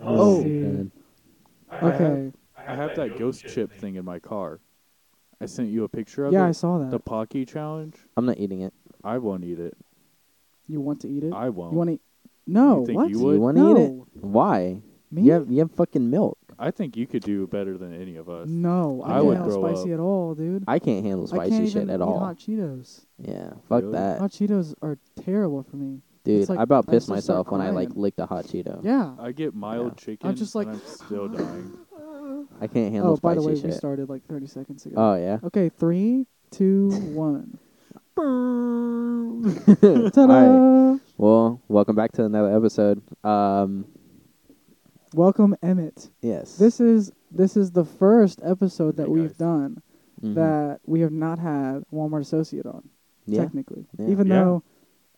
Oh, Oh. I have- okay. I have that ghost chip thing in my car. I sent you a picture of Yeah, I it. saw that. The Pocky challenge. I'm not eating it. I won't eat it. you want to eat it? I won't. you want to? No. You think what? you Do you would? want to no. eat it? Why? Me? You have you have fucking milk. I think you could do better than any of us. No, I I, can't would handle throw up. spicy at all, dude. I can't handle I spicy can't shit even at eat all. hot Cheetos. Yeah, fuck Really? that, Hot Cheetos are terrible for me. dude. it's like- I about I pissed just start myself when I like crying. licked a hot Cheeto. Yeah. I get mild chicken. I'm just like. and I'm still dying. I can't handle oh, spicy by the way, shit. we started like 30 seconds ago. oh yeah. Okay, three, two, one. All right. Ta-da! Well, welcome back to another episode. Um, Welcome, Emmett. yes. This is this is the first episode that Hey, we've guys. done Mhm. that we have not had Walmart associate on. Mm-hmm. yeah. Technically, Yeah. even Yeah. though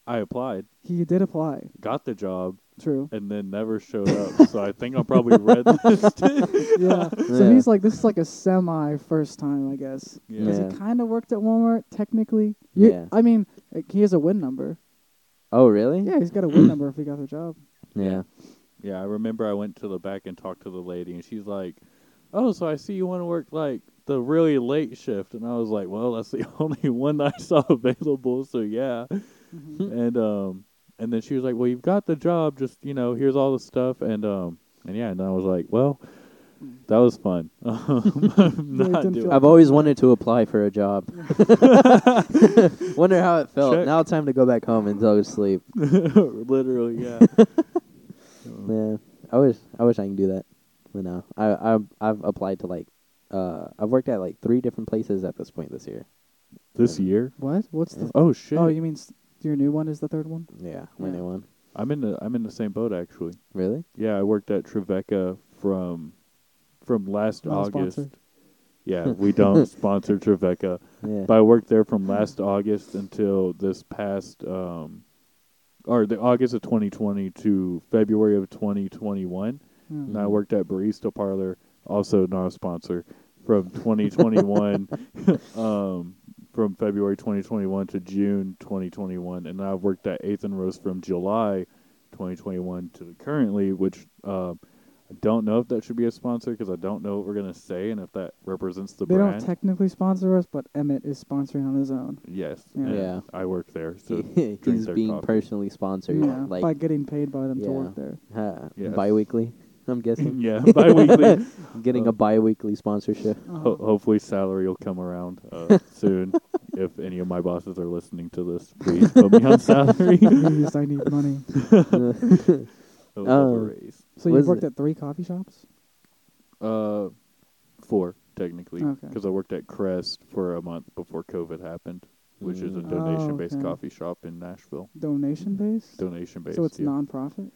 I applied, he did apply. got the job, True. and then never showed up. so I think I'm probably redlisted. yeah. So Yeah. he's like, this is like a semi first time, I guess. Because Yeah. he kind of worked at Walmart technically. You- Yeah. I mean, like, he has a win number. Oh really? Yeah, he's got a win number if he got the job. Yeah. Yeah, I remember I went to the back and talked to the lady, and she's like, "Oh, so I see you want to work like the really late shift," and I was like, "Well, that's the only one I saw available, so yeah." Mm-hmm. and um, and then she was like, "Well, you've got the job, just you know, here's all the stuff," and um, and yeah, and I was like, "Well, Mm. that was fun." I'm Yeah, it not didn't doing feel- I've always wanted to apply for a job. Wonder how it felt. Check. Now time to go back home and go to sleep. literally, yeah. Yeah, I wish I wish I can do that. But no, I I've, I've applied to like, uh, I've worked at like three different places at this point this year. this year. What? What's the? Oh shit! Oh, you mean s- your new one is the third one? Yeah, my Yeah. new one. I'm in the I'm in the same boat actually. Really? Yeah, I worked at Trevecca from from last Not August. sponsored. Yeah, we don't sponsor Trevecca, Yeah. but I worked there from last August until this past um or the August of 2020 to February of 2021. Yeah. And I worked at Barista Parlor, also not a sponsor, from 2021 um from February 2021 to June 2021, and I've worked at Eighth and Rose from July 2021 to currently, which uh, I don't know if that should be a sponsor because I don't know what we're gonna say and if that represents the They brand. don't technically sponsor us, but Emmett is sponsoring on his own. yes, Yeah. and Yeah. I work there, so He's drink their being coffee. personally sponsored, Yeah, like by getting paid by them to work yeah. there. uh, Yes. biweekly. I'm guessing yeah, biweekly. getting Uh, a biweekly sponsorship. Ho- hopefully, salary will come around uh, soon. if any of my bosses are listening to this, please put me on salary. Please, I need money. I'll have Oh. a Um, raise. So you What is worked it? at three coffee shops? Uh, four technically, Okay. because I worked at Crest for a month before COVID happened, which is a Mm. Oh, donation-based okay. coffee shop in Nashville. Donation based? Donation-based. so it's yeah. non-profit?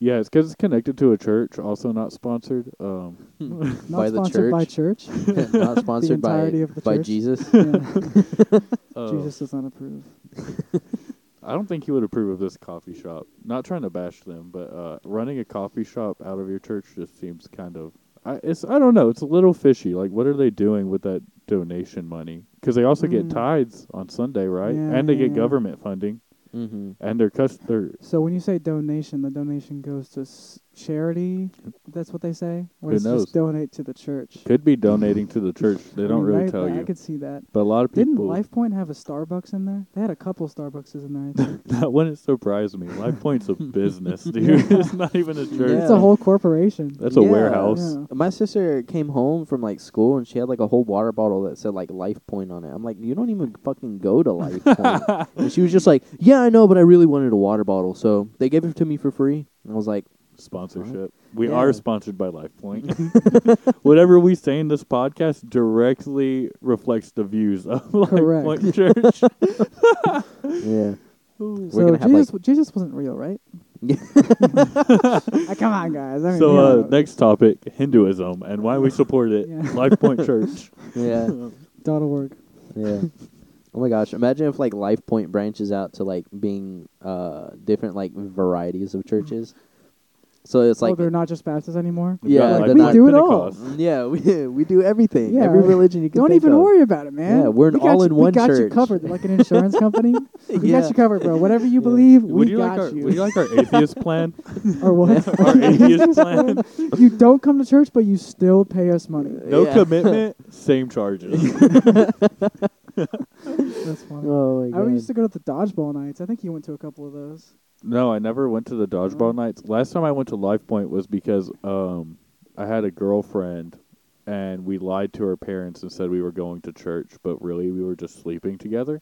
Yeah, it's because it's connected to a church, also not sponsored. Um, Not By the sponsored by church? Not sponsored by entirety of the by church? Jesus. Yeah. uh, Jesus does not approve. I don't think he would approve of this coffee shop. Not trying to bash them, but uh, running a coffee shop out of your church just seems kind of. I, it's I don't know. It's a little fishy. Like, what are they doing with that donation money? Because they also get Mm. tithes on Sunday, right? Yeah, and they yeah, get yeah. government funding, hmm and their cus their So when you say donation, the donation goes to s- charity? That's what they say? Or Who it's knows? just donate to the church? could be donating to the church. They I don't mean, really I- tell I, you. I could see that. but a lot of Didn't people LifePoint have a Starbucks in there? They had a couple Starbucks in there. I think. that wouldn't surprise me. Life Point's a business, dude. it's not even a church. It's a Yeah. whole corporation. That's a Yeah. warehouse. Yeah. My sister came home from like school and she had like a whole water bottle that said like Life Point on it. I'm like, you don't even fucking go to Life Point. and she was just like, yeah, I know, but I really wanted a water bottle, so they gave it to me for free. And I was like, Sponsorship. We Yeah. are sponsored by LifePoint. Whatever we say in this podcast directly reflects the views of Correct. LifePoint Church. yeah, so gonna have, like- Jesus, Jesus wasn't real, right? Uh, come on, guys. I mean, so you uh, know, next topic, Hinduism and why we support it. Yeah. LifePoint Church. yeah, that'll work. yeah. Oh my gosh! Imagine if like Life Point branches out to like being uh different like varieties of churches. So it's oh, like they're not just Baptists anymore. We've got, Yeah, like, they're we not- do it all. Pentecost. yeah, we, we do everything. Yeah, Every like, religion you can. Don't think even of. worry about it, man. Yeah, we're an We got you- all-in-one We got you church. covered, like an insurance company. We yeah. got you covered, bro. Whatever you Yeah. believe, we Would you got like our you. Would you like our atheist plan? or what? Our atheist plan? you don't come to church, but you still pay us money. No Yeah. commitment, same charges. That's funny. Oh my I used to go to the dodgeball nights. I think you went to a couple of those. No, I never went to the Oh. dodgeball nights. Last time I went to Life Point was because um, I had a girlfriend, and we lied to her parents and said we were going to church, but really we were just sleeping together.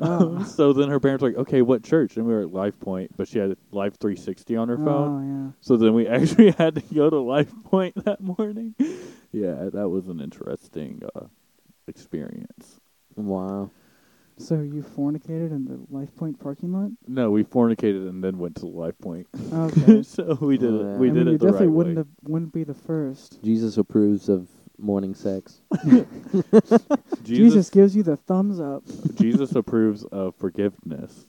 Oh. so then her parents were like, "Okay, what church?" And we were at Life Point, but she had Life 360 on her phone. Oh So then we actually had to go to Life Point that morning. yeah, that was an interesting uh, experience. Wow. yeah. So you fornicated in the LifePoint parking lot? No, we fornicated and then went to Life Point. Okay. so we did it. Yeah. We Oh, I did mean, it you the definitely right wouldn't way. have, wouldn't be the first. Jesus approves of morning sex. Jesus gives you the thumbs up. Jesus approves of forgiveness.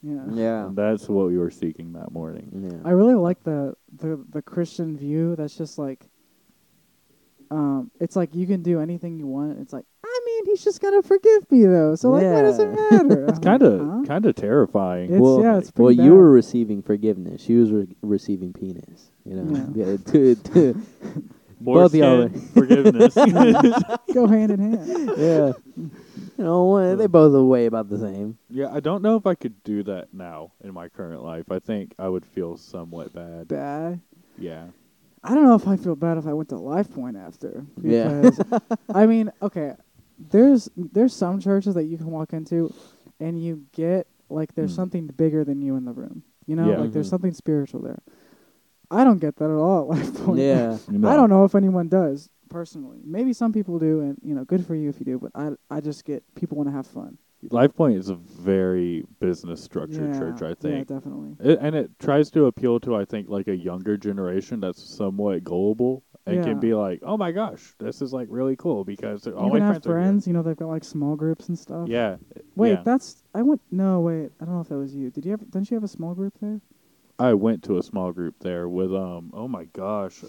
Yeah. yeah. And that's what we were seeking that morning. Yeah. I really like the, the the Christian view. That's just like, um, it's like you can do anything you want. It's like, I mean, he's just gonna forgive me though. So like, what does it Yeah. matter? It's kind of kind of terrifying. It's- well, yeah, it's well, pretty you bad. were receiving forgiveness. She was re- receiving penis. You know, yeah. to, to, More both y'all sin, forgiveness. go hand in hand. yeah. You know, what, they both are way about the same. yeah, I don't know if I could do that now in my current life. I think I would feel somewhat bad. Bad. Yeah. I don't know if I feel bad if I went to Life Point after. Yeah. Because I mean, okay, there's there's some churches that you can walk into, and you get like there's Mm. something bigger than you in the room. You know, Yeah. Mm-hmm. like there's Mhm. something spiritual there. I don't get that at all at Life Point. Yeah. I don't know if anyone does personally. Maybe some people do, and you know, good for you if you do. But I, I just get people want to have fun. LifePoint is a very business structured yeah, church, I think. Yeah, definitely. It, and it tries to appeal to, I think, like a younger generation that's somewhat gullible and Yeah. can be like, "Oh my gosh, this is like really cool because all you my can have friends are here." friends. You know, they've got like small groups and stuff. Yeah. Wait, yeah. that's I went. No, wait. I don't know if that was you. Did you ever? Don't you have a small group there? I went to a small group there with um oh my gosh,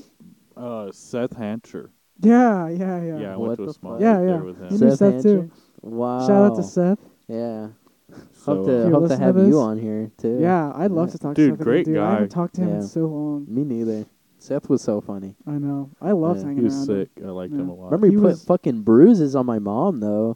uh Seth Hancher. Yeah, yeah, yeah. Yeah, I What went to the a small fuck? group Yeah, there yeah. with him. You knew Seth Oh. too. Hancher? Wow. Shout out to Seth. Yeah. So, hope uh, to you hope to listen to have this? you on here too. Yeah, I'd love Yeah. to talk Dude, to Seth. great again, dude. I guy. haven't talked to him in Yeah. so long. Me neither. Seth was so funny. I know. I love Yeah. hanging he was around. sick. I liked Yeah. him a lot. Remember, he, he put was- fucking bruises on my mom though.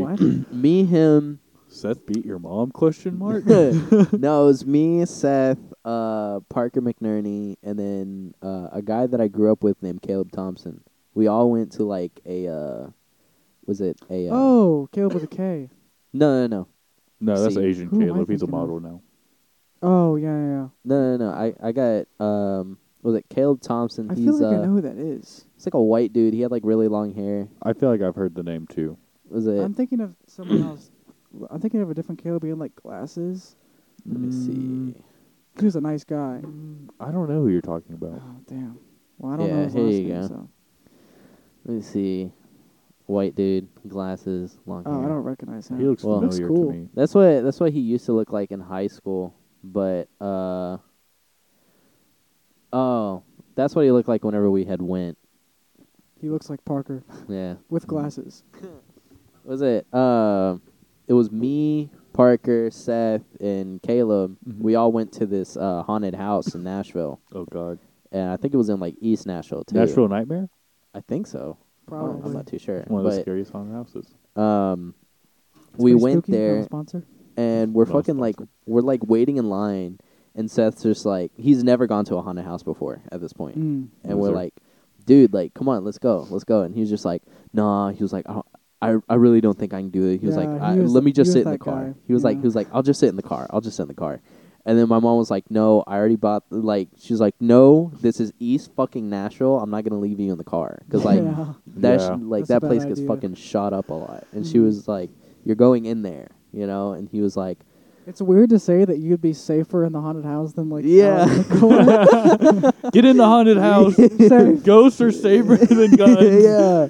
Wait, what? Me, him. Seth beat your mom question mark? no, it was me, Seth, uh, Parker McNerney, and then uh, a guy that I grew up with named Caleb Thompson. We all went to like a, uh, was it a? Uh, oh, Caleb with a K. no, no, no, no, that's See, Asian who am I Caleb. He's a thinking of? model now. Oh yeah, yeah. yeah. no, no, no. I I got um, was it Caleb Thompson? I he's feel like uh, I know who that is. he's like a white dude. He had like really long hair. I feel like I've heard the name too. Was it? I'm thinking of someone else. I'm thinking of a different Caleb. He had like glasses. let me Mm, see. He was a nice guy. I don't know who you're talking about. Oh damn. Well, I don't know Mm. Yeah, his here last you name, go. so Let me see. White dude, glasses, long oh, hair. I don't recognize him. He looks Well, familiar looks cool. to me. That's what that's what he used to look like in high school, but uh Oh, that's what he looked like whenever we had went. He looks like Parker Yeah. with glasses. Was it uh it was me, Parker, Seth, and Caleb. Mhm. We all went to this uh haunted house in Nashville. Oh god. And I think it was in like East Nashville too. Nashville Nightmare? I think so. I don't- Probably. I'm not too sure. One of the but scariest haunted houses. um It's we pretty went spooky, not a there Sponsor. and we're Not a fucking like sponsor. we're like waiting in line and Seth's just like he's never gone to a haunted house before at this point. Mm. And we're Loser. like, dude, like come on, let's go. Let's go. And he was just like, "Nah." He was like, "I I, I really don't think I can do it." He was like, Yeah, I, he was- "Let me he just was sit in the that car." guy. He was like Yeah. he was like, "I'll just sit in the car. I'll just sit in the car." And then my mom was like, "No, I already bought the, like she's like, "No, this is East fucking Nashville. I'm not going to leave you in the car." Cuz like Yeah. that Yeah. sh- like That's a that bad place gets idea. fucking shot up a lot. And she Mhm. was like, "You're going in there." You know, and he was like, It's weird to say that you'd be safer in the haunted house than like out Yeah. in the Get in the haunted house. cold. Safe. Ghosts are safer than guns. yeah.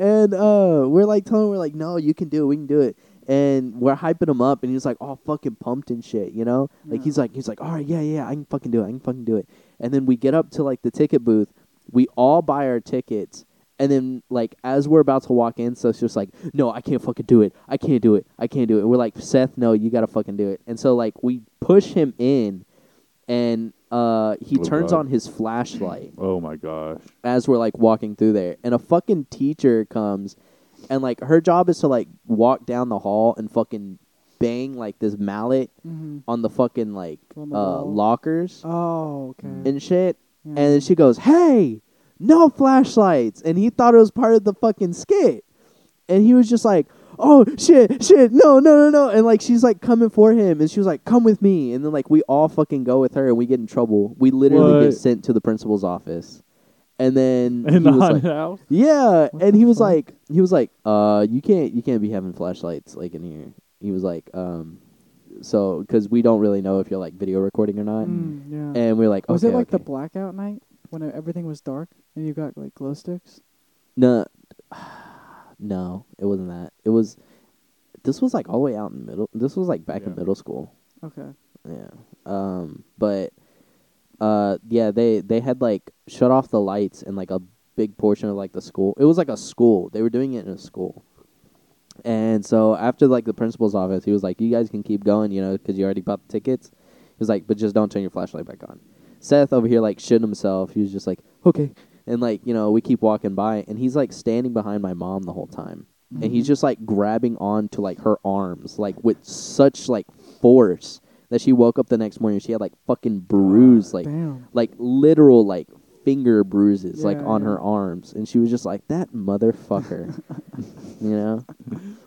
And uh, we're like telling him, we're like, no, you can do it, we can do it. And we're hyping him up, and he's like, all fucking pumped and shit, you know? Like Yeah. he's like, he's like, all right, yeah, yeah, I can fucking do it, I can fucking do it. and then we get up to like the ticket booth. We all buy our tickets, and then like as we're about to walk in, Seth's just like, "No, I can't fucking do it. I can't do it. I can't do it." And we're like, "Seth, no, you gotta fucking do it." And so like we push him in, and uh, he Oh, turns God. on his flashlight Oh my gosh. as we're like walking through there, and a fucking teacher comes, and like her job is to like walk down the hall and fucking bang like this mallet hmm on the fucking like On the uh, wall. lockers Oh, okay. and shit. Yeah. And then she goes, "Hey, no flashlights!" And he thought it was part of the fucking skit, and he was just like, "Oh shit, shit, no, no, no, no!" And like she's like coming for him, and she was like, "Come with me!" And then like we all fucking go with her, and we get in trouble. We literally What? get sent to the principal's office, and then he In the was like, haunted house? yeah, What and the he was fuck? like, he was like, uh, you can't, you can't be having flashlights like in here. He was like, um, so because we don't really know if you're like video recording or not, Mm, yeah. and we are like, okay, was it like the okay. blackout night when e-, everything was dark and you got like glow sticks? no, no, it wasn't that. It was, this was like all the way out in middle. This was like back in Yeah. middle school. Okay. Yeah. Um, but uh yeah, they they had like shut off the lights in like a big portion of like the school. It was like a school. They were doing it in a school. And so after like the principal's office, he was like, "You guys can keep going, you know, cuz you already bought the tickets." He was like, "But just don't turn your flashlight back on." Seth over here like shitting himself. He was just like, "Okay." And like, you know, we keep walking by and he's like standing behind my mom the whole time. And he's just like grabbing on to like her arms like with such like force that she woke up the next morning she had like fucking bruise like Damn. like literal like finger bruises like Yeah, on yeah. her arms and she was just like that motherfucker you know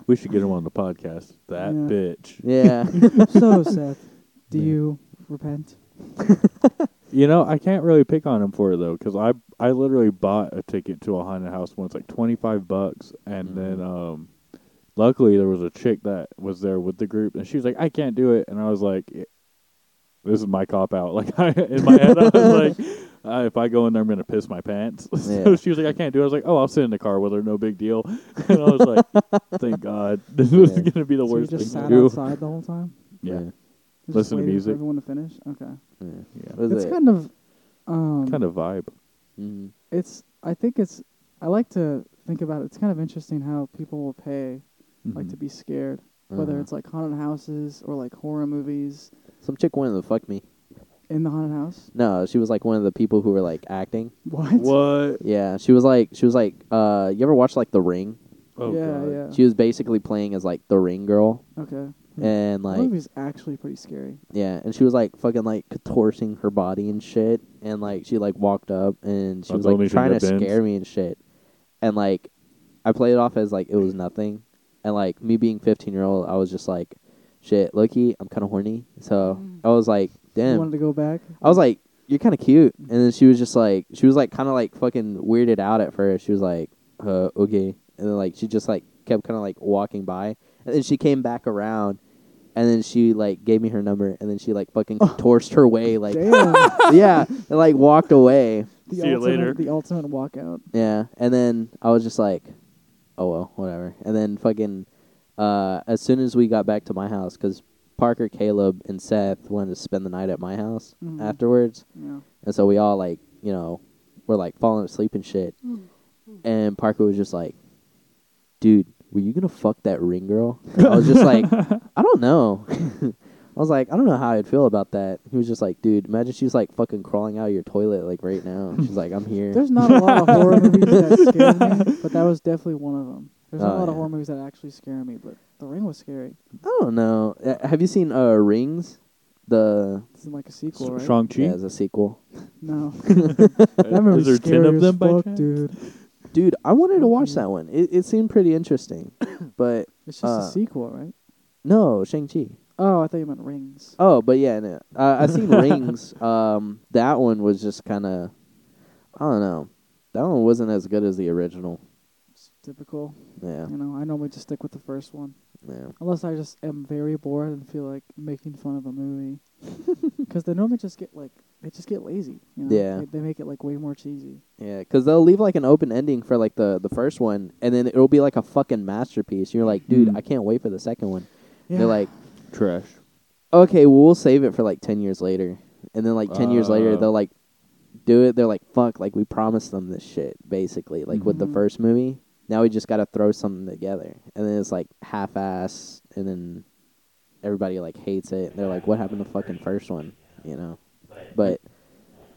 We should get him on the podcast. That Yeah. bitch. yeah so Seth, do Yeah. you repent? You know, I can't really pick on him for it though, because I I literally bought a ticket to a haunted house once, like twenty five bucks, and Mm-hmm. Mhm. then um, luckily there was a chick that was there with the group, and she was like, "I can't do it," and I was like, "I- "This is my cop out." Like I, in my head, I was like, uh, "If I go in there, I'm gonna piss my pants." so Yeah. she was like, "I can't do it." I was like, "Oh, I'll sit in the car with her, no big deal." and I was like, "Thank God, this was Yeah. gonna be the so you worst just thing sat to do." outside the whole time. Yeah, Just Listen to waiting for music. everyone to finish. Okay. yeah, yeah, Was it's it? kind of, um, kind of vibe. Mhm. It's. I think it's. I like to think about it. It's kind of interesting how people will pay like Mhm. Mm-hmm. to be scared, whether Uh-huh. it's like haunted houses or like horror movies some chick wanted to fuck me in the haunted house. no she was like one of the people who were like acting What? what? yeah she was like she was like uh you ever watch like the ring Oh yeah, God. yeah. she was basically playing as like the ring girl okay. Hmm. and The like movie's actually pretty scary. Yeah, and she was like fucking like contorting her body and shit, and like she like walked up and she That's was the only like thing trying to that bends. scare me and shit, and like I played it off as like it was nothing, and like me being fifteen year old, I was just like, shit, Loki, I'm kind of horny, so Mm. I was like, You damn, wanted to go back? I was like, "You're kind of cute," and then she was just like, she was like, kind of like fucking weirded out at first. She was like, "Uh, okay," and then like she just like kept kind of like walking by, and then she came back around, and then she like gave me her number, and then she like fucking torched her way, like Damn. yeah, and like walked away, the See ultimate, you later. The ultimate walkout. yeah, and then I was just like, "Oh well, whatever," and then fucking, uh, as soon as we got back to my house, because Parker, Caleb, and Seth wanted to spend the night at my house Mhm. afterwards. Yeah. And so we all like, you know, were like falling asleep and shit. And Parker was just like, dude, were you gonna fuck that ring girl? And I was just like, I don't know. I was like, I don't know how I'd feel about that. He was just like, dude, imagine she's like fucking crawling out of your toilet like right now. She's like, I'm here. There's not a lot of horror movies that scare me, but that was definitely one of them. There's Oh, not a lot of yeah. horror movies that actually scare me, but The Ring was scary. I don't know. Uh, have you seen uh Rings? The It's in like a sequel, right? Shang-Chi? yeah, as a sequel. No. Uh, that movie's Is there scary ten of as them by fuck, chance? dude. Dude, I wanted to watch Mhm. that one. It it seemed pretty interesting. but It's just Uh, a sequel, right? no, Shang Chi. Oh, I thought you meant Rings. Oh, but yeah, no. uh, I seen Rings. Um, that one was just kind of, I don't know. That one wasn't as good as the original. It's typical. Yeah, You know, I normally just stick with the first one. yeah. Unless I just am very bored and feel like making fun of a movie. Because they normally just get like, they just get lazy. You know? Yeah. They, they make it like way more cheesy. Yeah, because they'll leave like an open ending for like the the first one, and then it'll be like a fucking masterpiece. You're like, dude, Hmm. I can't wait for the second one. Yeah. They're like, Trash. okay, well, we'll save it for like ten years later, and then like ten years later, Uh. they'll like do it, they're like, "Fuck!" Like we promised them this shit, basically. Like with the Mhm. first movie, now we just got to throw something together, and then it's like half-ass, and then everybody like hates it. And they're like, "What happened to fucking first one?" You know, but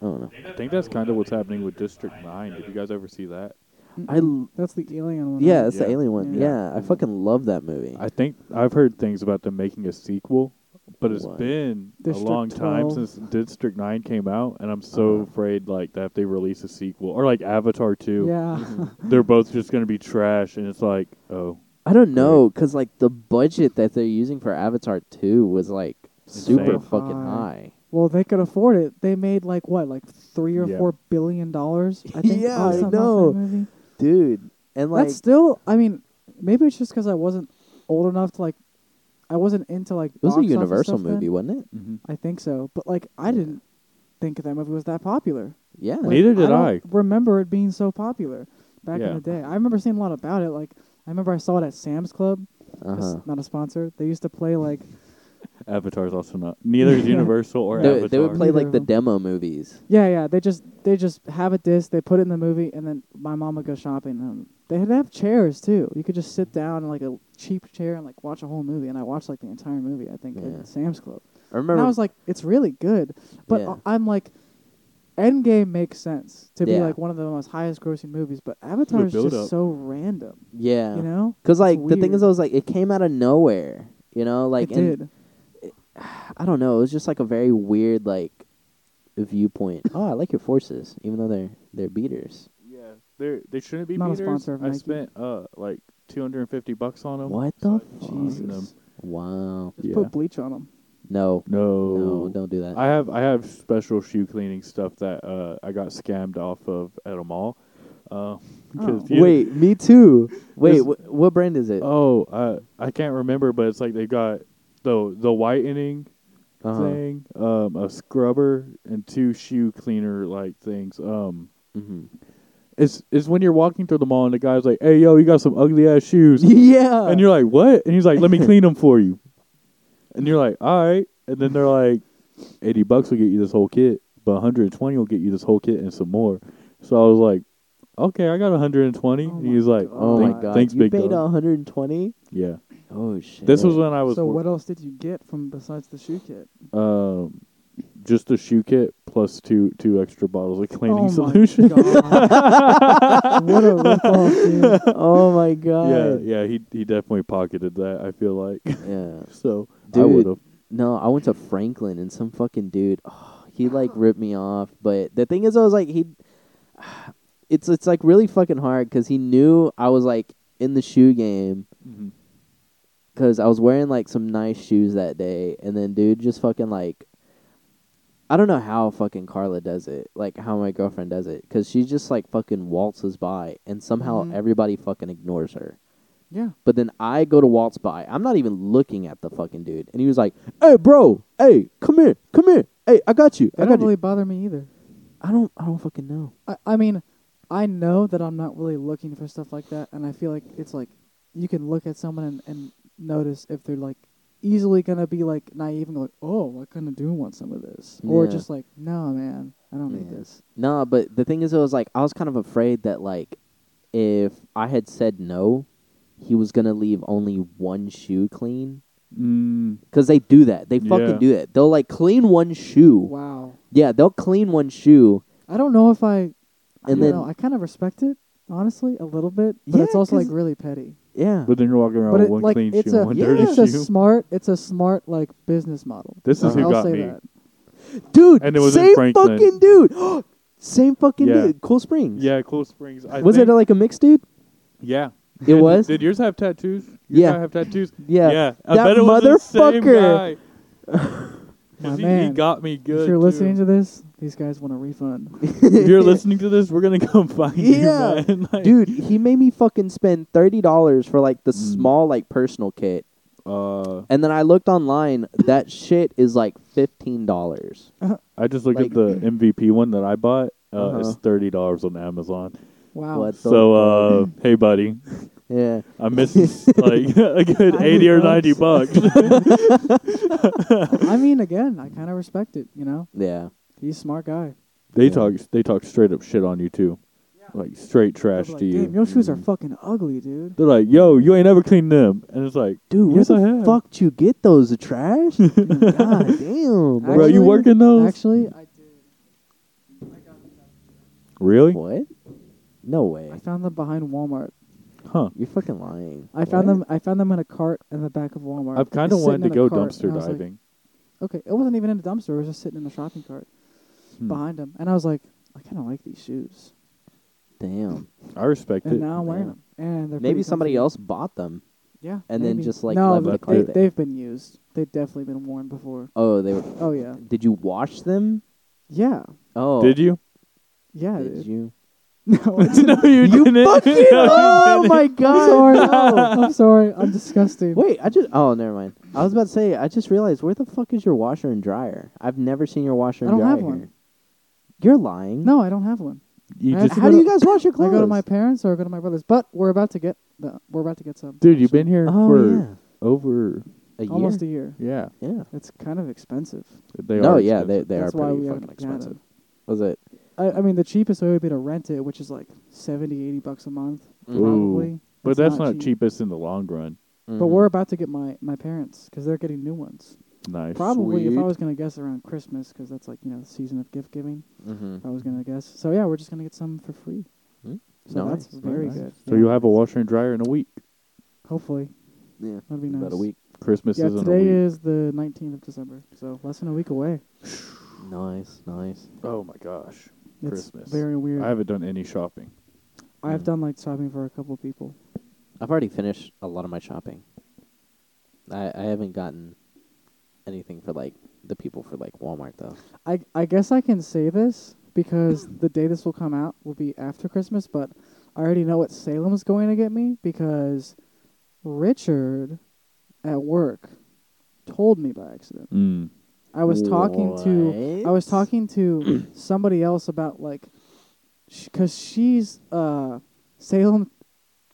I don't know. I think that's kind of what's happening with District Nine. Did you guys ever see that? I l- That's the alien one. yeah, right? it's the Yeah. alien one. Yeah. Yeah. I fucking love that movie. I think I've heard things about them making a sequel, but it's What? been District a long time 12. since District Nine came out, and I'm so Uh-huh. afraid like that if they release a sequel or like Avatar Two, Mm-hmm. Yeah. they're both just gonna be trash, and it's like, oh, I don't know, cause like the budget that they're using for Avatar Two was like super Insane. fucking high. High. well, they could afford it. They made like what, like three or Yeah. four billion dollars. I think. Yeah, off I some- off that know. movie. dude. And like, That's still. I mean, maybe it's just because I wasn't old enough to like. I wasn't into like. it was box a office Universal stuff then. movie, wasn't it? I think so, but like I didn't think that movie was that popular. Yeah, Like, Neither did I. don't Remember it being so popular back in Yeah. the day. I remember seeing a lot about it. Like I remember I saw it at Sam's Club. uh It's huh. Not a sponsor. They used to play like Avatar's also not. Neither is Universal or They, Avatar. they would play Neither like of the them. demo movies. yeah yeah. They just they just have a disc. They put it in the movie, and then my mom would go shopping. And they had to have chairs too. You could just sit down in like a cheap chair and like watch a whole movie. And I watched like the entire movie. I think Yeah. at Sam's Club. I remember. And I was like, it's really good. But Yeah. I- I'm like, Endgame makes sense to be Yeah. like one of the most highest grossing movies, but Avatar is build just up. so random. yeah, You know? because It's like the thing is, I weird. was like, it came out of nowhere. You know, like it and did. I don't know. It was just like a very weird like viewpoint. oh, I like your forces, even though they're they're beaters. yeah, they they shouldn't be Not a beaters. sponsor of I Nike. spent uh like 250 bucks on them. What the fuck? Jesus. Wow. Just Yeah. put bleach on them. No. No, No, don't do that. I have I have special shoe cleaning stuff that uh, I got scammed off of at a mall. Uh, 'cause Oh. you- Wait, me too. Wait, This- wh- what brand is it? Oh, uh, I can't remember, but it's like they got the the whitening Uh-huh. thing, um, a scrubber, and two shoe cleaner like things. Um, Mhm. it's it's when you're walking through the mall and the guy's like, "Hey, yo, you got some ugly ass shoes," yeah. and you're like, "What?" And he's like, "Let me clean them for you," and you're like, "All right," and then they're like, 80 bucks will get you this whole kit, but 120 will get you this whole kit and some more." So I was like, "Okay, I got 120," Oh and my he's like, oh "Thank- my god. thanks, you big paid dog." 120? Yeah, Oh shit. this was when I was so wor- what else did you get from besides the shoe kit? um, just a shoe kit plus two two extra bottles of cleaning oh solution. My God. what a ripoff, dude. oh my yeah, god. yeah, he he definitely pocketed that. I feel like yeah. so. I Dude. would have. No, I went to Franklin and some fucking dude. Oh, he like ripped me off. But the thing is, I was like, he. It's it's like really fucking hard because he knew I was like in the shoe game because I was wearing like some nice shoes that day, and then dude just fucking like. I don't know how fucking Carla does it, like how my girlfriend does it, because she just like fucking waltzes by, and somehow Mm-hmm. Mhm. everybody fucking ignores her. Yeah. But then I go to waltz by. I'm not even looking at the fucking dude. And he was like, "Hey, bro. Hey, come here. Come here. Hey, I got you. They I don't got you." really bother me either. I don't. I don't fucking know. I, I mean, I know that I'm not really looking for stuff like that, and I feel like it's like you can look at someone and, and notice if they're like easily gonna be like naive and go like, oh, I kind of do want some of this, or Yeah. just like, no, man, I don't need Yeah. this. Nah, but the thing is, I was like, I was kind of afraid that like, if I had said no, he was gonna leave only one shoe clean. Mm-hmm. Mm, Cause they do that. They fucking Yeah. do that. They'll like clean one shoe. Wow, Yeah, they'll clean one shoe. I don't know if I, and I And don't then- know, I kind of respect it honestly a little bit, but Yeah, it's also like 'cause- really petty. Yeah. but then you're walking around But with it, one like clean it's shoe a and one yeah, dirty it's shoe. a smart it's a smart like business model. this is Uh-huh. who I'll got say me. that. dude, And it was in same Franklin. fucking dude. same fucking Yeah. dude. Cool Springs. Yeah, Cool Springs. I Was think, it like a mixed dude? Yeah, It was. Did yours have tattoos? Yours Yeah. gotta have tattoos. Yeah. yeah. I That bet it was the same motherfucker. guy. My 'Cause he, he man. got me good. if you're too. listening to this, these guys want a refund. if you're listening to this, we're gonna come find Yeah. you, man. Like, dude he made me fucking spend $30 for like the Mm. small like personal kit Uh, and then i looked online that shit is like $15 I just looked Like- at the MVP one that I bought. Uh, Uh-huh. It's thirty dollars on Amazon. Wow. What? So- So, uh, hey, buddy, yeah I'm missing like a good Ninety eighty or bucks. ninety bucks. I mean, again, I kind of respect it. You know, yeah he's a smart guy. They Yeah. talk they talk straight up shit on you too, like straight They'll trash be like, to you. Mm. Damn, your shoes are Mhm. fucking ugly, dude. They're like, "Yo, you ain't ever cleaned them," and it's like, Dude, Yes, where I the have. fuck did you get those at trash? God damn, "Bro, you Actually- working those? Actually, I did. I got them. really? What? No way. I found them behind Walmart. Huh? You're fucking lying. I found What? them. I found them in a cart in the back of Walmart. I've kind of Just sitting wanted to in a go cart, dumpster and I was like- diving. okay, it wasn't even in a dumpster. It was just sitting in a shopping cart Hmm. behind him, and I was like, I kind of like these shoes, Damn. I respect and it. now I'm wearing yeah. them, and they're Maybe pretty somebody comfy. else bought them. Yeah. and then maybe. just, like, no, left but the they, cart there. they've been used. They've definitely been worn before. Oh, they were. Oh yeah. Did you wash them? Yeah. Oh, Did you? Yeah. Did dude. you? No, I no, you, didn't. oh my I'm god! sorry. No, I'm sorry. I'm disgusting. Wait, I just. Oh, never mind. I was about to say. I just realized where the fuck is your washer and dryer? I've never seen your washer I and don't dryer. have one. here. You're lying. No, I don't have one. You I- just, How do you guys wash your I clothes? go to my parents or I go to my brothers, but we're about to get the, we're about to get some. dude, you've been here Oh for yeah. over. A year? Almost a year. Yeah, yeah. It's kind of expensive. they No, are. yeah, they expensive. they That's are why pretty we fucking haven't gotten expensive. it. Was it? I, I mean, the cheapest way would be to rent it, which is like 70, 80 bucks a month, Mm-hmm. Ooh. probably. but It's that's not cheapest in the long run. Mm-hmm. But we're about to get my my parents because they're getting new ones. Nice. Probably, if I Sweet. was gonna guess, around Christmas because that's like you know the season of gift giving. Mm-hmm. If I was gonna guess, so yeah, we're just gonna get some for free. Hmm. So Nice. that's very Nice. good. So Yeah. you'll have a washer and dryer in a week. hopefully Yeah. that'd be nice. About a week. Christmas Yeah, is in today a week. is the 19th of December, so less than a week away. Nice, nice. oh my gosh, It's Christmas. very weird. I haven't done any shopping. I've Mm. done like shopping for a couple people. I've already finished a lot of my shopping. I I haven't gotten anything for like the people for like Walmart though. I I guess I can say this because the day this will come out will be after Christmas, but I already know what Salem's going to get me because Richard at work told me by accident. Mm. I was talking to I was What? talking to somebody else about like because she's uh Salem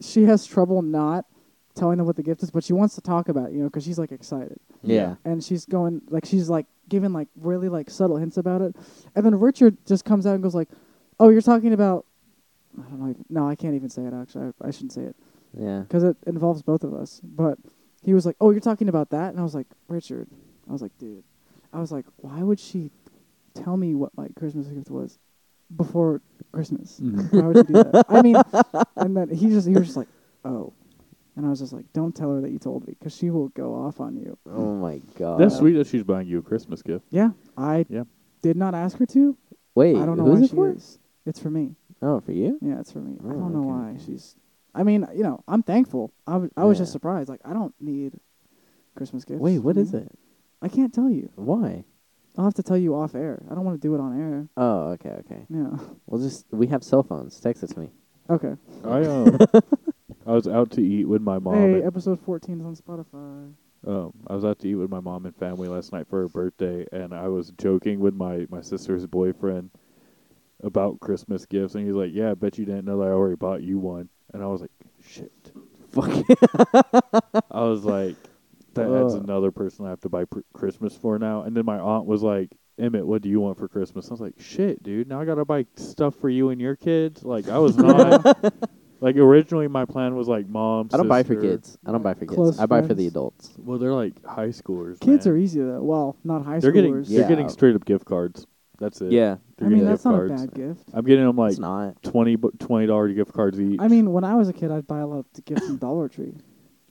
she has trouble not telling them what the gift is, but she wants to talk about it, you know, because she's like excited Yeah. and she's going like she's like giving like really like subtle hints about it, and then Richard just comes out and goes like, "Oh, you're talking about." I don't know. No, I can't even say it. Actually, I, I shouldn't say it Yeah. because it involves both of us. But he was like, "Oh, you're talking about that," and I was like, "Richard," I was like, "Dude," I was like, "Why would she tell me what my Christmas gift was before Christmas? Mm-hmm. Mhm. Why would she do that?" I mean, and then he just he was just like, "Oh," and I was just like, "Don't tell her that you told me because she will go off on you." Oh my god. Uh, That's sweet that she's buying you a Christmas gift. Yeah, I Yeah. did not ask her to. Wait, I don't know who's why it she for? is. It's for me. Oh, for you? Yeah, it's for me. I Oh, don't know okay. why she's. I mean, you know, I'm thankful. I was, I was just Yeah. surprised. Like, I don't need Christmas gifts. Wait, what you is know? it? I can't tell you. Why? I'll have to tell you off air. I don't want to do it on air. Oh, okay, okay. Yeah. Well, just we have cell phones. Text it to me. Okay. I um, I was out to eat with my mom. hey, and- episode 14 is on Spotify. Um, I was out to eat with my mom and family last night for her birthday, and I was joking with my my sister's boyfriend about Christmas gifts, and he's like, "Yeah, I bet you didn't know that I already bought you one," and I was like, "Shit." Fuck. I was like, "That adds Uh. another person I have to buy pr- Christmas for now." And then my aunt was like, "Emmett, what do you want for Christmas?" I was like, "Shit, dude! Now I gotta buy stuff for you and your kids." Like I was not. Like originally, my plan was like mom. I don't buy for sister- kids. I don't buy for kids. Close I buy for the friends. adults. Well, they're like high schoolers. Kids man. are easy, though. Well, not high They're getting schoolers. they're Yeah. getting straight up gift cards. That's it. Yeah. They're I mean, getting that's gift not cards. a bad gift. I'm getting them like it's not. twenty bu- twenty dollar gift cards each. I mean, when I was a kid, I'd buy a lot of gifts from Dollar Tree.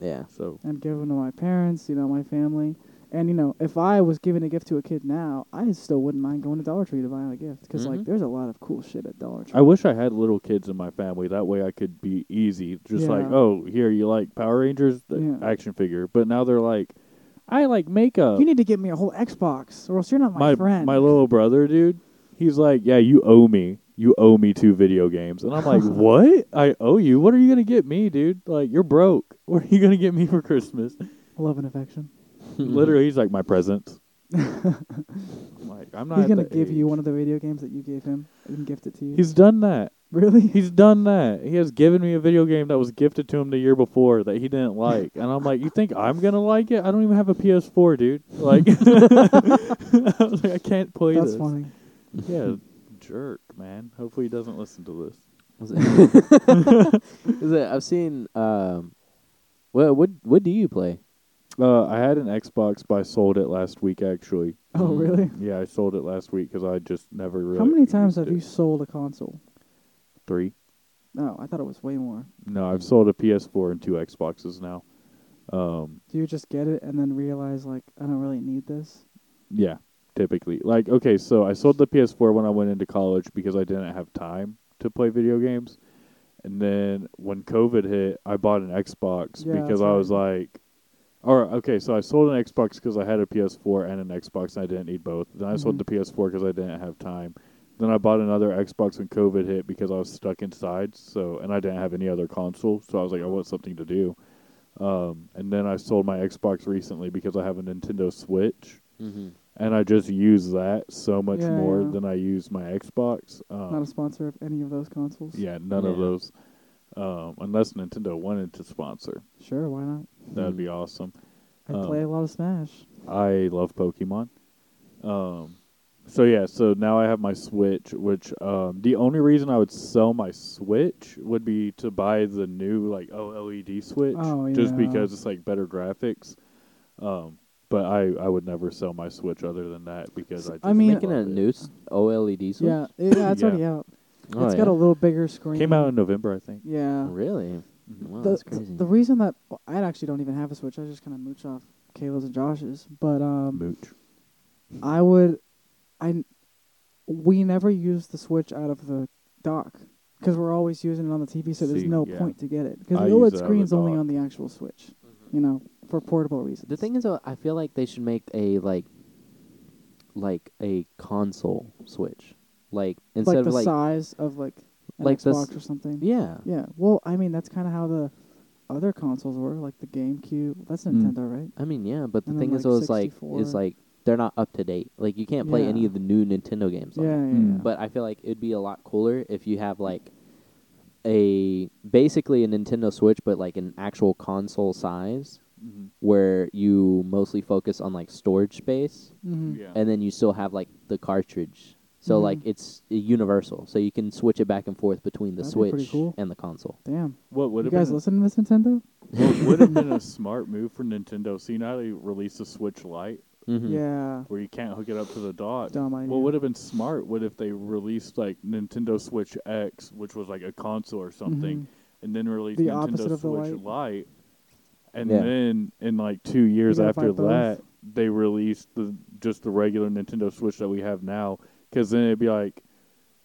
Yeah. so and give them to my parents, you know, my family. And you know, if I was giving a gift to a kid now, I still wouldn't mind going to Dollar Tree to buy a gift because like Mhm. there's a lot of cool shit at Dollar Tree. Mm-hmm. I wish I had little kids in my family. That way I could be easy. Just like, Yeah. oh, here you like Power Rangers The Yeah. action figure, but now they're like, I like makeup. you need to get me a whole Xbox, or else you're not my, my friend. my little brother, dude. He's like, yeah, you owe me. You owe me two video games, and I'm like, what? I owe you? What are you gonna get me, dude? Like, you're broke. What are you gonna get me for Christmas? Love and affection. Mm-hmm. Literally, he's like my presents. I'm like, I'm not. He's at gonna that give you age. one of the video games that you gave him and gift it to you. He's done that. really? He's done that. He has given me a video game that was gifted to him the year before that he didn't like, and I'm like, you think I'm gonna like it? I don't even have a PS4, dude. Like, I, was like, I can't play That's this. funny. Yeah, jerk, man. Hopefully he doesn't listen to this. Is it- is it- I've seen. Um, what what what do you play? Uh, I had an Xbox, but I sold it last week. Actually, Oh, Mm. really? yeah, I sold it last week because I just never really. How many times used have you it. sold a console? Three. No, I thought it was way more. No, I've sold a PS4 and two Xboxes now. Um, Do you just get it and then realize like I don't really need this? Yeah, typically. Like, okay, so I sold the PS4 when I went into college because I didn't have time to play video games. And then when COVID hit, I bought an Xbox Yeah, that's because I was right. like, or okay, so I sold an Xbox because I had a PS4 and an Xbox and I didn't need both. Then I sold Mhm. the PS4 because I didn't have time. Then I bought another Xbox when COVID hit because I was stuck inside, so and I didn't have any other console, so I was like, I want something to do. Um, and then I sold my Xbox recently because I have a Nintendo Switch, Mm-hmm. and I just use that so much Yeah, more yeah. than I use my Xbox. Um, Not a sponsor of any of those consoles. yeah, none of Yeah. those, um, unless Nintendo wanted to sponsor. Sure, why not? That'd be awesome. I Um, play a lot of Smash. I love Pokemon. Um, so yeah, so now I have my Switch, which um, the only reason I would sell my Switch would be to buy the new like OLED Switch, Oh, just yeah. because it's like better graphics. Um, but I, I would never sell my Switch other than that because I. I Just mean- love Making a it. new s- OLED switch. Yeah, it, yeah, it's Yeah. already out. Oh, It's yeah. got a little bigger screen. Came out in November, I think. Yeah. Really? Wow, the, that's th- crazy. the reason that well, I actually don't even have a Switch, I just kind of mooch off Kayla's and Josh's. But um, Mooch. I would, I, n- we never use the Switch out of the dock because we're always using it on the TV, so there's See, no yeah. point to get it because I the use it out OLED of the screen's only dock. on the actual Switch, you know, for portable reasons. The thing is, though, I feel like they should make a like, like a console switch, like instead like the of like size of like an like the Xbox s- or something. yeah, Yeah. Well, I mean that's kind of how the other consoles were, like the GameCube. That's Mm-hmm. Mm. Nintendo, right? I mean, yeah, but the And then, thing is, like, though, is like, 64. is like they're not up to date. Like, you can't play any Yeah. of the new Nintendo games. Yeah, On yeah. it. Mm. yeah. Mm-hmm. But I feel like it'd be a lot cooler if you have like a basically a Nintendo Switch, but like an actual console size, Mhm. where you mostly focus on like storage space, Mhm. Yeah. and then you still have like the cartridge. So Mhm. like it's universal, so you can switch it back and forth between the That'd be pretty Switch cool. and the console. Damn. what would You have guys been listen to this Nintendo? what would have been a smart move for Nintendo. So you know how they release the Switch Lite Mm-hmm. Yeah. where you can't hook it up to the dock. Dumb idea. What would have been smart would if they released like Nintendo Switch X, which was like a console or something, Mhm. and then released The opposite Nintendo of the Switch Lite. Lite. And Yeah. then in like two years gotta buy after both. that, they released the just the regular Nintendo Switch that we have now. Because then it'd be like,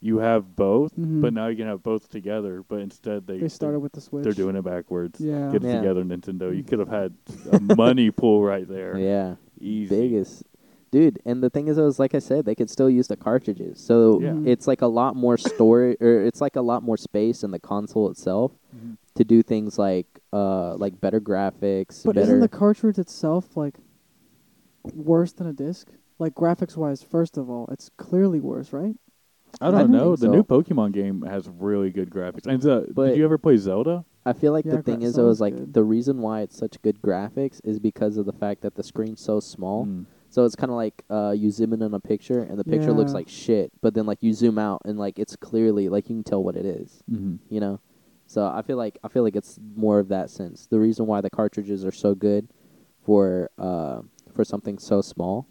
you have both, Mhm. but now you can have both together. But instead, they They started with the Switch. They're doing it backwards. Yeah. Mm-hmm. Get it Yeah. together, Nintendo. You could have had a money pool right there. Yeah. Easy. biggest dude and the thing is is like i said they could still use the cartridges so Yeah. Mhm. it's like a lot more storage or it's like a lot more space in the console itself Mm-hmm. Mhm. to do things like uh like better graphics But better isn't the cartridge itself like worse than a disc? Like graphics wise, first of all, it's clearly worse, right? I I don't don't know. think The new so. Pokemon game has really good graphics. And uh, But- did you ever play Zelda? i feel like Yeah, the thing gra- is though is sounds like good. the reason why it's such good graphics is because of the fact that the screen's so small Mm. so it's kind of like uh you zoom in on a picture and the picture looks Yeah. like shit but then like you zoom out and like it's clearly like you can tell what it is Mhm. you know. So I feel like I feel like it's more of that sense. The reason why the cartridges are so good for uh, for something so small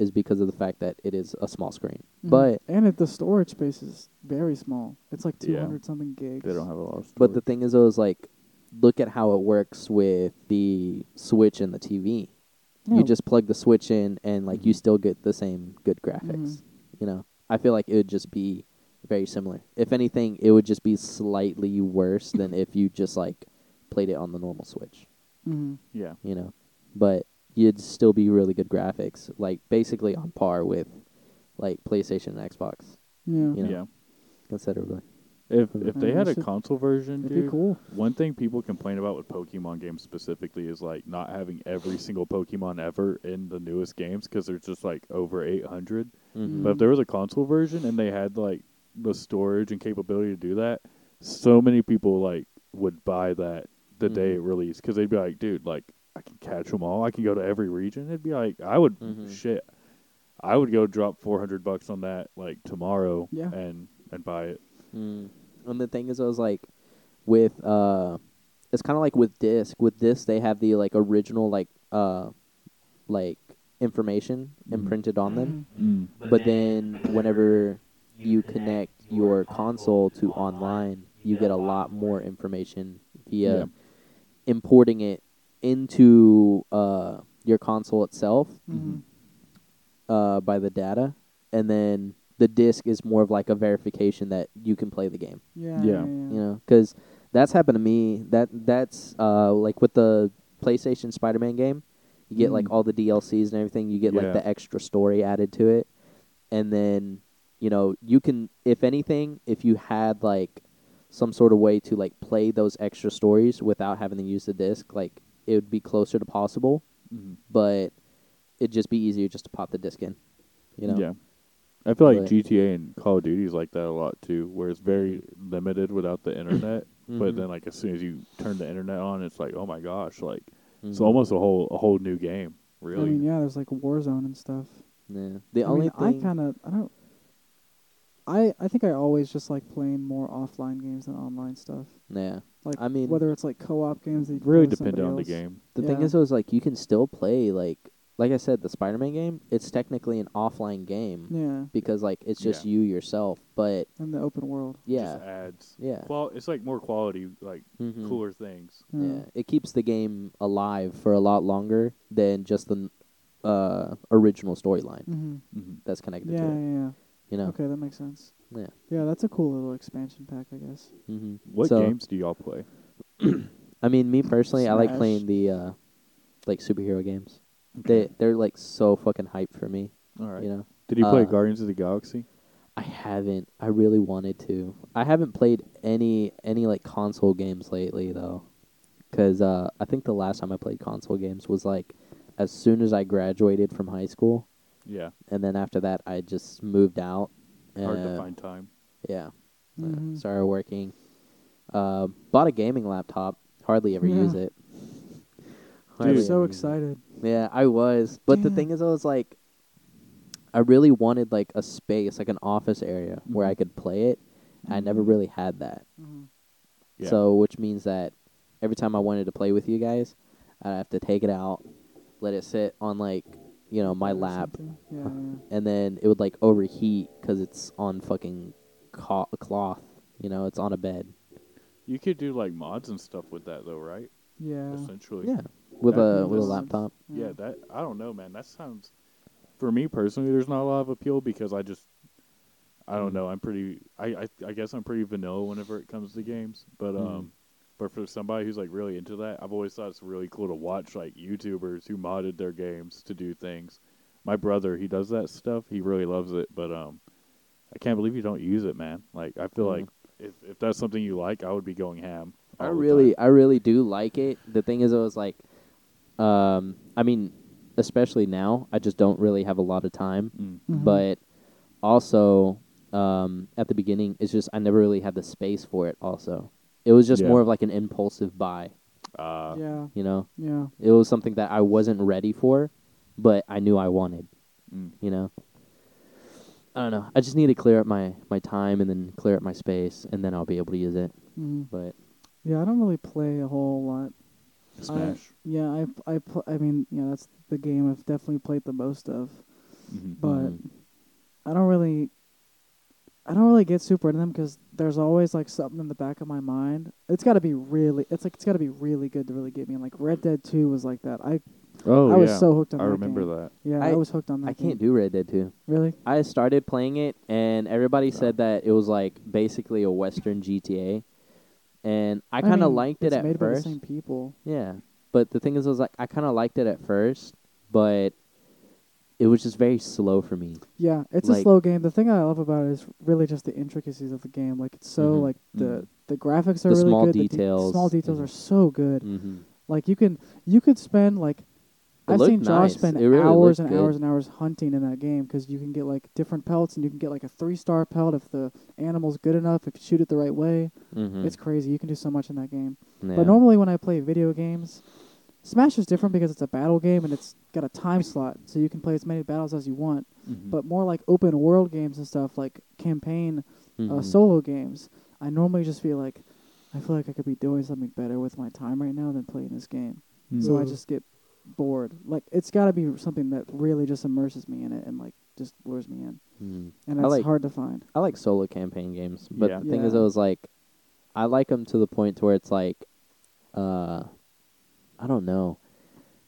is because of the fact that it is a small screen. Mhm. But and it, the storage space is very small. It's like Yeah. 200 something gigs. They don't have a lot of storage. but the thing is, though, is like look at how it works with the Switch and the TV. Yeah. You just plug the Switch in, and like you still get the same good graphics. Mhm. You know, I feel like it would just be very similar. If anything, it would just be slightly worse than if you just like played it on the normal Switch. Mhm. yeah. you know, but you'd still be really good graphics, like basically on par with like PlayStation and Xbox Yeah. You know, Yeah. considerably. If I if they mean, had they a should- console version, It'd dude, be cool. one thing people complain about with Pokemon games specifically is like not having every single Pokemon ever in the newest games because they're just like over 800. Mhm. But if there was a console version and they had like the storage and capability to do that, so many people like would buy that the day Mhm. it released because they'd be like, dude, like I can catch them all. I can go to every region. It'd be like I would Mhm. shit. I would go drop four hundred bucks on that like tomorrow Yeah. and and buy it. Mm. And the thing is, I was like, with uh, it's kind of like with disc. With this, they have the like original like uh, like information Mhm. imprinted on them. Mm. Mm-hmm. But then whenever you connect your console to online, you get a lot more information via Yeah. importing it into uh, your console itself Mhm. Mhm. uh, by the data, and then the disc is more of like a verification that you can play the game. Yeah. Yeah. Yeah. You know, because that's happened to me. That that's uh, like with the PlayStation Spider-Man game, you get like Mm. all the DLCs and everything. You get Yeah. like the extra story added to it, and then you know you can, if anything, if you had like some sort of way to like play those extra stories without having to use the disc, like it would be closer to possible, Mhm. but it'd just be easier just to pop the disc in. You know. Yeah. I feel like But- GTA and Call of Duty is like that a lot too, where it's very Mm-hmm. limited without the internet. But Mhm. then, like as soon as you turn the internet on, it's like, oh my gosh, like it's Mhm. almost a whole a whole new game, really. I mean, yeah, there's like Warzone and stuff. Yeah. The I only mean, thing. I kind of I don't. I I think I always just like playing more offline games than online stuff. yeah. Like I mean- whether it's like co-op games that you can really play with depended somebody on the else. game. The thing Yeah. is, though, is like you can still play like like I said, the Spider-Man game. It's technically an offline game Yeah, because like it's just Yeah. you yourself. But in the open world. It yeah, Just adds. yeah, Well, it's like more quality, like Mhm. cooler things. Yeah. yeah. It keeps the game alive for a lot longer than just the uh, original storyline Mm-hmm. hmm that's connected Yeah, to it. yeah, yeah. You know. Okay, that makes sense. Yeah. Yeah, that's a cool little expansion pack, I guess. hmm What so, games do y'all play? I mean, me personally, I like Smash. playing the uh, like superhero games. They they're like so fucking hype for me. All right. You know. Did you play uh, Guardians of the Galaxy? I haven't. I really wanted to. I haven't played any any like console games lately though, because uh, I think the last time I played console games was like as soon as I graduated from high school, Yeah. and then after that I just moved out. Hard uh, to find time. Yeah, uh, Mhm. started working. Uh, bought a gaming laptop. Hardly ever Yeah. use it. Dude. I'm Hardly so ever use it. excited. Yeah, I was. But the Yeah. thing is, I was like, I really wanted like a space, like an office area where Mm-hmm. I could play it. I never really had that. Mhm. Yeah. So, which means that every time I wanted to play with you guys, I'd have to take it out, let it sit on like, you know, my Or lap, something. Yeah, yeah. and then it would like overheat because it's on fucking co- cloth. You know, it's on a bed. you could do like mods and stuff with that though, right? Yeah. Essentially. Yeah, with That- a with a that's- laptop. Yeah, that I don't know, man. That sounds for me personally. There's not a lot of appeal because I just I don't Mm. know. I'm pretty. I, I I guess I'm pretty vanilla whenever it comes to games. But Mm. um, but for somebody who's like really into that, I've always thought it's really cool to watch like YouTubers who modded their games to do things. My brother, he does that stuff. He really loves it. But um, I can't believe you don't use it, man. Like I feel Mhm. like if if that's something you like, I would be going ham. I all the really, time. I really do like it. The thing is, I was like, um, I mean, especially now, I just don't really have a lot of time. Mm. Mhm. But also, um, at the beginning, it's just I never really had the space for it. Also, it was just Yeah. more of like an impulsive buy. Uh, Mm-hmm. yeah, You know, yeah. it was something that I wasn't ready for, but I knew I wanted. mm. You know. I don't know. I just need to clear up my, my time and then clear up my space, and then I'll be able to use it. hmm But Yeah, I don't really play a whole lot. Smash. Yeah, I I pl- I mean, yeah, that's the game I've definitely played the most of. Mhm. But Mhm. I don't really I don't really get super into them because there's always like something in the back of my mind. It's got to be really. It's like it's got to be really good to really get me. And like Red Dead Two was like that. I Oh I was yeah. so hooked on I that remember game. that. Yeah, I, I- was hooked on that. I game. can't do Red Dead 2. really. I started playing it, and everybody No. said that it was like basically a Western GTA, and I kind of mean, liked it it's at made first. by the same people. Yeah, but the thing is, I was like, I kind of liked it at first, but it was just very slow for me. Yeah, it's Like- a slow game. The thing I love about it is really just the intricacies of the game. Like it's so Mhm. like the Mhm. the graphics are The really small good. The details. de- small details Mhm. are so good. Mm-hmm. Like you can you could spend like It I've looked seen Josh nice. spend It really looked hours and good. hours and hours hunting in that game because you can get like different pelts and you can get like a three star pelt if the animal's good enough if you shoot it the right way. Mm-hmm. It's crazy. You can do so much in that game. yeah. But normally when I play video games, Smash is different because it's a battle game and it's got a time slot, so you can play as many battles as you want. Mm-hmm. But more like open world games and stuff, like campaign uh, Mhm. solo games, I normally just feel like I feel like I could be doing something better with my time right now than playing this game. So Mm-hmm. I Mhm. just get bored. Like it's got to be something that really just immerses me in it and like just lures me in, Mhm. and I that's like- hard to find. I like solo campaign games, but Yeah. the thing is, Yeah. I was like, I like them to the point to where it's like, uh, I don't know.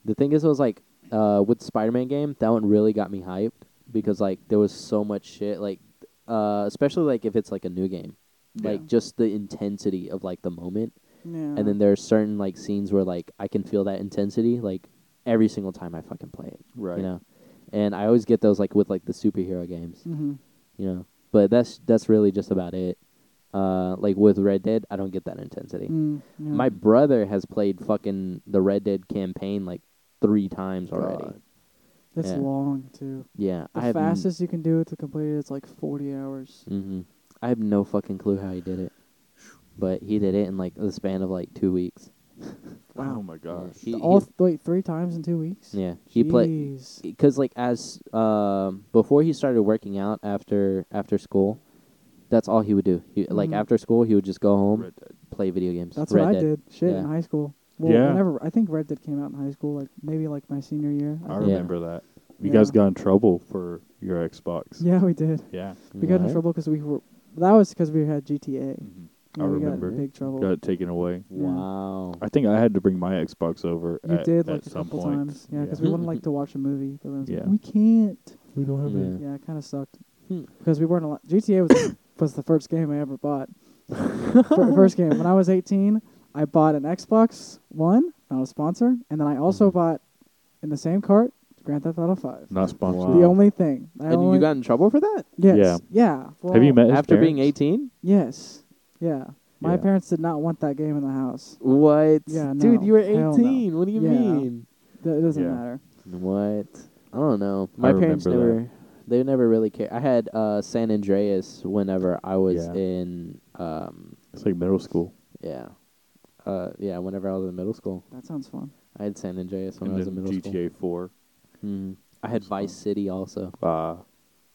The thing is, I was like, uh, with Spider-Man game, that one really got me hyped because like there was so much shit, like, uh, especially like if it's like a new game, like just the intensity of like the moment, Yeah. and then there are certain like scenes where like I can feel that intensity like every single time I fucking play it, right. you know. And I always get those like with like the superhero games hmm you know. But that's that's really just about it. Uh, like with Red Dead, I don't get that intensity. Mm, yeah. My brother has played fucking the Red Dead campaign like three times already. God. that's yeah. long too. Yeah, The I have fastest you can do it to complete it is like 40 hours. hmm I have no fucking clue how he did it, but he did it in like the span of like two weeks. Oh my Yeah, gosh. he, All th- wait, three times in two weeks. he, yeah, he played Jeez. because like as um before he started working out after after school, that's all he would do. He, Like Mhm. after school, he would just go home, Red Dead. play video games. That's Red what I Dead. did. Shit Yeah. in high school. Well, Yeah. whenever I think Red Dead came out in high school, like maybe like my senior year. I I think. Yeah. remember that. You guys Yeah. got in trouble for your Xbox. Yeah, we did. Yeah. We got in What? trouble because we were. That was because we had GTA. Mhm. Yeah, I we remember. Got in big trouble. Got it taken away. Yeah. Wow. I think I had to bring my Xbox over. you at, did at like a some couple point. times. Yeah, because Yeah. we wanted like to watch a movie, but then it's like, Yeah. we can't. we don't have any. Yeah. Yeah, it kind of sucked Hmm. because we weren't allowed. GTA was was the first game I ever bought. Fir- first game when I was 18, I bought an Xbox One, not a sponsor, and then I also Mhm. bought in the same cart Grand Theft Auto Five. Mm-hmm. Not sponsored. Wow. The only thing. I And only, you got in trouble for that Yes. Yeah. Yeah. Well, Have you met his after being parents? 18? Yes. Yeah. My Yeah. parents did not want that game in the house. What? Yeah, Dude, no. you were Hell no. 18. What do you Yeah. mean? Th- It doesn't Yeah. matter. What? I don't know. My parents remember never that. they never really cared. I had uh San Andreas whenever I was Yeah. in um It's like middle school. yeah. Uh yeah, whenever I was in middle school. That sounds fun. I had San Andreas when and I was in then middle school. GTA 4. Mhm. I had That's Vice fun. City also. Uh,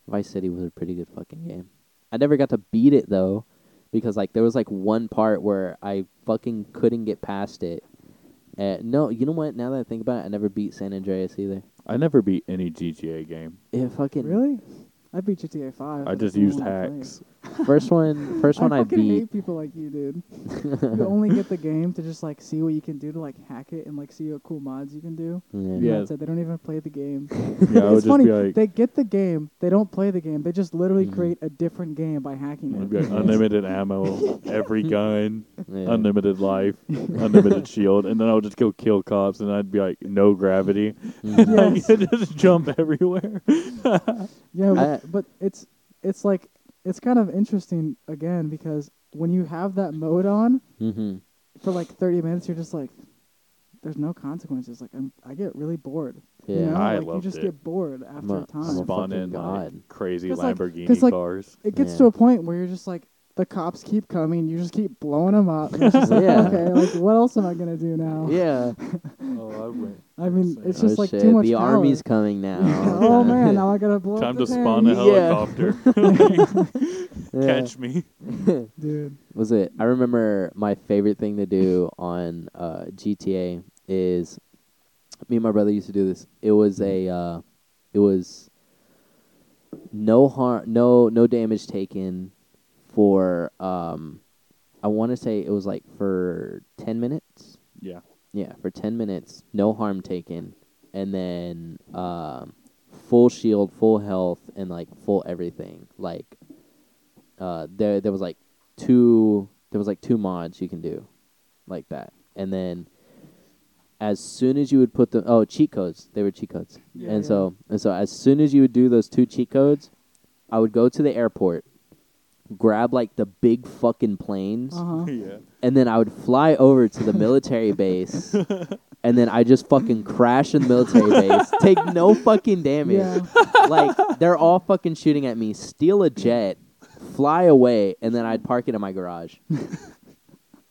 Vice City was a pretty good fucking game. I never got to beat it though, because like there was like one part where I fucking couldn't get past it. Uh, no, you know what? Now that I think about it, I never beat San Andreas either. I never beat any GTA game. It fucking Really? I beat GTA Five. I but just it's the used only one I played. hacks. first one first one I, fucking beat. hate people like you, dude. you only get the game to just like see what you can do to like hack it and like see what cool mods you can do. Yeah. And Yeah. That's it. They don't even play the game. yeah, I would it's just funny. be like, they get the game. They don't play the game. They just literally Mhm. create a different game by hacking I'd it. be like, unlimited ammo, every gun, Yeah. unlimited life, unlimited shield, and then I would just go kill cops, and I'd be like, no gravity, Mhm. Like, Yes. just jump everywhere. Yeah, but, I- but it's it's like it's kind of interesting again because when you have that mode on Mhm. for like 30 minutes, you're just like, there's no consequences. Like I'm, I get really bored. Yeah. you know? I like, you loved just it. get bored after a- a time. I'm a Spawn fucking in like, god. crazy 'Cause, like- Lamborghini 'cause, like, cars. it gets Yeah. to a point where you're just like the cops keep coming you just keep blowing them up and it's just like, Yeah. okay like what else am i gonna do now Yeah. Oh, I went. i mean Insane. it's just Oh, like shit, too much the power. army's coming now. oh man now i gotta blow up Time to the spawn tank. a hell- Yeah. helicopter. Yeah. Catch me. dude was it? I remember my favorite thing to do on uh, GTA is me and my brother used to do this. It was a uh, it was no harm, no no damage taken for um, I want to say it was like for ten minutes. Yeah. Yeah, for ten minutes, no harm taken, and then um, full shield, full health, and like full everything. Like uh, there there was like two there was like two mods you can do, like that, and then as soon as you would put them oh cheat codes they were cheat codes Yeah, and yeah. so and so as soon as you would do those two cheat codes i would go to the airport grab like the big fucking planes uh-huh yeah. and then I would fly over to the military base, and then I just fucking crash in the military base, take no fucking damage. Like they're all fucking shooting at me, steal a jet, fly away, and then I'd park it in my garage.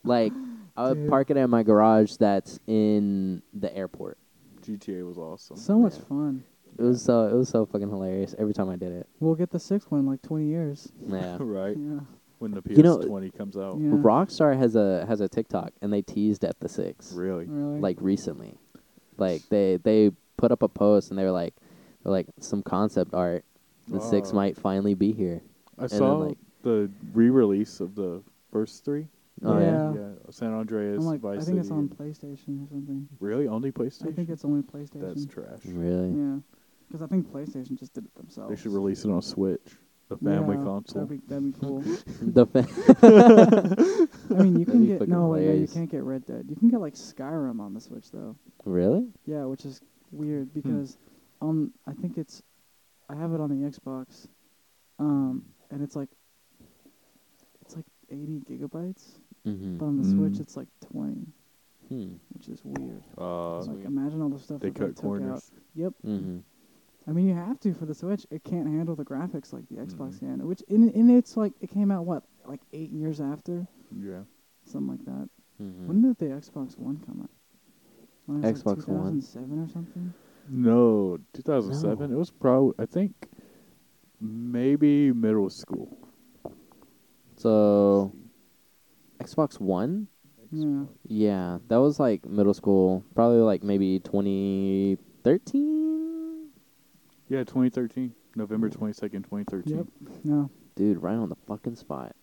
like I would Dude. park it at my garage that's in the airport. GTA was awesome. So much Yeah. fun. It was so it was so fucking hilarious every time I did it. We'll get the sixth one in like 20 years. Yeah. right Yeah. when the PS20 You know- comes out. Yeah. Rockstar has a has a TikTok and they teased at the six. Really? Really? Like recently. Like they they put up a post and they were like they're like some concept art. The six Oh. might finally be here. I then, saw like- the re-release of the first three. Oh, Yeah. San Andreas, I'm like, Vice I think it's City, on and- PlayStation or something. Really? Only I PlayStation? think it's only PlayStation. That's trash. Really? Yeah. Because I think PlayStation just did it themselves. They should release it on Switch, the family Yeah, console. That'd be, that'd be cool. The fa- I mean, you That'd can be get fucking no, wait, no, you hilarious. can't get Red Dead. You can get like Skyrim on the Switch though. really? Yeah, which is Hmm. weird because on I think it's I have it on the Xbox, um, and it's like it's like 80 gigabytes, Mm-hmm. but on the Switch Mm. it's like 20, hmm. which is weird. Uh, It's like imagine all the stuff they that they cut took out. corners. Mm-hmm. Yep. hmm I mean, you have to for the Switch. It can't handle the graphics like the Xbox Mhm. can, which in in it's like it came out what like eight years after Yeah. something like that. Mm-hmm. hmm When did the Xbox One come out? When it was, like, Xbox One. 2007 or something. No, 2007. No. It was probably, I think, maybe middle school. So Xbox One? Yeah. Yeah, that was like middle school, probably like maybe 2013. Yeah, 2013. November 22nd, 2013. Yep. No. Dude, right on the fucking spot.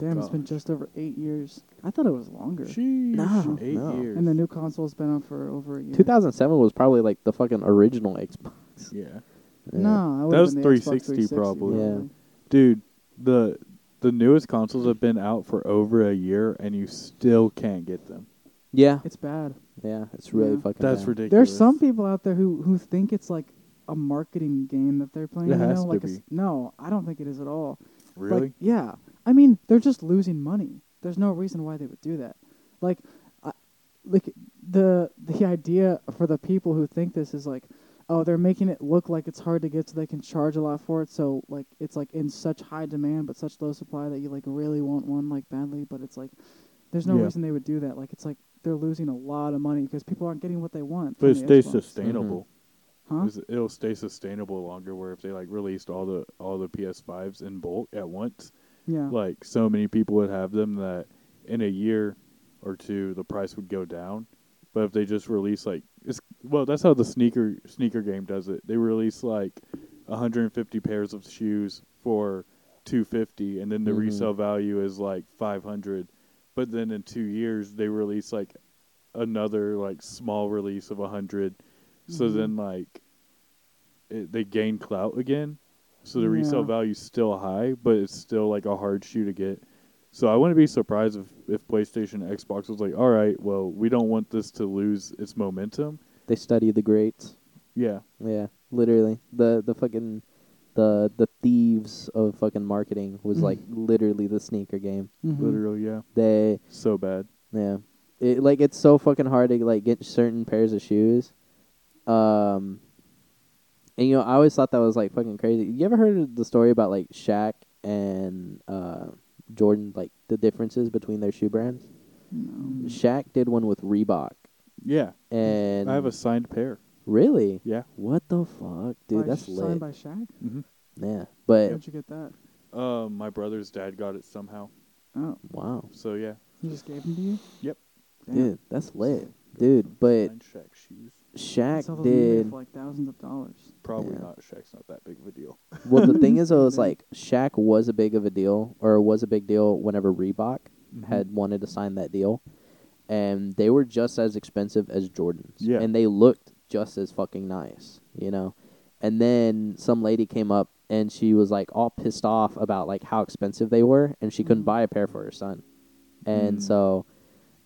Damn, it's been Gosh. just over eight years. I thought it was longer. Sheesh. No, eight no. years. and the new console's been out for over a year. 2007 was probably like the fucking original Xbox. yeah. Yeah. No, that, That was been the Xbox 360 360 probably. Yeah. Dude, the the newest consoles have been out for over a year and you still can't get them. Yeah, It's bad. yeah, it's really Yeah. fucking. That's bad. ridiculous. There's some people out there who who think it's like a marketing game that they're playing. It you has know? to like a s- be. no, I don't think it is at all. Really? Like, yeah. I mean, they're just losing money. There's no reason why they would do that. Like, I, like the the idea for the people who think this is like, oh, they're making it look like it's hard to get, so they can charge a lot for it. So like, it's like in such high demand but such low supply that you like really want one like badly. But it's like, there's no Yeah. reason they would do that. Like, it's like they're losing a lot of money because people aren't getting what they want. from but it Mm-hmm. the stays Xbox. sustainable. Huh? Is- It'll stay sustainable longer. Where if they like released all the all the PS5s in bulk at once, Yeah. like so many people would have them that in a year or two the price would go down. But if they just release like it's well, that's how the sneaker sneaker game does it. They release like 150 pairs of shoes for 250, and then the Mhm. resale value is like 500. But then in two years they release like another like small release of 100. So Mhm. then like it, they gain clout again. So the resale Yeah. value's still high, but it's still like a hard shoe to get. So I wouldn't be surprised if if PlayStation Xbox was like, all right, well, we don't want this to lose its momentum. They study the greats. Yeah, Yeah, literally the the fucking the the thieves of fucking marketing was Mm. Mhm. like literally the sneaker game. Mhm. literally, yeah, They so bad. yeah, it like it's so fucking hard to like get certain pairs of shoes. Um, and you know I always thought that was like fucking crazy. You ever heard of the story about like Shaq and uh Jordan like the differences between their shoe brands? Mm. No. Shaq did one with Reebok, Yeah, and Mm. I have a signed pair. really Yeah, what the fuck, dude? By that's Sh- lit. signed by Shaq. mm-hmm. yeah, but How'd you get that? uh, my brother's dad got it somehow. Oh, wow, So yeah, he just gave them to you. Yep. Damn. dude, that's lit, dude. But signed Shaq shoes. I Shaq saw those movie did. for like thousands of dollars. Probably Yeah. not. Shaq's not that big of a deal. Well, the thing is, though, it's Yeah. like Shaq was a big of a deal, or was a big deal whenever Reebok Mm-hmm. had wanted to sign that deal, and they were just as expensive as Jordans. Yeah. and they looked just as fucking nice, you know. And then some lady came up and she was like all pissed off about like how expensive they were, and she couldn't Mhm. buy a pair for her son, and Mm. so.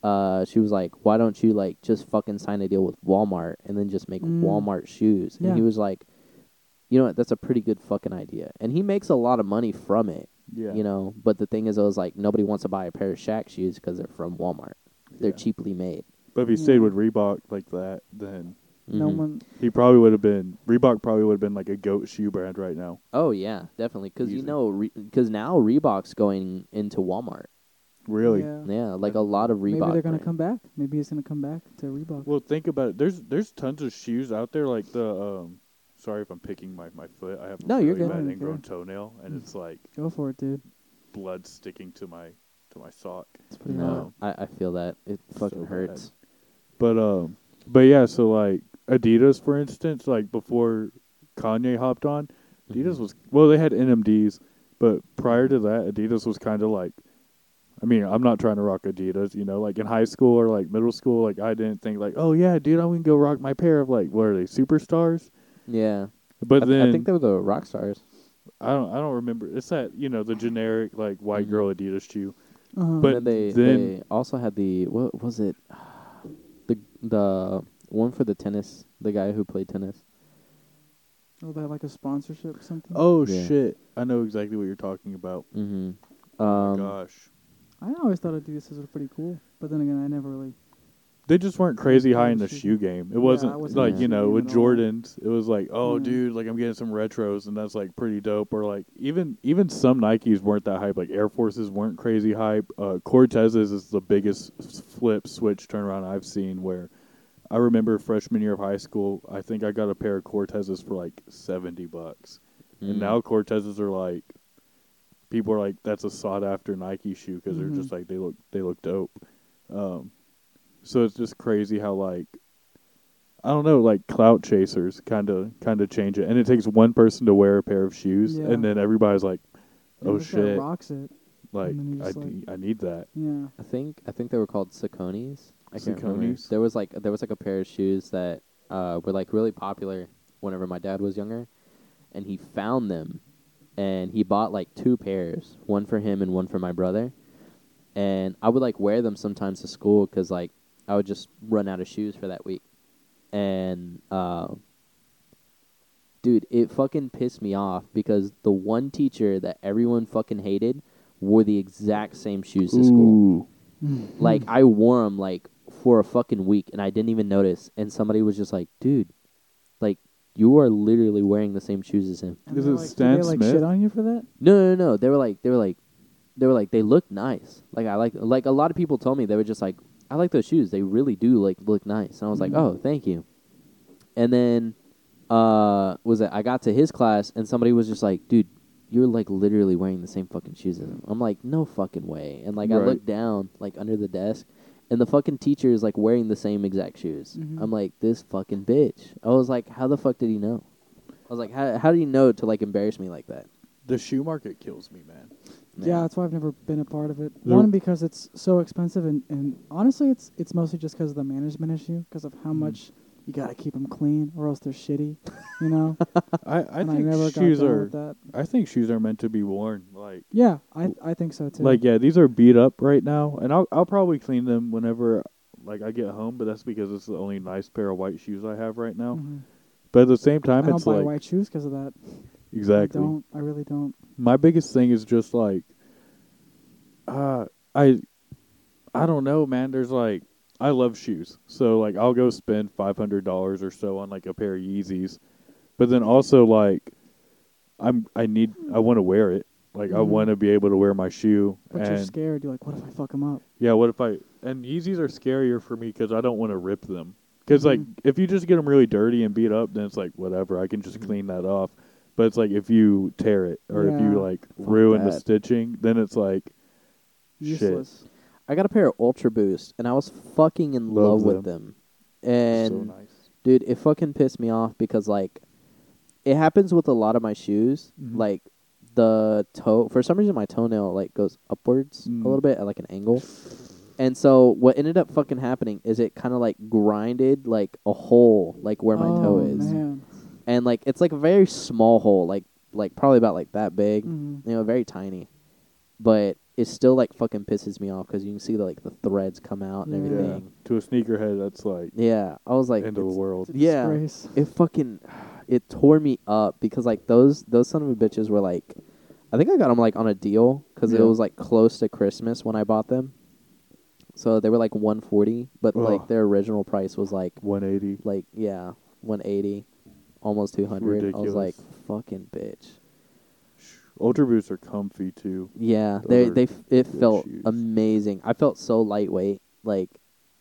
Uh, she was like, "Why don't you like just fucking sign a deal with Walmart and then just make Mm. Walmart shoes?" And he Yeah. was like, "You know what? That's a pretty good fucking idea." And he makes a lot of money from it, Yeah, you know. But the thing is, I was like, nobody wants to buy a pair of Shaq shoes because they're from Walmart. They're Yeah. cheaply made. But if he Yeah. stayed with Reebok like that, then No Mhm. one. he probably would have been Reebok. Probably would have been like a goat shoe brand right now. Oh yeah, definitely. Because you Easy. know, because now Reebok's going into Walmart. Really? Yeah. Yeah, like a lot of Reebok. Maybe they're gonna brand. come back. Maybe it's gonna come back to Reebok. Well, think about it. There's there's tons of shoes out there like the um sorry if I'm picking my my foot. I have No, a you're really good. bad I don't ingrown care. toenail and it's like Go for it, dude. blood sticking to my to my sock. It's pretty hot. No, I, I feel that it fucking So bad. hurts. But um, but yeah, so like Adidas, for instance, like before Kanye hopped on, Adidas Mhm. was well, they had NMDs, but prior to that, Adidas was kind of like, I mean, I'm not trying to rock Adidas, you know, like in high school or like middle school, like I didn't think like, oh yeah, dude, I'm gonna go rock my pair of like what are they superstars? Yeah, But I, th- then I think they were the rock stars. I don't I don't remember. It's that you know the generic like white Mhm. girl Adidas shoe. Uh-huh. But And then Oh, they then- they also had the what was it? The the one for the tennis, the guy who played tennis. oh, that like a sponsorship or something. Oh Yeah. shit! I know exactly what you're talking about. Mm-hmm. Oh Um, my gosh. I always thought Adidas was pretty cool, but then again, I never really. they just weren't crazy high in the Shoe. shoe game. It I wasn't, wasn't like in you the know shoe with game at all. Jordans. It was like, oh Mm. dude, like I'm getting some retros, and that's like pretty dope. Or like even even some Nikes weren't that hype. Like Air Forces weren't crazy hype. Uh, Cortez's is the biggest s- flip switch turnaround I've seen. Where I remember freshman year of high school, I think I got a pair of Cortez's for like seventy bucks, mm. Mm-hmm. and now Cortez's are like. People are like, that's a sought after Nike shoe because Mhm. they're just like they look they look dope. Um, so it's just crazy how like I don't know, like clout chasers kind of kind of change it, and it takes one person to wear a pair of shoes, Yeah. and then everybody's like, "Oh Adidas that shit!" Rocks it. Like, then you I, just, like- need- I need that. Yeah. I think I think they were called Saucony's. I can't remember. Saucony's? There was like there was like a pair of shoes that uh, were like really popular whenever my dad was younger, and he found them, and he bought like two pairs, one for him and one for my brother, and I would like wear them sometimes to school because like I would just run out of shoes for that week, and uh, dude, it fucking pissed me off because the one teacher that everyone fucking hated wore the exact same shoes to school. Like I wore them like for a fucking week and I didn't even notice. And somebody was just like, "Dude, like you are literally wearing the same shoes as him." And Is they're it like, did Stan they, like, Smith? shit on you for that? No, no, no. They were like, they were like, they were like, they look nice. Like I like, like a lot of people told me they were just like, I like those shoes. They really do like look nice. And I was like, Mhm. oh, thank you. And then, uh, was it? I got to his class and somebody was just like, dude, you're like literally wearing the same fucking shoes as him. I'm like, no fucking way. And like I Right. looked down like under the desk. And the fucking teacher is like wearing the same exact shoes. Mhm. I'm like, this fucking bitch. I was like, how the fuck did he know? I was like, how, how did he know to like embarrass me like that? The shoe market kills me, man. Yeah, that's why I've never been a part of it. There- One because it's so expensive, and, and honestly, it's it's mostly just because of the management issue, because of how Mm-hmm. much you gotta keep them clean, or else they're shitty. You know, I I and I think never shoes got down are with that. I think shoes are meant to be worn. Like Yeah, I I think so too. like yeah, these are beat up right now, and I'll I'll probably clean them whenever like I get home, but that's because it's the only nice pair of white shoes I have right now. Mhm. But at the same time, I don't it's buy like white shoes because of that. exactly. I don't. I really don't. my biggest thing is just like uh i i don't know man there's like i love shoes so like i'll go spend $500 or so on like a pair of yeezys but then also like i'm i need i want to wear it like i Mhm. want to be able to wear my shoe But you're and scared. You're like, what if I fuck them up? yeah what if i and yeezys are scarier for me because i don't want to rip them because like Mhm. Mm-hmm. if you just get them really dirty and beat up then it's like whatever i can just clean that off but it's like if you tear it or if Yeah. you like ruin the that. stitching then it's like Shit. Useless. I got a pair of Ultra Boost, and I was fucking in love, Love with them. And so nice dude, it fucking pissed me off because like, it happens with a lot of my shoes. Mhm. Like the toe, for some reason, my toenail like goes upwards Mm. a little bit at like an angle. And so what ended up fucking happening is it kind of like grinded like a hole like where my toe Oh, is, man. and like it's like a very small hole, like like probably about like that big Mhm. you know, very tiny, but it still like fucking pisses me off because you can see like the threads come out and Yeah. yeah everything. to a sneakerhead that's like Yeah, I was like, end of the it's- world It's a Yeah. disgrace. it fucking, it tore me up because like those those son of a bitches were like, I think I got them like on a deal because it Yeah. was like close to Christmas when I bought them, so they were like one forty, but like Ugh. their original price was like 180 like yeah one eighty, almost two hundred. I was Ridiculous. like, fucking bitch. Ultra boots are comfy too. Yeah, they Those are they f- it good felt shoes. amazing. I felt so lightweight. Like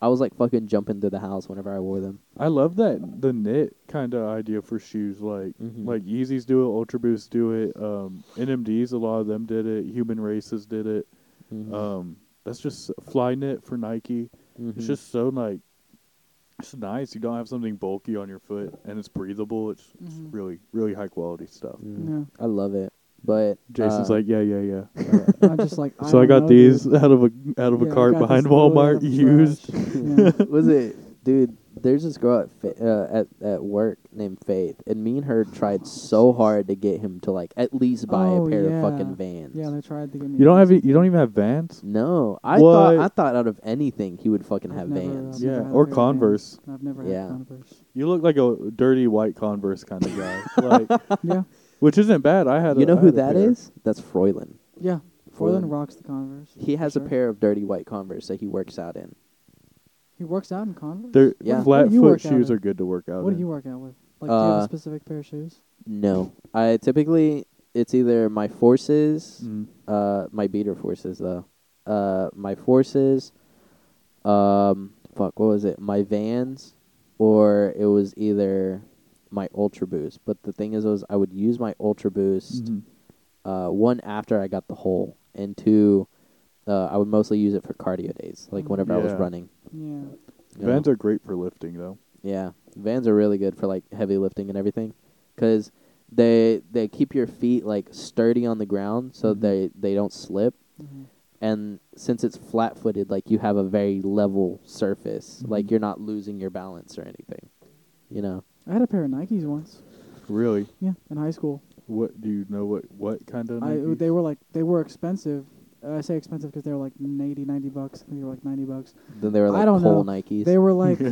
I was like fucking jumping through the house whenever I wore them. I love that the knit kind of idea for shoes. Like Mhm. like Yeezys do it, Ultra Boosts do it, um, NMDs. A lot of them did it. Human Races did it. Mm-hmm. Um, that's just fly knit for Nike. Mm-hmm. Mm-hmm. It's just so like it's nice. You don't have something bulky on your foot, and it's breathable. It's, it's Mhm. really really high quality stuff. Mm. I love it. But Jason's uh, like, yeah, yeah, yeah. I'm just like. so don't I got know, these dude. out of a out of Yeah, a I cart got this behind load out Walmart of the used. trash. Yeah. was it, dude? There's this girl at fa- uh, at at work named Faith, and me and her tried so hard to get him to like at least buy Oh, a pair yeah. of fucking Vans. Yeah, they tried to give me. You don't have e, you don't even have Vans. no, I What? thought I thought out of anything he would fucking I've have never, Vans. um, Yeah, I've or never had Converse. Vans. I've never Yeah. had Converse. You look like a dirty white Converse kind of guy, like yeah, which isn't bad. I had. You a- know I who had a that pair. is? That's Froylan. yeah. Forlin rocks the Converse. He for has sure. a pair of dirty white Converse that he works out in. He works out in Converse. They're Yeah. flat What do you foot work out shoes in? are good to work out. what do in. you work out with? Like, do you have Uh, a specific pair of shoes? No, I typically it's either my forces, Mm. uh, my beater forces though, uh, my forces, um, fuck, what was it? My Vans, or it was either my Ultra Boost. But the thing is, was I would use my Ultra Boost Mhm. uh, one after I got the hole, and two, uh, I would mostly use it for cardio days, like Mm. whenever I was Yeah. running. Yeah. you know? Vans are great for lifting though. Yeah, Vans are really good for like heavy lifting and everything, because they they keep your feet like sturdy on the ground so Mhm. they they don't slip. Mhm. And since it's flat footed, like you have a very level surface, Mhm. like you're not losing your balance or anything. You know, I had a pair of Nikes once. Really? Yeah, in high school. What do you know? What what kind of? I Nikes? they were like they were expensive. Uh, I say expensive because they were like 80, 90 bucks. I think they were like ninety bucks. then they were I like don't whole know. Nikes. They were like they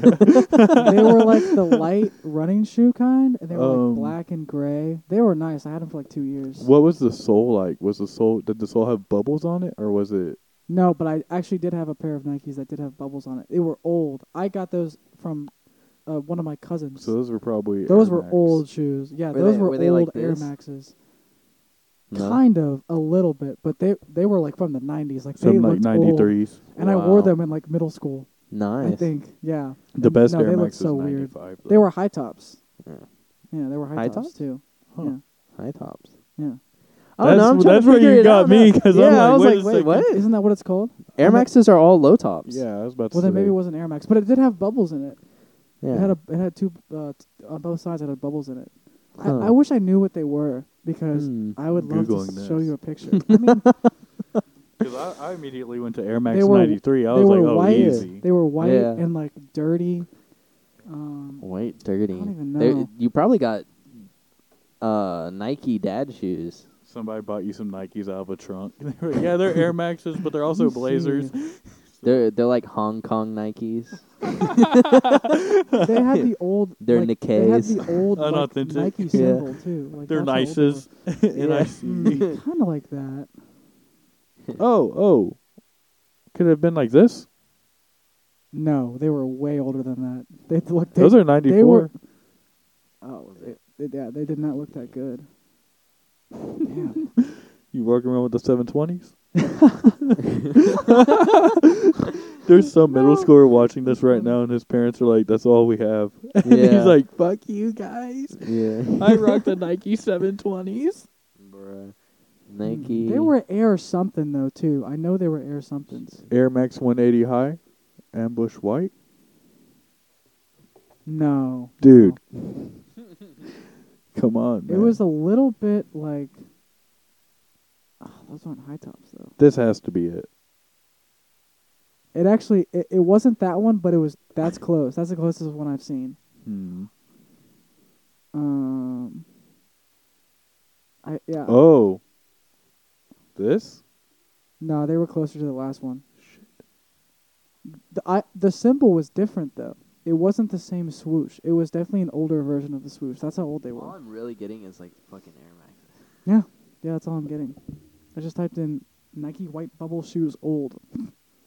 were like the light running shoe kind, and they were like Um, black and gray. They were nice. I had them for like two years. What was the sole like? Was the sole did the sole have bubbles on it or was it No, but I actually did have a pair of Nikes that did have bubbles on it. They were old. I got those from uh, one of my cousins. so those were probably those Air were Max. old shoes. Yeah, Were those they- were, were they like old Air this? Maxes. No? Kind of a little bit, but they they were like from the '90s. Like Some they like looked ninety old. threes. and I wore Wow. them in like middle school. nice. I think, yeah. The And best no, Air they Max looked so is ninety weird. five. They were high tops. Yeah. Yeah, they were high, High tops, tops? too. Huh. High tops. Yeah, yeah. Oh, I don't That's- know, I'm trying that's to where figure you it got out me, now. 'cause I'm yeah, I like, was wait like, a wait, what? Isn't that what it's called? Air Maxes are all low tops. Yeah, I was about to Well, say. then maybe it wasn't Air Max, but it did have bubbles in it. yeah. It had a it had two uh, t- on both sides. It had bubbles in it. Huh. I, I wish I knew what they were because Hmm. I would love Googling to this. show you a picture. I mean, because I, I immediately went to Air Max They were- ninety three. I they was were like, oh, white. easy. They were white Yeah. and like dirty. Um, White dirty. I don't even There- know. you probably got uh Nike dad shoes. Somebody bought you some Nikes out of a trunk. They were like, yeah, they're Air Maxes, but they're Let also me see. Blazers. They're they're like Hong Kong Nikes. they had the old. They're like, They had Nikes. the old like, Unauthentic. Nike Yeah. symbol too. Like, They're that's how old nices. and I Yeah. see. they were. kind of like that. Oh, oh, could have been like this. No, they were way older than that. They looked. They, Those are ninety they were. four. Oh, they, they, yeah, they did not look that good. Damn. You walking around with the seven twenties? There's some middle schooler watching this right now, and his parents are like, "That's all we have." And Yeah. he's like, "Fuck you guys! yeah. I rock the Nike 720s." Bruh. Nike. Mm-hmm. They were air something though too. I know they were air somethings. Air Max 180 high, ambush white, No, dude. Come on, no. man. it was a little bit like. Ah, those aren't high tops though. this has to be it. It actually it, it wasn't that one, but it was that's close. That's the closest one I've seen. Hmm. Um. I yeah. Oh, this? No, they were closer to the last one. The I the symbol was different though. It wasn't the same swoosh. It was definitely an older version of the swoosh. That's how old they All were. I'm really getting is like fucking Air Maxes. Yeah, yeah, that's all I'm getting. I just typed in Nike white bubble shoes old.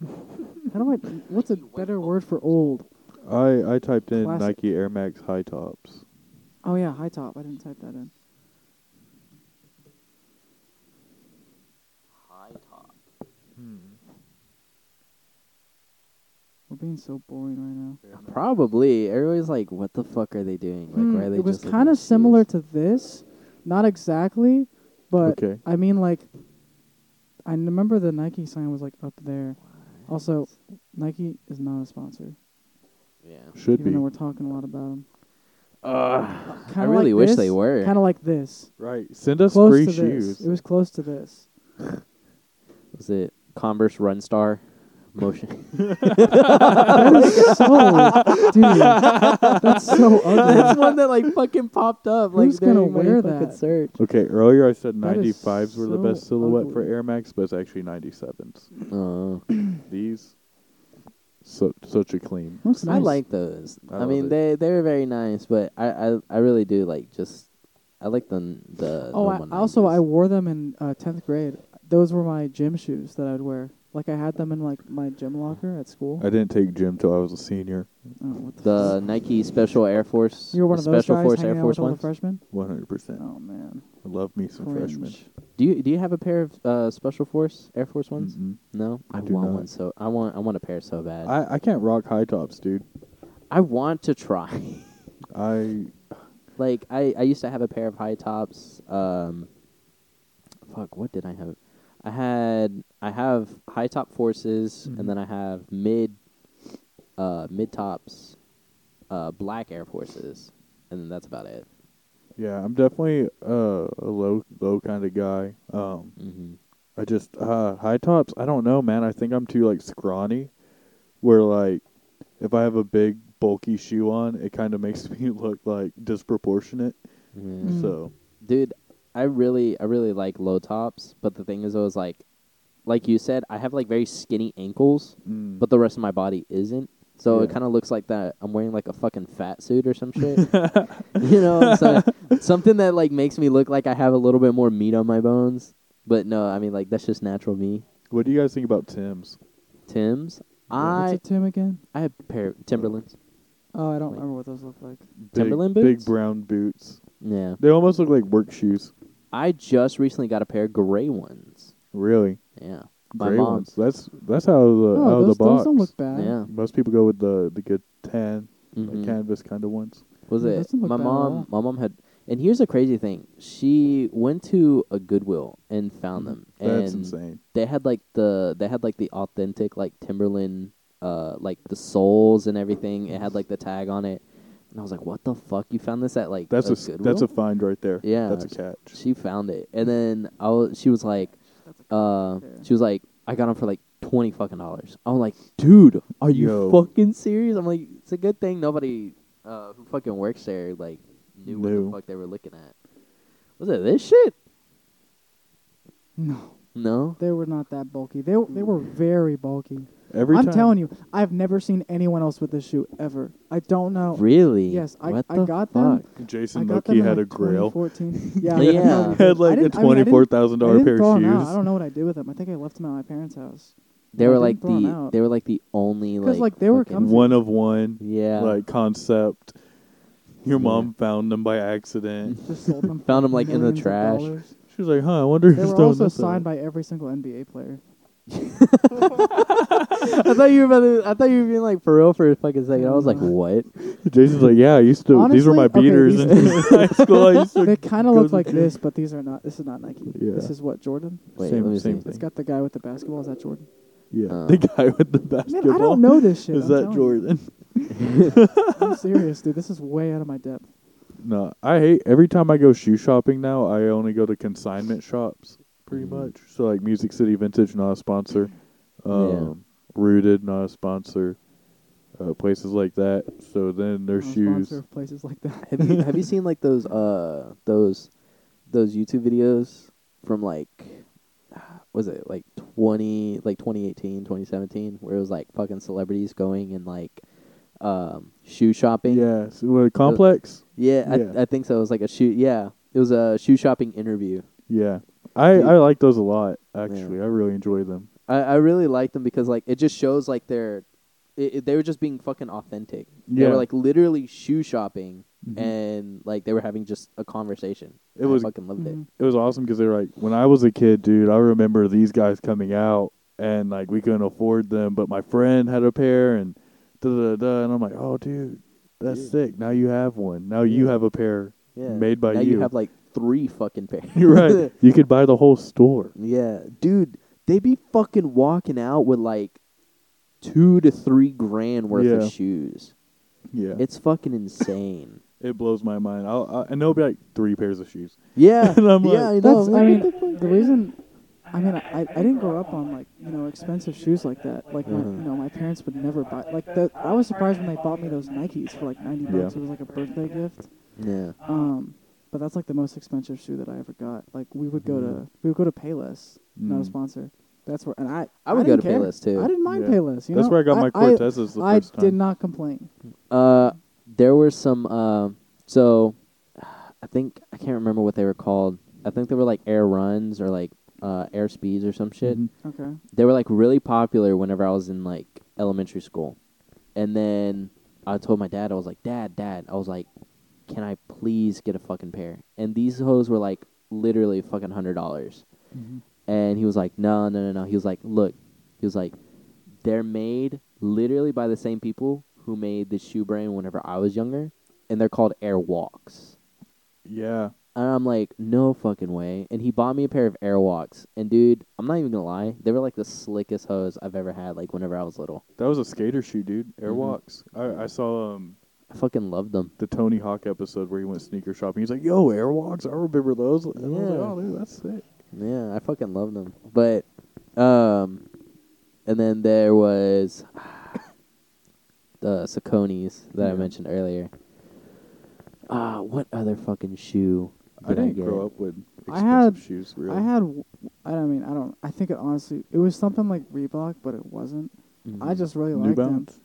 how do I? What's a Nike white better bubble word for old? I I typed in Classic. Nike Air Max high tops. Oh yeah, high top. I didn't type that in. Hmm. being so boring right now. Probably. Everybody's like, what the fuck are they doing? Like, Hmm, why are they it was just kind of similar to this, not exactly, but Okay. I mean like, I n- remember the Nike sign was like up there. Also, Nike is not a sponsor, Yeah. Should even be though we're talking a lot about them. I really wish they were. Kind of like this. right. Send us close free to shoes. this. It was close to this. Was it Converse Runstar? Motion. that is so, dude. That's so ugly. That's one that like fucking popped up. Like, Who's gonna during my wear fucking that? Search. Okay, earlier I said That ninety is fives were the so best silhouette for ugly. Air Max, but it's actually ninety sevens. Oh. These, so such a clean. Looks I nice. like those. I I, love mean, it. they they're very nice, but I, I I really do like just I like the the. Oh, uh, the I, 190s. also I wore them in uh, tenth grade. Those were my gym shoes that I'd wear. Like I had them in like my gym locker at school. I didn't take gym till I was a senior. oh, what the the Nike Special Air Force. you were one of those Special guys Force hanging Air out Force with all the ones. freshmen. One hundred percent. Oh man, I love me some freshmen. Cringe. Do you do you have a pair of uh, Special Force Air Force ones? Mhm. No, I I, do want not. one so I want I want a pair so bad. I, I I can't rock high tops, dude. want to try. I like I I used to have a pair of high tops. Um, fuck, what did I have? I had I have high top forces, Mhm. and then I have mid, uh, mid tops, uh, black Air Forces, and then that's about it. yeah, I'm definitely uh, a low low kind of guy. Um, Mm-hmm. I just uh high tops. I don't know, man. I think I'm too like scrawny, where like if I have a big bulky shoe on, it kind of makes me look like disproportionate. Mm. So dude i really i really like low tops but the thing is i was like like you said i have like very skinny ankles mm. but the rest of my body isn't so it Yeah. kind of looks like that i'm wearing like a fucking fat suit or some shit you know what I'm saying? something that like makes me look like i have a little bit more meat on my bones but no i mean like that's just natural me what do you guys think about Tim's? tim's what's i a Tim again? i have a pair of timberlands Oh, I don't Like- remember what those look like. Big, Timberland big boots? brown boots. yeah They almost look like work shoes. i just recently got a pair of gray ones Really, yeah my gray mom ones. That's that's out of the Oh, out of the those, box. those don't look bad. yeah Most people go with the the good tan, Mhm. like canvas kind of ones. Was Yeah, it doesn't look my bad at all. mom? My mom had, and here's the crazy thing: she went to a Goodwill and found Mm-hmm. them, and That's insane. they had like the they had like the authentic like Timberland, uh, like the soles and everything. It had like the tag on it, and I was like, "What the fuck? You found this at like That's a a s- Goodwill?" that's a find right there. Yeah. that's a catch. she found it, and then I was, she was like, uh, there. she was like, I got them for like twenty fucking dollars. I'm like, dude, are you Yo. fucking serious? I'm like, it's a good thing nobody uh, who fucking works there like knew what Knew. the fuck they were looking at. Was it this shit? No, No. they were not that bulky. They w- they were Mm. very bulky. Every I'm time, telling you, I've never seen anyone else with this shoe ever. I don't know. Really? Yes, I- What I the got them. fuck? I Jason got them Mookie in, had like, a grail. 2014. yeah, Yeah. yeah. Had like a twenty four thousand I dollar didn't pair throw of 'em out. shoes. I don't know what I did with them. I think I left them at my parents' house. They I were didn't like throw 'em the out. they were like the only 'Cause, like, like, they were fucking- comfy. One of one, yeah like concept. Your Yeah. mom found them by accident. Just sold them. Found for 'em, like, in the millions of trash. dollars. She was like, "Huh, I wonder They who's were throwing also this out. signed by every single NBA player. I thought you were about to, I thought you were being like for real for a fucking second. I was like, No. what? Jason's like, "Yeah, I used to. these were Honestly, my okay, beaters these- in high school. I used to They kind go of look to- like this, but these are not. This is not Nike. Yeah. This is what Jordan. Wait, Same- let me same see. It's got the guy with the basketball. Is that Jordan? Yeah, Uh, the guy with the Man, basketball. I don't know this shit. I'm Is that telling you. Jordan? I'm serious, dude. This is way out of my depth. No, I hate every time I go shoe shopping now. I only go to consignment shops, pretty Mhm. much. So like Music City Vintage, not a sponsor. Yeah. Um, Rooted, not a sponsor. Uh, places like that. So then their I'm a shoes. Sponsor of places like that. Have you have you seen like those uh those those YouTube videos from like was it like 20 like 2018 2017 where it was like fucking celebrities going and like um shoe shopping Yeah, so what, complex. yeah, Yeah. I, I think so it was like a shoe yeah it was a shoe shopping interview Yeah, I Dude. I like those a lot. Actually, I really enjoy them. I, I really liked them because like it just shows like they're it, it- they were just being fucking authentic they Yeah. were like literally shoe shopping Mhm. and like they were having just a conversation It I was- fucking loved it Mhm. It was awesome because they're like when I was a kid, dude. I remember these guys coming out and like we couldn't afford them, but my friend had a pair and da da da, and I'm like, oh dude, that's Yeah. sick. Now you have one. Now you Yeah. have a pair. Yeah. Made by now you. you have like three fucking pairs. You're right. you could buy the whole store. Yeah, dude, they be fucking walking out with like two to three grand worth Yeah. of shoes. Yeah, It's fucking insane. it blows my mind. I'll, I, and they'll be like three pairs of shoes. yeah, And I'm yeah, like- I know. That's, What I the mean, fuck? the reason, I mean, I, I didn't grow up on like you know expensive shoes like that. Like my, Mhm. Mm-hmm. you know, my parents would never buy. Like the, I was surprised when they bought me those Nikes for like ninety Yeah. bucks. It was like a birthday gift. yeah, Um, but that's like the most expensive shoe that I ever got. Like we would go Mhm. to Mm-hmm. we would go to Payless, not Mm. a sponsor. That's where and I I would go didn't to care. Payless too. I didn't mind Yeah. Payless. You That's know? where I got my I, Cortezes the I first time. did not complain. Uh, there were some. Uh, so, I think I can't remember what they were called. I think they were like Air Runs or like uh, Air Speeds or some shit. Mhm. Okay. They were like really popular whenever I was in like elementary school, and then I told my dad I was like, Dad, Dad, I was like, Can I please get a fucking pair? And these hoes were like literally fucking hundred dollars. Mm-hmm. And he was like, no, no, no, no. He was like, look, he was like, they're made literally by the same people who made the shoe brand whenever I was younger, and they're called Air Walks. Yeah, And I'm like, no fucking way. And he bought me a pair of Air Walks. And dude, I'm not even gonna lie, they were like the slickest hose I've ever had. Like whenever I was little, that was a skater shoe, dude. Airwalks. I, I saw um I fucking loved them. the Tony Hawk episode where he went sneaker shopping. He's like, "Yo, Airwalks, I remember those." And I was like, Yeah. "Oh, dude, that's sick." Yeah, I fucking loved them. But, um, and then there was the Saucony's that I Yeah. mentioned earlier. Ah, what other fucking shoe? I did didn't get? grow up with I expensive had- shoes. Really, I had, w- I don't mean, I don't. I think it honestly, it was something like Reebok, but it wasn't. Mhm. I just really Mm-hmm. New liked them. Balance.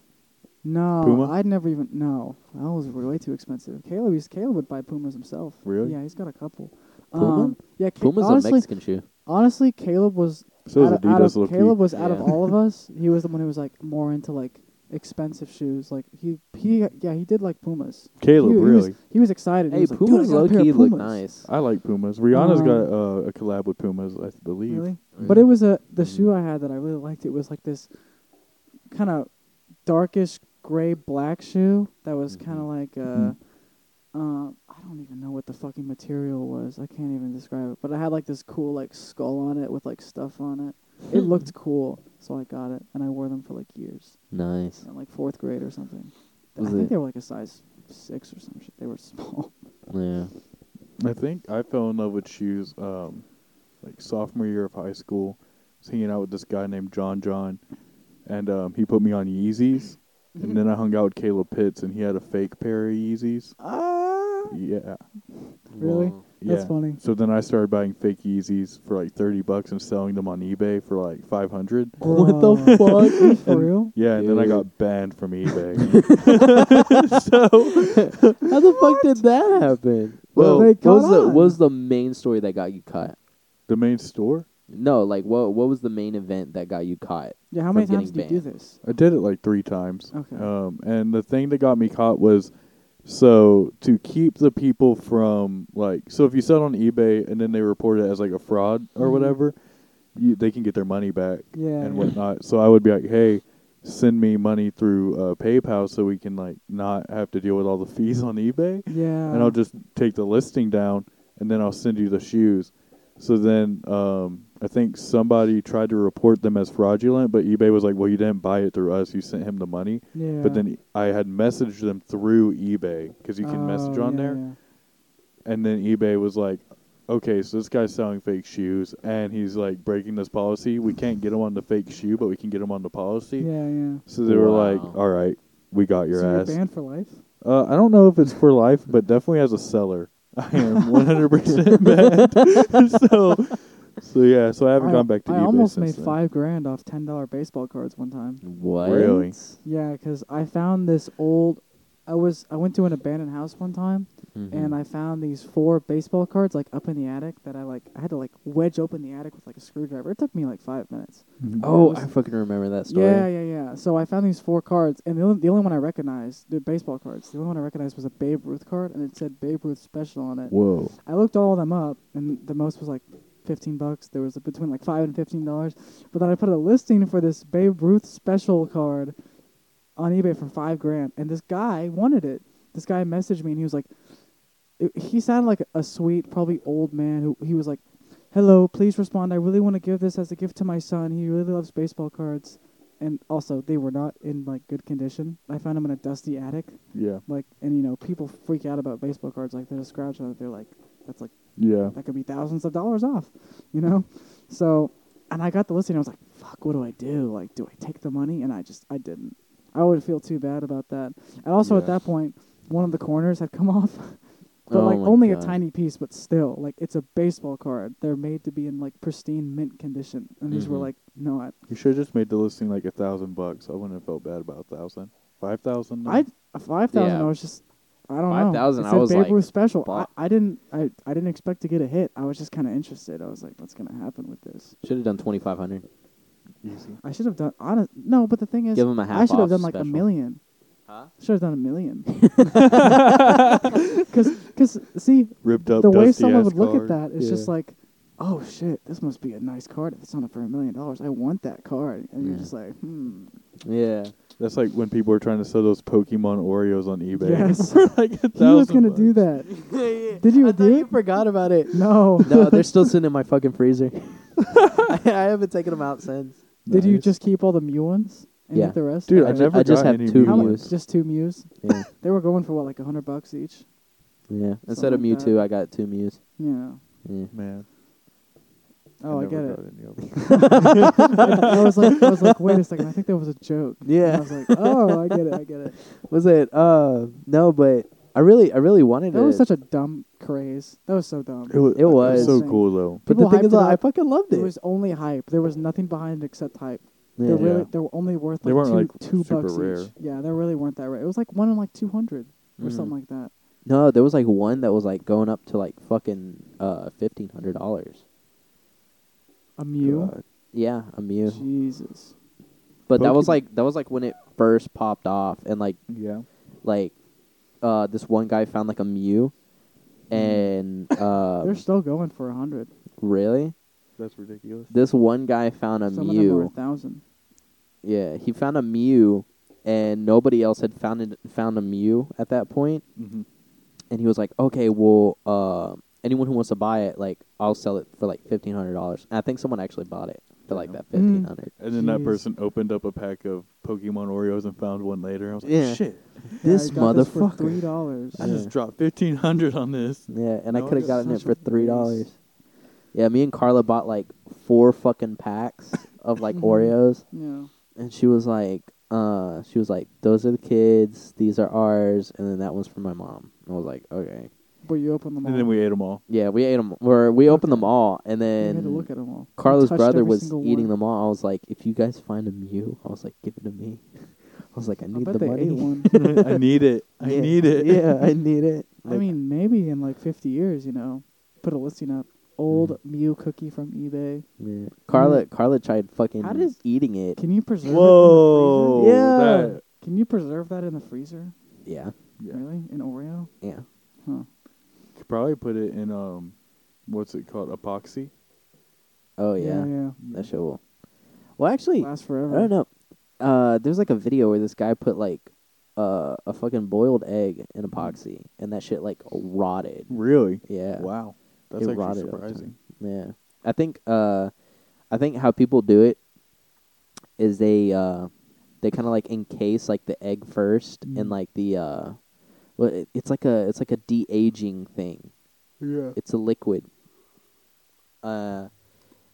No, Puma? I'd never even. No, that was way too expensive. Caleb, used, Caleb would buy Pumas himself. Really? Yeah, he's got a couple. Puma? Um, yeah, Ca- Puma's honestly, a Mexican shoe. honestly, Caleb was So is out, of, out Adidas. of low-key. Caleb was out of Yeah. all of us. He was the one who was like more into like expensive shoes. Like he, he, yeah, he did like Pumas. Caleb, he, he really. was, he was excited. he Hey, was like, Puma's "Dude, I got a low pair of key look Pumas." nice. I like Pumas. Rihanna's Um, got uh, a collab with Pumas, I believe. Really? Mm. But it was a the Mm. shoe I had that I really liked. It was like this kind of darkish gray black shoe that was Mm-hmm. kind of like uh, Mhm. uh, I don't even know what the fucking material was. I can't even describe it. But it had like this cool like skull on it with like stuff on it. It looked cool, so I got it and I wore them for like years, Nice. in like fourth grade or something. Was I think it- they were like a size six or some shit. They were small. Yeah. I think I fell in love with shoes um, like sophomore year of high school. I was hanging out with this guy named John John, and um, he put me on Yeezys. and then I hung out with Caleb Pitts, and he had a fake pair of Yeezys. Yeah, Ah! Really? Wow. yeah. That's funny. So then I started buying fake Yeezys for like thirty bucks and selling them on eBay for like five hundred. What the Bruh. fuck? Are you for real? Yeah, and then I Dude. got banned from eBay. How the fuck did that happen? Well, they what was caught the on. what was the main story that got you caught? the main store. No, like what what was the main event that got you caught? Yeah, how many From times getting did you do banned. this? I did it like three times. Okay. Um, and the thing that got me caught was so to keep the people from like so if you sell it on eBay and then they report it as like a fraud or Mhm. whatever, you, they can get their money back Yeah. and whatnot. So I would be like, hey, send me money through uh, PayPal so we can like not have to deal with all the fees on eBay, Yeah. and I'll just take the listing down and then I'll send you the shoes. So then um, I think somebody tried to report them as fraudulent, but eBay was like, well, you didn't buy it through us, you sent him the money. Yeah. But then I had messaged them through eBay because you can message Oh, on yeah, there. And then eBay was like, okay, so this guy's selling fake shoes and he's like breaking this policy. We can't get him on the fake shoe, but we can get him on the policy. Yeah, yeah. yeah. So they were like, Wow. all right, we got your so ass. you're banned for life. Uh, I don't know if it's for life, but definitely as a seller, I am 100% banned. so, so yeah, so I haven't I- gone back to I eBay almost since made then. five grand off ten dollar baseball cards one time. What? Really? Yeah, 'cause I found this old. I was I went to an abandoned house one time Mhm. Mm-hmm. and I found these four baseball cards like up in the attic that I like I had to like wedge open the attic with like a screwdriver. It took me like five minutes. Mhm. Oh, was- I fucking remember that story. Yeah, yeah, yeah. So I found these four cards, and the only, the only one I recognized, the baseball cards, the only one I recognized was a Babe Ruth card, and it said Babe Ruth Special on it. Whoa. I looked all of them up, and the most was like fifteen bucks. There was between like five and fifteen dollars. But then I put a listing for this Babe Ruth special card, on eBay for five grand, and this guy wanted it. This guy messaged me, and he was like, it, he sounded like a sweet, probably old man who he was like, "Hello, please respond. I really want to give this as a gift to my son. He really loves baseball cards." And also, they were not in like good condition. I found them in a dusty attic. Yeah. Like, and you know, people freak out about baseball cards. Like, they're scratched on it. They're like, that's like Yeah. that could be thousands of dollars off, you know? So, and I got the listing. I was like, fuck, what do I do? Like, do I take the money? And I just, I didn't. I would feel too bad about that. And also at Yeah. that point, one of the corners had come off, but Oh like my only God. a tiny piece, but still, like it's a baseball card. They're made to be in like pristine mint condition. And these were Mhm. like, no, I, You should have just made the listing like a thousand bucks. I wouldn't have felt bad about a thousand. Five thousand. I, a 5,000, Mm. Yeah. I was just, I don't know. 5,000, It I said was Babe like, Ruth special. I, fuck. I didn't, I, I didn't expect to get a hit. I was just kind of interested. I was like, what's going to happen with this? Should have done twenty five hundred. Easy. I should have done honest. No, but the thing is, Give 'em a I half should have off done like special. a million. Huh? Should have done a million. Because, cause, see, Ripped up. the way dusty someone ass would look at card. that is just Yeah. like, oh shit, this must be a nice card. If it's on it for a million dollars, I want that card. And you're Yeah. just like, hmm. Yeah. That's like when people are trying to sell those Pokemon Oreos on eBay. Yes. For like a He was thousand gonna do bucks. that. Did you I do thought you it? forgot about it. No. No, they're still sitting in my fucking freezer. I, I haven't taken them out since. Did you Nice. just keep all the Mew ones and Yeah. get the rest? Dude, I I, ju- never I just got have any two how Mew much? Mews. Just two Mews. Yeah. They were going for what, like a hundred bucks each. yeah. Instead of like Mewtwo, that. I got two Mews. Yeah. Yeah. Man. Oh, I, get never it. got any of them. I was like, I was like, wait a second. I think that was a joke. And I Yeah. was like, oh, I get it, I get it. Was it? Uh, no, but I really, I really wanted That it. was such a dumb craze. That was so dumb. It was, It was. so Same. cool though. but the people thing hyped is, it I up. fucking loved It it. was only hype. There was nothing behind it except hype. yeah. They're really Yeah. they were only worth They like weren't, two, like, two super bucks rare. Mm-hmm. each. Yeah, they really weren't that rare. It was like one in like two hundred or Mhm. something like that. No, there was like one that was like going up to like fucking uh fifteen hundred dollars. A Mew. God. Yeah, a Mew. Jesus. But that was Pokemon- like that was like when it first popped off, and like Yeah. like uh this one guy found like a Mew, and uh Um, They're still going for a hundred. really That's ridiculous. this one guy found a Some of them were a Mew. thousand. Yeah, he found a Mew, and nobody else had found it, found a Mew at that point, hmm and he was like, okay, well, uh, anyone who wants to buy it, like I'll sell it for like fifteen hundred dollars. I think someone actually bought it for like that Damn. Mm. fifteen hundred. And then that Jeez. person opened up a pack of Pokemon Oreos and found one later. I was like, Yeah. shit. This Mm. yeah, I got this for motherfucker. three dollars. I Yeah. just dropped fifteen hundred on this. Yeah, and I No, could have it's gotten it such for a three waste. dollars. Yeah, me and Carla bought like four fucking packs of like Mhm. Oreos, Yeah. and she was like, "Uh, she was like, those are the kids, these are ours, and then that one's for my mom." And I was like, "Okay." But you open them all. And then we ate them all. Yeah, we ate them. Or we opened them all, and You had to look then at them all. You Carla's touched brother every was single eating one. them all. I was like, "If you guys find a Mew, I was like, give it to me." I was like, "I I need bet the they money." ate one. I need it. I Yeah, need it. Yeah, I need it. I Like, mean, maybe in like 50 years, you know, put a listing up. Old Mm. Mew cookie from eBay. yeah. Carla, Carla tried fucking How does- eating it. Can you preserve Whoa. it in the freezer? Yeah. that- Can you preserve that in the freezer? Yeah, yeah. Really? In Oreo? yeah. Huh. Could probably put it in um, what's it called? Epoxy. Oh yeah. yeah. That shit will. Well, actually, Lasts forever. I don't know. Uh, there's like a video where this guy put like uh, a fucking boiled egg in epoxy, and that shit like rotted. Really? Yeah. Wow. That's It actually rotted over surprising. Yeah. I think uh, I think how people do it is they uh, they kind of like encase like the egg first and in Mm. like the uh, well, it, it's like a it's like a de aging thing. Yeah. It's a liquid. Uh,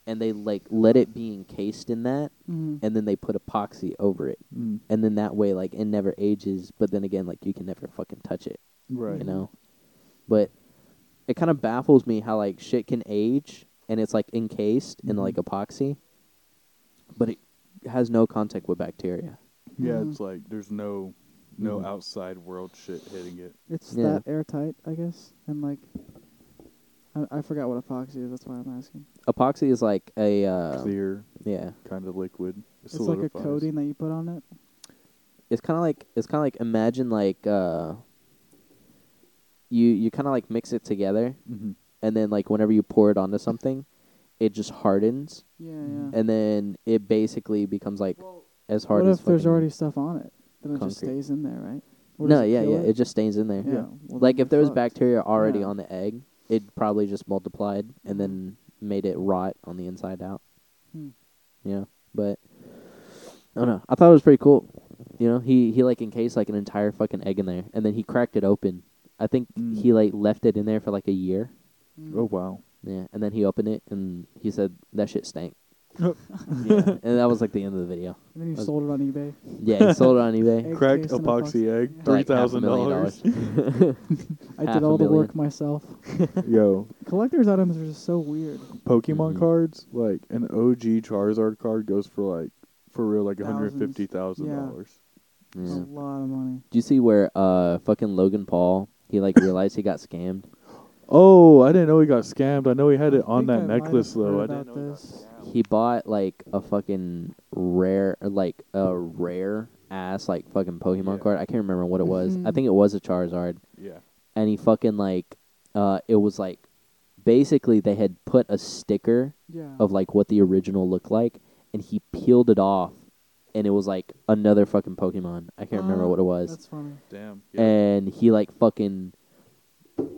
and they like let it be encased in that, Mhm. and then they put epoxy over it. Mm. and then that way like it never ages but then again like you can never fucking touch it Right. you know but it kind of baffles me how like shit can age and it's like encased in Mhm. like epoxy but it has no contact with bacteria Yeah. Mhm. It's like there's no, no Mhm. outside world shit hitting it. It's Yeah. that airtight, I guess. And like, I, I forgot what epoxy is. That's why I'm asking. epoxy is like a uh, Clear yeah kind of liquid. It It's like a solidifies. coating that you put on it. it's kind of like it's kind of like imagine like uh you you kind of like mix it together Mhm. and then like whenever you pour it onto something it just hardens Yeah, yeah. and then it basically becomes like as hard what as if there's fucking- already stuff on it? Then it just Concrete. stays in there, right? Or does No, it yeah, kill yeah. It? It? just stains in there. yeah. well, then Like you're if there was fucked. bacteria already Yeah. on the egg, it probably just multiplied and then made it rot on the inside out. Hmm. Yeah, but I don't know. I thought it was pretty cool. You know, he he like encased like an entire fucking egg in there, and then he cracked it open. I think Mm. he like left it in there for like a year. Mm. Oh wow. Yeah, and then he opened it and he said that shit stank. yeah, and that was like the end of the video. And then you was- sold it on eBay. Yeah, he sold it on eBay. Egg Cracked taste in a epoxy box. egg, Yeah. for, three like, half a thousand million dollars. I half did a all the million. work myself. Yo, Collector's items are just so weird. Pokemon Mhm. cards, like an OG Charizard card goes for like for real like one hundred fifty thousand Yeah. dollars. It's Yeah. a lot of money. Do you see where uh fucking Logan Paul he like realized he got scammed? Oh, I didn't know he got scammed. I know he had I it on think that I might necklace have heard though. I about didn't know. this. He bought like a fucking rare, or, like a rare ass like fucking Pokemon Yeah. Mm-hmm. card. I can't remember what it was. I Mhm. think it was a Charizard, Yeah. and he fucking like uh it was like basically they had put a sticker Yeah. of like what the original looked like, and he peeled it off, and it was like another fucking Pokemon. I can't remember Oh, Ah, what it was. That's funny. Damn. and he like fucking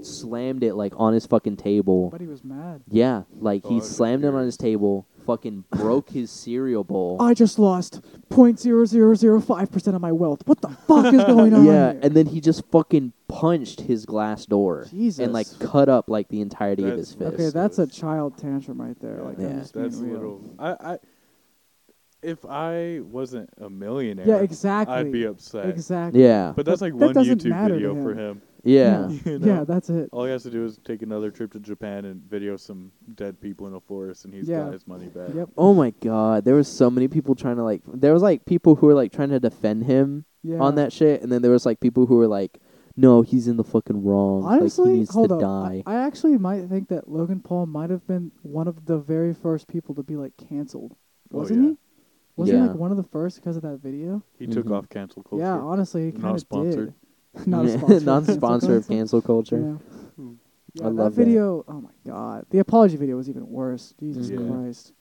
slammed it like on his fucking table. But he was mad. yeah, like Oh, I he was slammed it on confused. his table, fucking broke his cereal bowl. I just lost 0.0005% of my wealth. What the fuck is going on? yeah, here? and then he just fucking punched his glass door Jesus. and like cut up like the entirety of That's- his fist. Okay, okay, that's a child tantrum right there. Like, Yeah. I'm just being That's a real. little. I, I. If I wasn't a millionaire, Yeah, exactly. I'd be upset. Exactly. yeah, But that's like that one doesn't YouTube matter to video for him. him. yeah, Yeah. You know? Yeah, that's it. All he has to do is take another trip to Japan and video some dead people in a forest, and he's Yeah. got his money back. Yep. Oh my god, there was so many people trying to like. There was like people who were like trying to defend him Yeah. on that shit, and then there was like people who were like, "No, he's in the fucking wrong. Like, Honestly, he needs hold to up. die." I, I actually might think that Logan Paul might have been one of the very first people to be like canceled. Oh, Wasn't yeah. he? Wasn't he Yeah. like one of the first because of that video? He took Mhm. off cancel culture. Yeah, honestly, he Not kind of sponsored. did. Not a Yeah, sponsor. non sponsor of cancel. cancel culture. culture, you Hmm. know? Yeah, I love that. that video. Oh my god, the apology video was even worse. Jesus Yeah. Christ!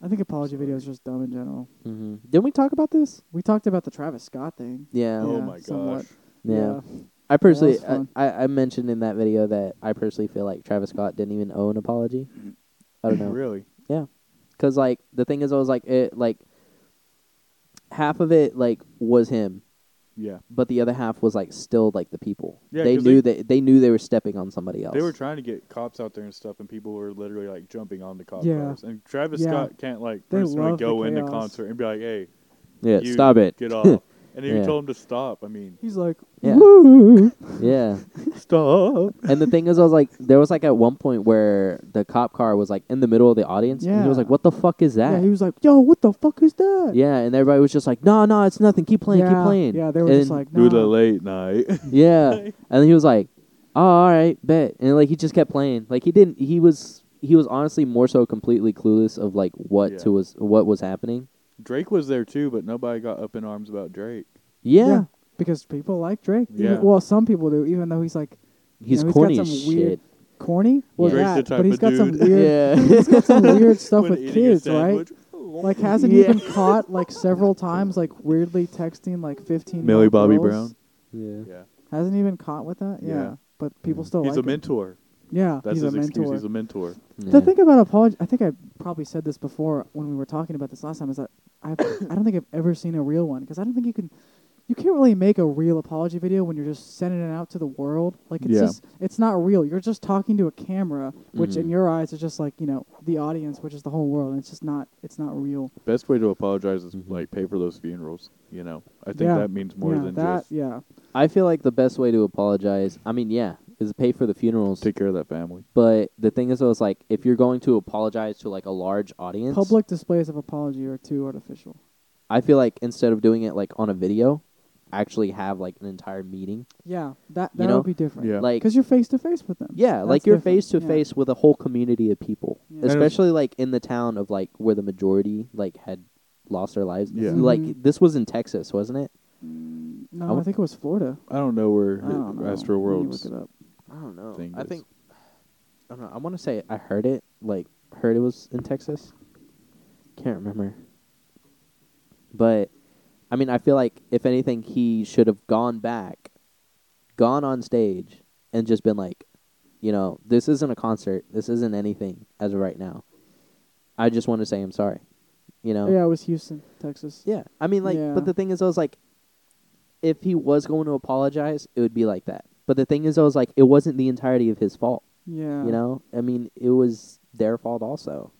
I think apology videos are just dumb in general. hmm Didn't we talk about this? We talked about the Travis Scott thing. Yeah. Oh Yeah, my somewhat. gosh. yeah. I personally, that was I, I, I mentioned in that video that I personally feel like Travis Scott didn't even owe an apology. I don't know, Really? because like the thing is, I was like, it like half of it like was him, Yeah. but the other half was like still like the people. Yeah, they 'cause knew that they knew they were stepping on somebody else. They were trying to get cops out there and stuff, and people were literally like jumping on the cop Yeah. cars. And Travis Yeah. Scott can't like They personally love the go into chaos. concert and be like, "Hey, yeah, you stop it. get off." And if you Yeah. told him to stop, I mean, He's like, Yeah. woo. yeah. stop. and the thing is, I was like, there was like at one point where the cop car was like in the middle of the audience, and he was Yeah. like, "What the fuck is that?" Yeah, he was like, yo, what the fuck is that? Yeah, and everybody was just like, "No, no, it's nothing. Keep playing, yeah, keep playing." Yeah, they were and, just like, Do the "Nah." late night. "Yeah," and then he was like, "Oh, all right, bet." And like he just kept playing. Like he didn't. He was he was honestly more so completely clueless of like what Yeah. to was what was happening. Drake was there too, but nobody got up in arms about Drake. Yeah, because people like Drake. Even- Yeah. well, some people do, even though he's like he's You know, he's got corny some as weird- shit. corny. Well, Drake's that, the type but he's of got some dude. weird, Yeah, he's got some weird stuff When with eating a kids, right? sandwich. Like, hasn't Yeah. he been caught like several times, like weirdly texting like fifteen? Millie Bobby girls? Brown. yeah. Yeah. hasn't he been caught with that? Yeah, Yeah. Mm-hmm. but people Yeah. still He's like a mentor. him. Yeah, That's he's his a mentor. excuse. He's a mentor. The thing about apology, I think I probably said this before when we were talking about this last time, is that I I don't think I've ever seen a real one because I don't think you can. You can't really make a real apology video when you're just sending it out to the world. Like it's Yeah. just it's not real. You're just talking to a camera, which in Mm-hmm. Mhm. your eyes is just like, you know, the audience, which is the whole world, and it's just not it's not real. Best way to apologize is Mhm. like pay for those funerals. You know, I think Yeah. that means more yeah, than that just yeah. I feel like the best way to apologize. I mean, yeah, is pay for the funerals. take care of that family. But the thing is, I was like, if you're going to apologize to like a large audience, Public displays of apology are too artificial. I feel like instead of doing it like on a video, actually have like an entire meeting. Yeah. That that You know? would be different. Yeah. Like Because you're face to face with them. yeah, That's like you're different. face to Yeah. face with a whole community of people, Yeah. it's- especially like in the town of like where the majority like had lost their lives. Yeah. Like Mhm. this was in Texas, wasn't it? Mm, I No, I w- think it was Florida. I don't know where Oh, I don't know. Astro Let me World's. look it up. I don't know. Thing I is- think I don't know. I want to say I heard it like heard it was in Texas. Can't remember. But I mean, I feel like if anything, he should have gone back, gone on stage, and just been like, you know, this isn't a concert. This isn't anything as of right now. I just want to say I'm sorry. You know. Yeah, it was Houston, Texas. Yeah. I mean, like, Yeah. but the thing is, I was like, if he was going to apologize, it would be like that. But the thing is, I was like, it wasn't the entirety of his fault. Yeah. You know. I mean, it was their fault also.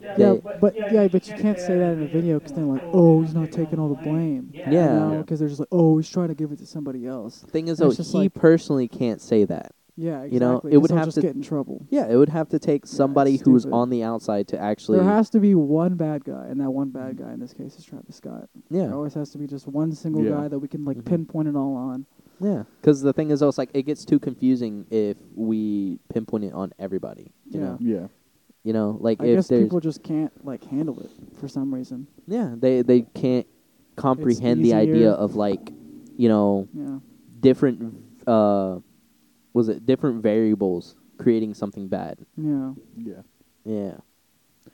Yeah, Yeah, They- but yeah, but you can't say that in a video because they're like, oh, he's not taking all the blame. Yeah. You Yeah. Yeah. know, because they're just like, oh, he's trying to give it to somebody else. The thing is, And though, it's just he like- personally can't say that. Yeah, exactly. You know, it 'cause would they'll have just to- get in trouble. Yeah, it would have to take it's somebody who's stupid. on the outside to actually. There has to be one bad guy, and that one bad guy in this case is Travis Scott. There yeah, always has to be just one single Yeah. guy that we can like Mhm. pinpoint it all on. yeah. Because the thing is, though, it's like it gets too confusing if we pinpoint it on everybody. You Yeah. know, Yeah. you know, like I if guess there's people just can't like handle it for some reason. yeah, they they can't comprehend the idea easier. of like, you know, Yeah, different uh, was it different variables creating something bad? yeah. Yeah. Yeah,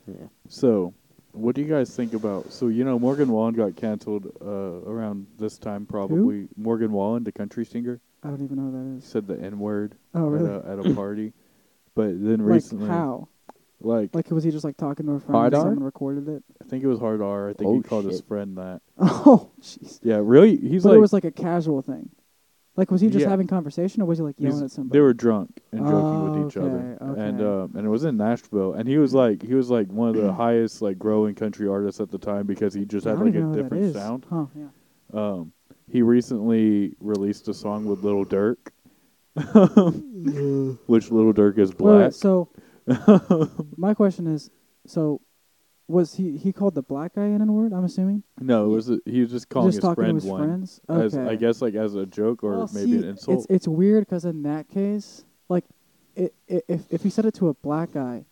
yeah. So, what do you guys think about? So you know, Morgan Wallen got canceled uh, around this time, probably. Morgan Wallen, the country singer, I don't even know who that is. said the N word Oh, really? at, a, at a party. But then Like recently, how? like, Like was he just like talking to a friend Hard and R? someone recorded it? I think it was Hard R. I think Oh, he called his shit. friend that. Oh, jeez. Yeah, really. He's but like, it was like a casual thing. Like was he just Yeah. having conversation or was he like he's- yelling at somebody? they were drunk and joking Oh, with each other, okay, and okay. um, and it was in Nashville. And he was like, he was like one of the highest like growing country artists at the time because he just I had don't like even know who that a different is. sound. Huh? Yeah. Um, he recently released a song with Little Dirk, which Little Dirk is Wait, wait, black. so my question is, so was he he called the black guy an N word? I'm assuming. no, it was a, he was just calling just his talking friend to his one, friends. Okay. as I guess like as a joke or Well, maybe see, an insult. It's it's weird because in that case, like, i i if if he said it to a black guy,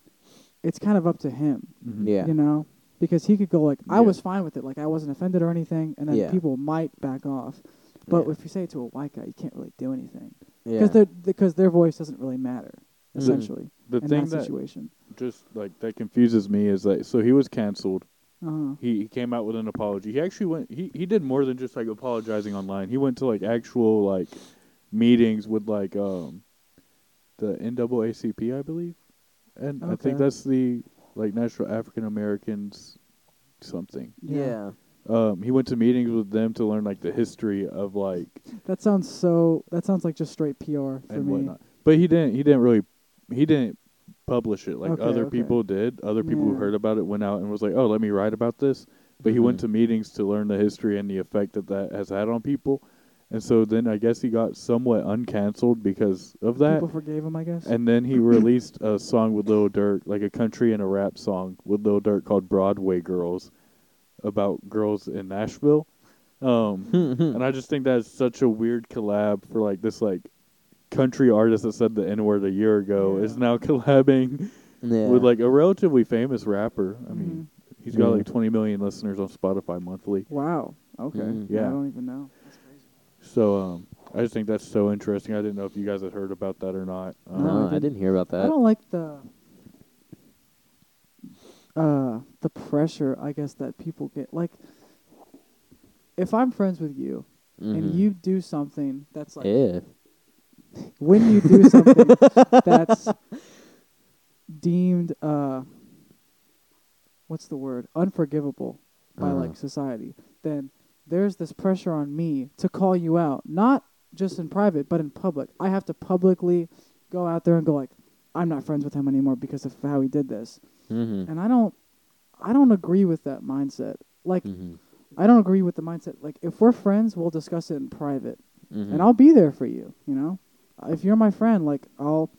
it's kind of up to him, Mhm. Yeah. you know, because he could go like, I Yeah. was fine with it, like I wasn't offended or anything, and then Yeah. people might back off. But Yeah. if you say it to a white guy, you can't really do anything Yeah. Mm-hmm. because because their voice doesn't really matter Mhm. essentially The in thing that, that situation. just like that confuses me is that so he was canceled. Uh-huh. He he came out with an apology. He actually went. He he did more than just like apologizing online. He went to like actual like meetings with like um the NAACP, I believe, and I Okay. think that's the like National African Americans something. yeah. Um, he went to meetings with them to learn like the history of like That sounds so. That sounds like just straight PR for and me. whatnot. But he didn't. He didn't really. He didn't publish it like Okay, other okay. people did. Other people who Yeah. heard about it went out and was like, "Oh, let me write about this." But he went Mm-hmm. Mhm. to meetings to learn the history and the effect that that has had on people. And so then I guess he got somewhat uncanceled because of that. People forgave him, I guess. And then he released a song with Lil Durk, like a country and a rap song with Lil Durk called Broadway Girls about girls in Nashville. Um, and I just think that's such a weird collab for like this like country artist that said the N word a year ago is Yeah. now collabing Yeah. with like a relatively famous rapper. I Mm-hmm. mean, he's got Yeah. like 20 million listeners on Spotify monthly. wow. Okay. Mhm. Yeah. I don't even know. So um, I just think that's so interesting. I didn't know if you guys had heard about that or not. Um, No, I no, I didn't. didn't hear about I that. don't like the uh the pressure I guess that people get like if I'm friends with you and Mhm. you do something that's like If. when you do something that's deemed uh what's the word unforgivable by Uh-huh. like society then there's this pressure on me to call you out not just in private but in public i have to publicly go out there and go like i'm not friends with him anymore because of how he did this Mm-hmm. and i don't i don't agree with that mindset like Mm-hmm. i don't agree with the mindset like if we're friends we'll discuss it in private Mm-hmm. and I'll be there for you. You know, if you're my friend, like I'll.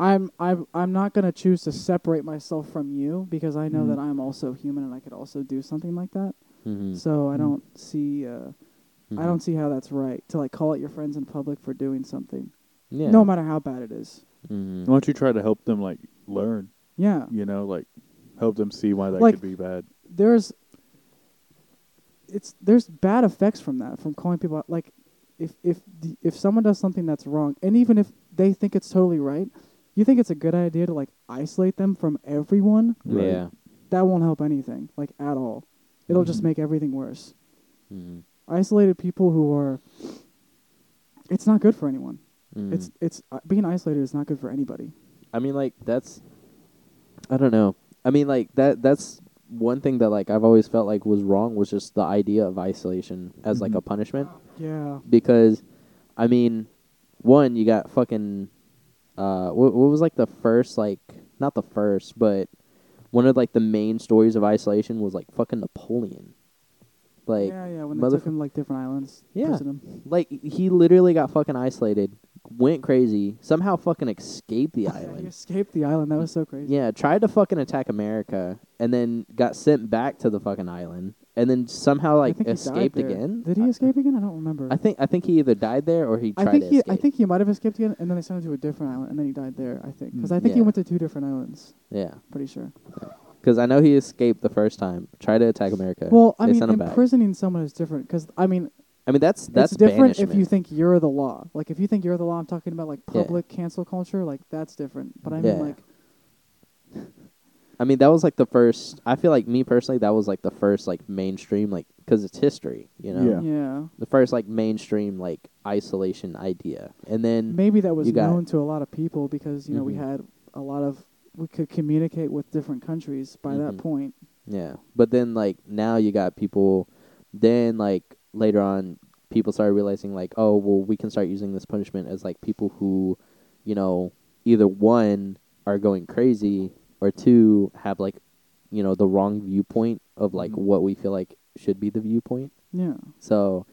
I'm I'm I'm not gonna choose to separate myself from you because I know Mhm. that I'm also human and I could also do something like that. Mm-hmm. So I Mhm. don't see uh, I don't see how that's right to like call out your friends in public for doing something, Mm-hmm. Yeah. no matter how bad it is. Mhm. Why don't you try to help them like learn? Yeah, You know, like help them see why that Like- could be bad. there's it's there's bad effects from that from calling people out. like if if the, if someone does something that's wrong and even if they think it's totally right you think it's a good idea to like isolate them from everyone Right. Yeah. that won't help anything like at all it'll just Mhm. make everything worse Mm. Isolated people who are. It's not good for anyone. Mm. It's it's uh, being isolated is not good for anybody. I mean, like that's. I don't know. I mean, like that. That's one thing that like I've always felt like was wrong was just the idea of isolation as like Mhm. Mm-hmm. a punishment Yeah. because, I mean, one you got fucking. Uh, what, what was like the first like not the first but one of like the main stories of isolation was like fucking Napoleon, like yeah, yeah. When they motherf- took him like different islands. Yeah. prison him. like he literally got fucking isolated, went crazy, somehow fucking escaped the Yeah, he island. escaped the island. That was so crazy. Yeah, tried to fucking attack America and then got sent back to the fucking island and then somehow I like think he died escaped there. again. Did he I- escape again? I don't remember. I think I think he either died there or he I tried think to he I escape. think he might have escaped again, and then they sent him to a different island, and then he died there. I think because Mm, I think he yeah. went to two different islands. yeah, Pretty sure. because I know he escaped the first time, tried to attack America. Well, I they mean, sent him back. imprisoning someone is different because I mean I mean that's that's it's different if banishment. you think you're the law. Like if you think you're the law, I'm talking about like Yeah. public cancel culture. Like that's different. But I mean Yeah. like I mean that was like the first. I feel like me personally, that was like the first like mainstream like because it's history, you know. Yeah. yeah. The first like mainstream like isolation idea, and then maybe that was Mm. You got- known to a lot of people because you know we Mhm. had a lot of we could communicate with different countries by Mhm. that point. Yeah. But then like now you got people then like later on people started realizing like, oh well we can start using this punishment as like people who, you know, either one are going crazy or two have like you know, the wrong viewpoint of like Mhm. what we feel like should be the viewpoint. Yeah. So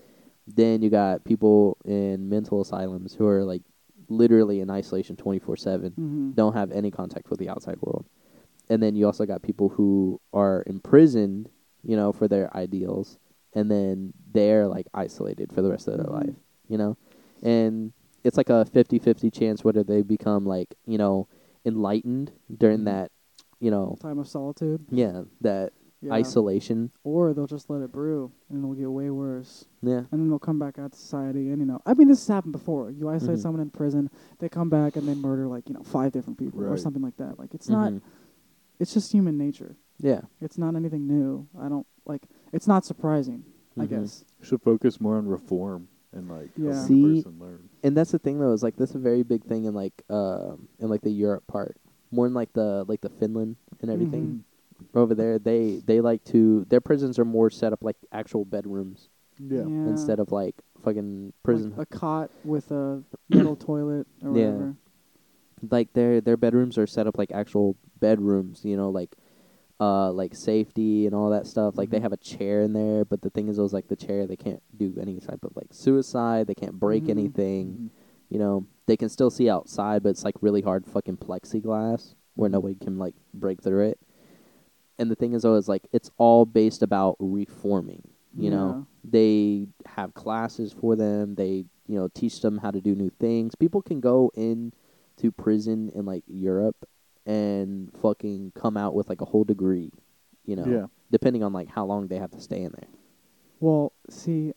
then you got people in mental asylums who are like literally in isolation twenty four seven Mm-hmm. don't have any contact with the outside world. And then you also got people who are imprisoned, you know, for their ideals, and then they're like isolated for the rest of their Mhm. life, you know? And it's like a 50 50 chance whether they become like, you know, enlightened during that, you know, Time of solitude. yeah, that Yeah. isolation. Or they'll just let it brew and it'll get way worse. Yeah. and then they'll come back out to society and you know i mean this has happened before you isolate Mhm. someone in prison they come back and they murder like you know five different people or Right. something like that like it's not Mhm. it's just human nature yeah. it's not anything new i don't like it's not surprising i Mhm. guess Should focus more on reform and like Yeah. helping See, the person learn. and that's the thing though is like that's a very big thing in like um in like the Europe part more in like the like the Finland and Mm-hmm. everything over there they they like to their prisons are more set up like actual bedrooms instead of like fucking prison Mm-hmm. like a cot with a metal toilet or Yeah. whatever like their their bedrooms are set up like actual bedrooms you know like uh like safety and all that stuff like they Mhm. have a chair in there but the thing is it was like the chair they can't do any type of like suicide they can't break Mhm. anything Mhm. you know, they can still see outside, but it's like really hard fucking plexiglass where Mhm. nobody can like break through it. And the thing is, though, is like it's all based about reforming. You know, they have classes for them. They you know teach them how to do new things. People can go in to prison in like Europe and fucking come out with like a whole degree. You know, Yeah. depending on like how long they have to stay in there. well see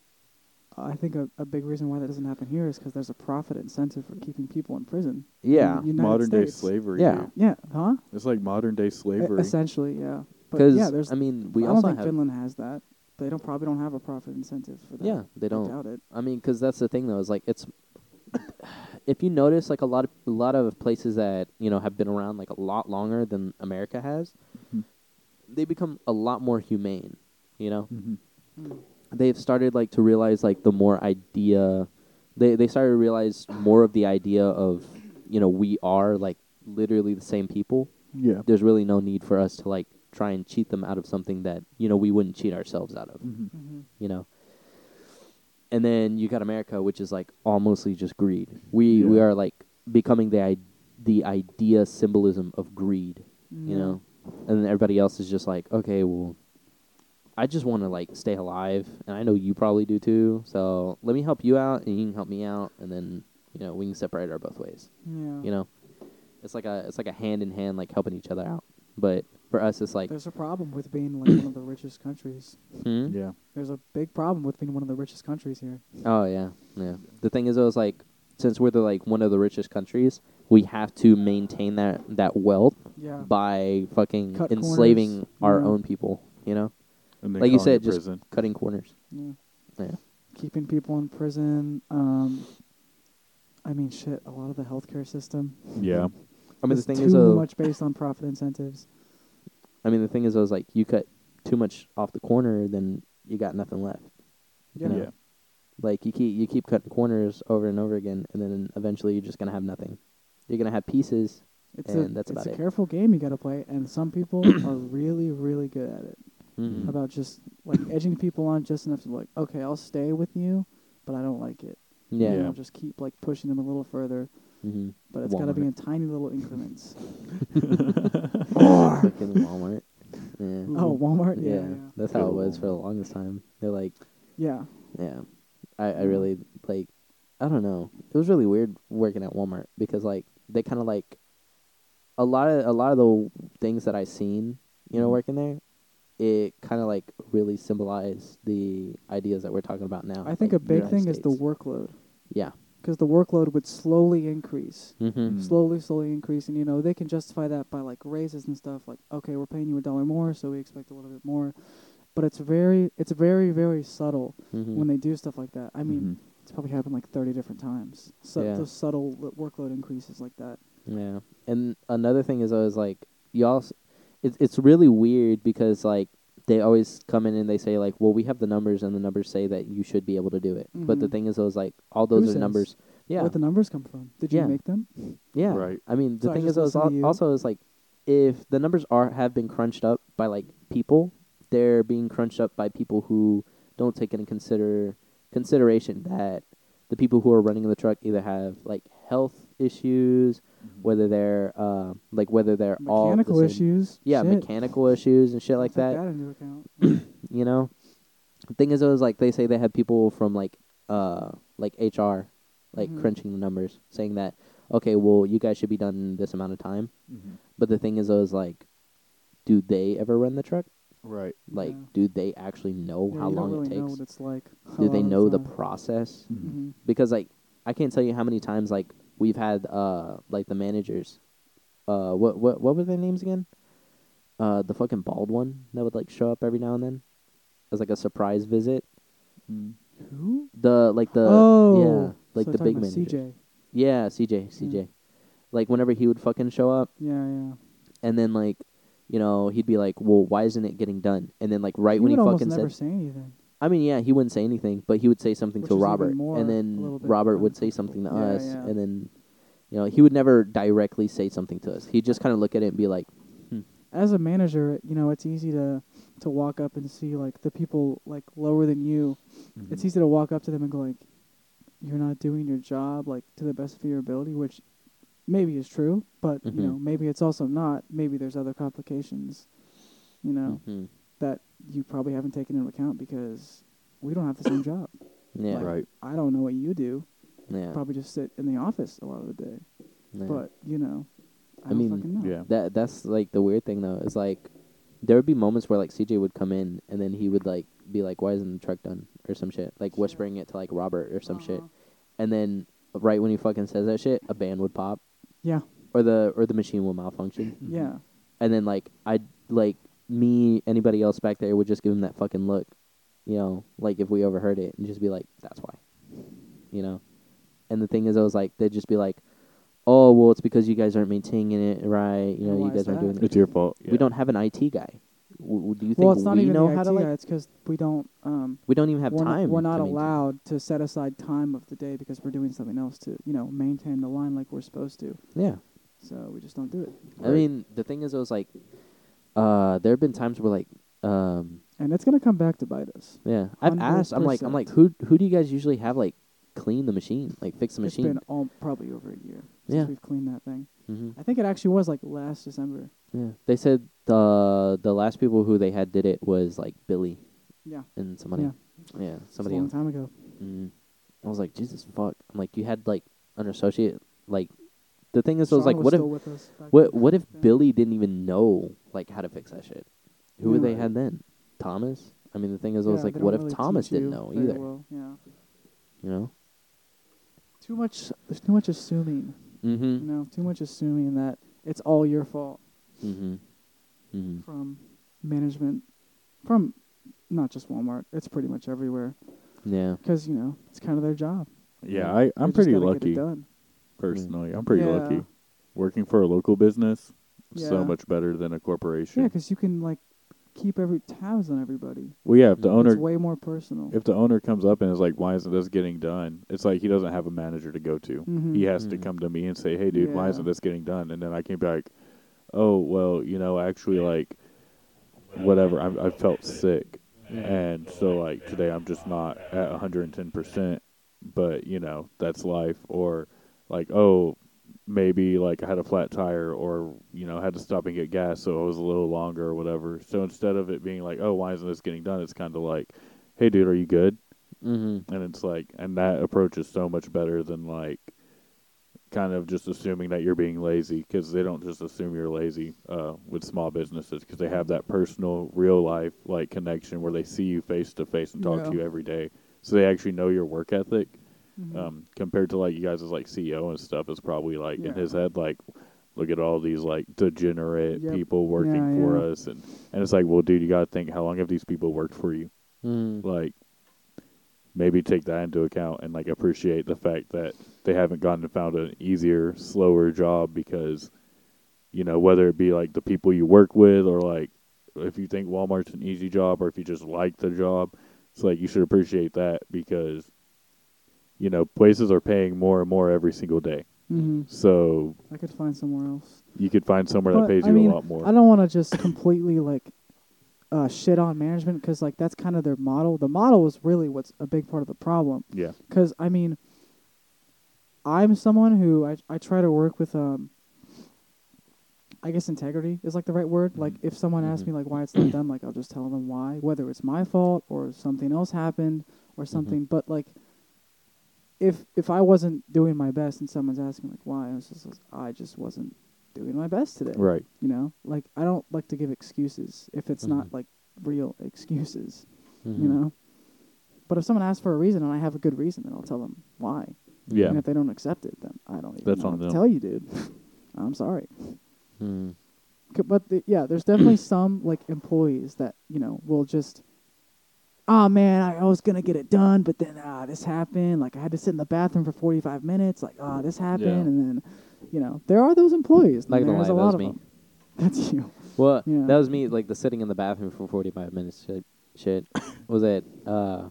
i think a, a big reason why that doesn't happen here is because there's a profit incentive for keeping people in prison Yeah. in the United Modern day States. slavery. Yeah. E-, dude. yeah huh E, It's like modern day slavery. essentially yeah but Because yeah there's I mean, we I also don't think have Finland has that. They don't probably don't have a profit incentive for that. yeah, they don't. I doubt it. I mean, because that's the thing though. Is like it's if you notice, like a lot of a lot of places that you know have been around like a lot longer than America has, Mm-hmm. Mhm. they become a lot more humane. You know, Mhm. Mm-hmm. Mm, they've started like to realize like the more idea, they they started to realize more of the idea of you know we are like literally the same people. Yeah. There's really no need for us to like try and cheat them out of something that you know we wouldn't cheat ourselves out of Mhm. mm-hmm, you know. And then you got America, which is like almost just greed. We we Yeah. are like becoming the I- the idea symbolism of greed, you know. And then everybody else is just like, okay, well, I just want to like stay alive, and I know you probably do too. So let me help you out, and you can help me out, and then you know we can separate our both ways. Yeah. You know, it's like a it's like a hand in hand like helping each other out. But for us, it's like, There's a problem with being like one of the richest countries. hmm? Yeah. There's a big problem with being one of the richest countries here. Oh yeah, yeah. The thing is, though, is like since we're the like one of the richest countries, we have to maintain that that wealth Yeah. by fucking Cut enslaving corners, our yeah. own people. You know, And then like you calling it said, just prison. cutting corners. yeah. Yeah. keeping people in prison. Um, I mean, shit, a lot of the healthcare system. Yeah. I mean, is the thing too is, though, much based on profit incentives. I mean, the thing is, I was like, you cut too much off the corner, then you got nothing left. Yeah. Yeah. Like you keep you keep cutting corners over and over again, and then eventually you're just gonna have nothing. You're gonna have pieces. It's a And that's it's about a it. careful game you got to play, and some people are really really good at it. Mm. Mhm. About just like edging people on just enough to be like, okay, I'll stay with you, but I don't like it. Yeah. And I'll just keep like pushing them a little further, hmm but it's got to be Walmart. in tiny little increments. Fucking Walmart. Yeah. oh, Walmart. yeah. Yeah. Yeah. That's how it was for the longest time. They're like, Yeah. yeah, I I really like. I don't know. It was really weird working at Walmart because like they kind of like a lot of a lot of the things that I seen, you know, Mm-hmm. Mhm. working there. It kind of like really symbolized the ideas that we're talking about now. I like think a big United thing is the States. workload Yeah. because the workload would slowly increase. Mm-hmm. Mm. slowly, slowly increasing. You know, they can justify that by like raises and stuff. Like, okay, we're paying you a dollar more, so we expect a little bit more. But it's very, it's very, very subtle Mm. Mm-hmm. when they do stuff like that. I mean, Mhm. it's probably happened like thirty different times. So Yeah. those subtle l- workload increases like that. Yeah, and another thing is I was like, y'all, s- it's it's really weird because like they always come in and they say like, well, we have the numbers and the numbers say that you should be able to do it. But the Mhm. thing is, I was like, all those are says? numbers. Yeah, Where the numbers come from? Did you Yeah. make them? yeah. Right. I mean, the So I thing just is, I was listen to al- you? also is like, if the numbers are have been crunched up by like people, they're being crunched up by people who don't take into consider consideration that the people who are running the truck either have like health issues Mm-hmm. whether they're uh, like whether they're all the Mechanical same- issues. yeah, Shit. mechanical issues and shit like Take that. into account. You know, the thing is, it was like they say they had people from like uh like HR, like Mhm. crunching the numbers, saying that okay, well, you guys should be done in this amount of time. Mhm. But the thing is, it was like, do they ever run the truck? Right. Like, Yeah. do they actually know Yeah, how you long don't really it Know what takes? it's like. a Do lot they of know the mm-hmm. time. process? Mhm. Mhm. because like I can't tell you how many times like we've had uh like the managers, uh what what what were their names again? Uh, the fucking bald one that would like show up every now and then as like a surprise visit. Mm. Who? The like the Mm-hmm. oh, yeah like so the talking big about Mm. manager. CJ. Yeah, CJ, CJ. Like whenever he would fucking show up, Yeah, yeah. and then like you know he'd be like, well, why isn't it getting done? And then like right You when he would almost fucking never said, say anything. I mean, yeah, he wouldn't say anything, but he would say something Which to is even Robert, more and a little then bit Robert would say something to uncomfortable. us, Yeah, yeah. and then you know he would never directly say something to us. He'd just kind of look at it and be like, As a manager, you know it's easy to to walk up and see like the people like lower than you. Mm-hmm. Mm-hmm. It's easy to walk up to them and go like, "You're not doing your job like to the best of your ability," which maybe is true, but Mhm. you know maybe it's also not. Maybe there's other complications, you know, Mhm. that you probably haven't taken into account because we don't have the same job. yeah, Right. I don't know what you do. yeah, Probably just sit in the office a lot of the day. yeah. But you know, I, I don't mean, fucking know. Yeah. that that's like the weird thing though. It's like there would be moments where like CJ would come in, and then he would like be like, why isn't the truck done or some shit, like Yeah. whispering it to like Robert or some Uh-huh. shit, and then right when he fucking says that shit, a band would pop Yeah, or the or the machine will malfunction. yeah. and then like I like me anybody else back there would just give him that fucking look, you know, like if we overheard it and just be like, that's why, you know. And the thing is, I was like, they'd just be like, oh well, it's because you guys aren't maintaining it right, you know, And why you guys is aren't that? doing it. It's your fault. We don't have an IT guy. W- w- do you think Well, it's not we even know the how IT to like? guy. It's because we don't. Um, We don't even have we're time. Not, we're not to maintain. allowed to set aside time of the day because we're doing something else to you know maintain the line like we're supposed to. Yeah. So we just don't do it, I Right. mean, the thing is, I was like, uh, there have been times where like, um, and it's gonna come back to bite us. Yeah, I've asked. I'm like, I'm like, who who do you guys usually have like clean the machine, like fix the It's machine? been all, probably over a year since Yeah. we've cleaned that thing. hmm I think it actually was like last December. Yeah, they said the the last people who they had did it was like Billy Yeah, and somebody. Yeah. yeah it's a somebody long else. time ago. Mm. I was like, Jesus fuck! I'm like, you had like an associate. Like, the thing is, I was Sean like, what if still with us back what then. what if Yeah. Billy didn't even know like how to fix that shit? Who would they Right. had then? Thomas. I mean, the thing is, I Yeah, was like, they what don't if really Thomas teach didn't you know very either? well, Yeah. You know. Too much. There's too much assuming. You Mm-hmm. know, too much assuming that it's all your fault Mm-hmm. Mm-hmm. from management, from not just Walmart. It's pretty much everywhere. Yeah. because you know it's kind of their job. Yeah, I, I'm They just pretty gotta Get it lucky done. personally. I'm pretty Yeah. lucky. Working for a local business is so Yeah. much better than a corporation. Yeah, because you can like keep every tabs on everybody. well, yeah, if the It's owner It's way more personal. if the owner comes up and is like, "Why isn't this getting done?" It's like he doesn't have a manager to go to. Mhm. He has to Mhm. come to me and say, "Hey, dude, why Yeah. isn't this getting done?" And then I can be like, "Oh, well, you know, actually, like, whatever. I I felt sick, Mm-hmm. and so like today I'm just not at 110 percent, but you know that's life." Or like, "Oh, maybe like I had a flat tire, or you know had to stop and get gas, so I was a little longer or whatever." So instead of it being like, "Oh, why isn't this getting done?" It's kind of like, "Hey, dude, are you good?" Mm-hmm. and it's like and that approach is so much better than like kind of just assuming that you're being lazy because they don't just assume you're lazy uh, with small businesses because they have that personal real life like connection where they see you face to face and talk Yeah. to you every day so they actually know your work ethic Mhm. um, compared to like you guys as like ceo and stuff is probably like in Yeah. his head like look at all these like degenerate Yep. people working Yeah, for yeah. us and, and it's like well dude you gotta think how long have these people worked for you Mm. like maybe take that into account and like appreciate the fact that they haven't gone and found an easier, slower job because you know whether it be like the people you work with or like if you think Walmart's an easy job or if you just like the job, it's like you should appreciate that because you know places are paying more and more every single day. Mhm. So I could find somewhere else. you could find somewhere But, that pays I you mean, a lot more. I don't want to just completely like uh, shit on management because like that's kind of their model. The model is really what's a big part of the problem. yeah. Because I mean, I'm someone who I I try to work with um. I guess integrity is like the right word. Like if someone asks Mhm. me like why it's not done, like I'll just tell them why, whether it's my fault or something else happened or something. But like, if if I wasn't doing my best and someone's asking like why, I was just I just wasn't doing my best today. Right. You know, like I don't like to give excuses if it's not like real excuses Mhm. you know. But if someone asks for a reason and I have a good reason, then I'll tell them why. Yeah. And if they don't accept it, then I don't even That's know on what to them. tell you, dude. I'm sorry. Mm. C- But the, yeah, there's definitely some like employees that you know will just, ah man, I, I was gonna get it done, but then ah this happened. Like I had to sit in the bathroom for 45 minutes. Like ah this happened, Yeah. and then, you know, there are those employees. and Not gonna there's lie, that a lot was of me. them. That's you. Well, Yeah. that was me, like the sitting in the bathroom for forty-five minutes. Shit, shit. was it? Uh,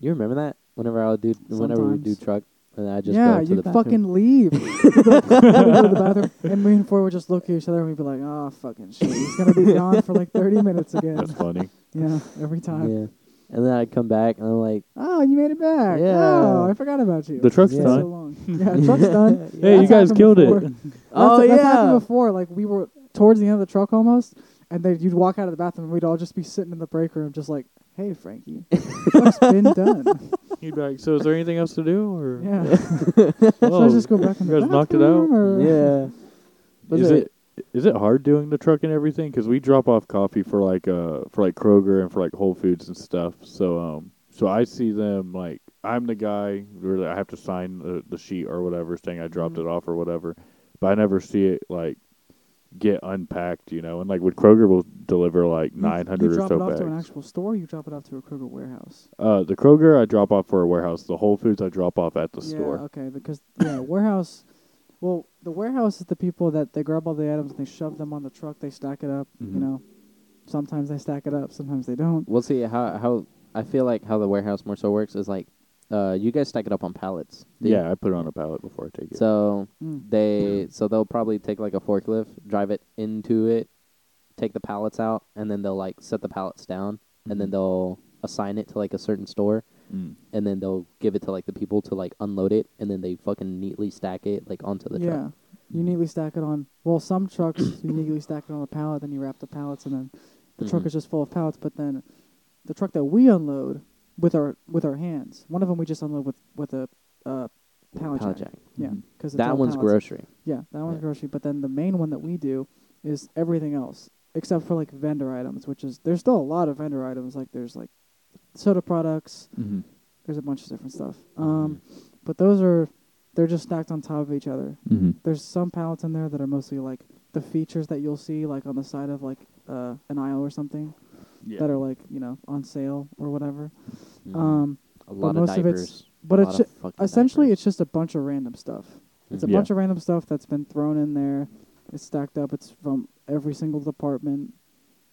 you remember that? Whenever I would do, whenever we would do Sometimes. truck, and I just yeah, go to you the bathroom. fucking leave. Go to the bathroom, and me and Ford would just look at each other and we'd be like, "Ah, fucking shit, he's gonna be gone for like thirty minutes again." That's funny. Yeah, every time. Yeah. And then I'd come back, and I'm like, Oh, you made it back. Yeah. Oh, I forgot about you. The truck's It's been done. So long. Yeah, truck's done. Hey, you That's guys happened killed before. it. "Oh that's, yeah." that's happened before. Like we were towards the end of the truck almost, and then you'd walk out of the bathroom, and we'd all just be sitting in the break room, just like, "Hey, Frankie, truck's been done." He'd be like, "So is there anything else to do?" Or Yeah. Should I Whoa, just go back in you the guys bathroom? knocked it out? Or? yeah. Was is it- it is it hard doing the truck and everything? Because we drop off coffee for like uh for like Kroger and for like Whole Foods and stuff. So um so I see them like I'm the guy where I have to sign the, the sheet or whatever saying I dropped Mhm. it off or whatever, but I never see it like get unpacked, you know. And like with Kroger will deliver like You- nine hundred you or drop so it off to an bags. actual store. You drop it off to a Kroger warehouse. Uh, the Kroger I drop off for a warehouse. The Whole Foods I drop off at the yeah, store. okay, because yeah, warehouse. Well, the warehouse is the people that they grab all the items and they shove them on the truck. They stack it up. Mhm. You know, sometimes they stack it up, sometimes they don't. We'll see how how I feel like how the warehouse more so works is like, uh, you guys stack it up on pallets. do you? Yeah, I put it on a pallet before I take it. So Mm. they so they'll probably take like a forklift, drive it into it, take the pallets out, and then they'll like set the pallets down, and Mm-hmm. then Mhm. they'll assign it to like a certain store, Mm. and then they'll give it to like the people to like unload it, and then they fucking neatly stack it like onto the yeah, truck. you neatly stack it on. Well, some trucks you neatly stack it on a pallet, then you wrap the pallets, and then the Mhm. truck Mm-hmm. is just full of pallets. But then the truck that we unload with our with our hands, one of them we just unload with with a uh, pallet, Pallet jack. jack. Yeah, Mhm. because that one's pallets. grocery. Yeah, that one's Yeah. grocery. But then the main one that we do is everything else except for like vendor items, which is there's still a lot of vendor items. Like there's like soda products. Mhm. There's a bunch of different stuff. Um, but those are they're just stacked on top of each other. Mhm. There's some pallets in there that are mostly like the features that you'll see like on the side of like uh, an aisle or something Yeah. that are like you know on sale or whatever. Mhm. Um, a lot of most of it's- diapers. but a it's lot ju- of fucking essentially diapers. it's just a bunch of random stuff. It's a Yeah. bunch of random stuff that's been thrown in there. It's stacked up. It's from every single department.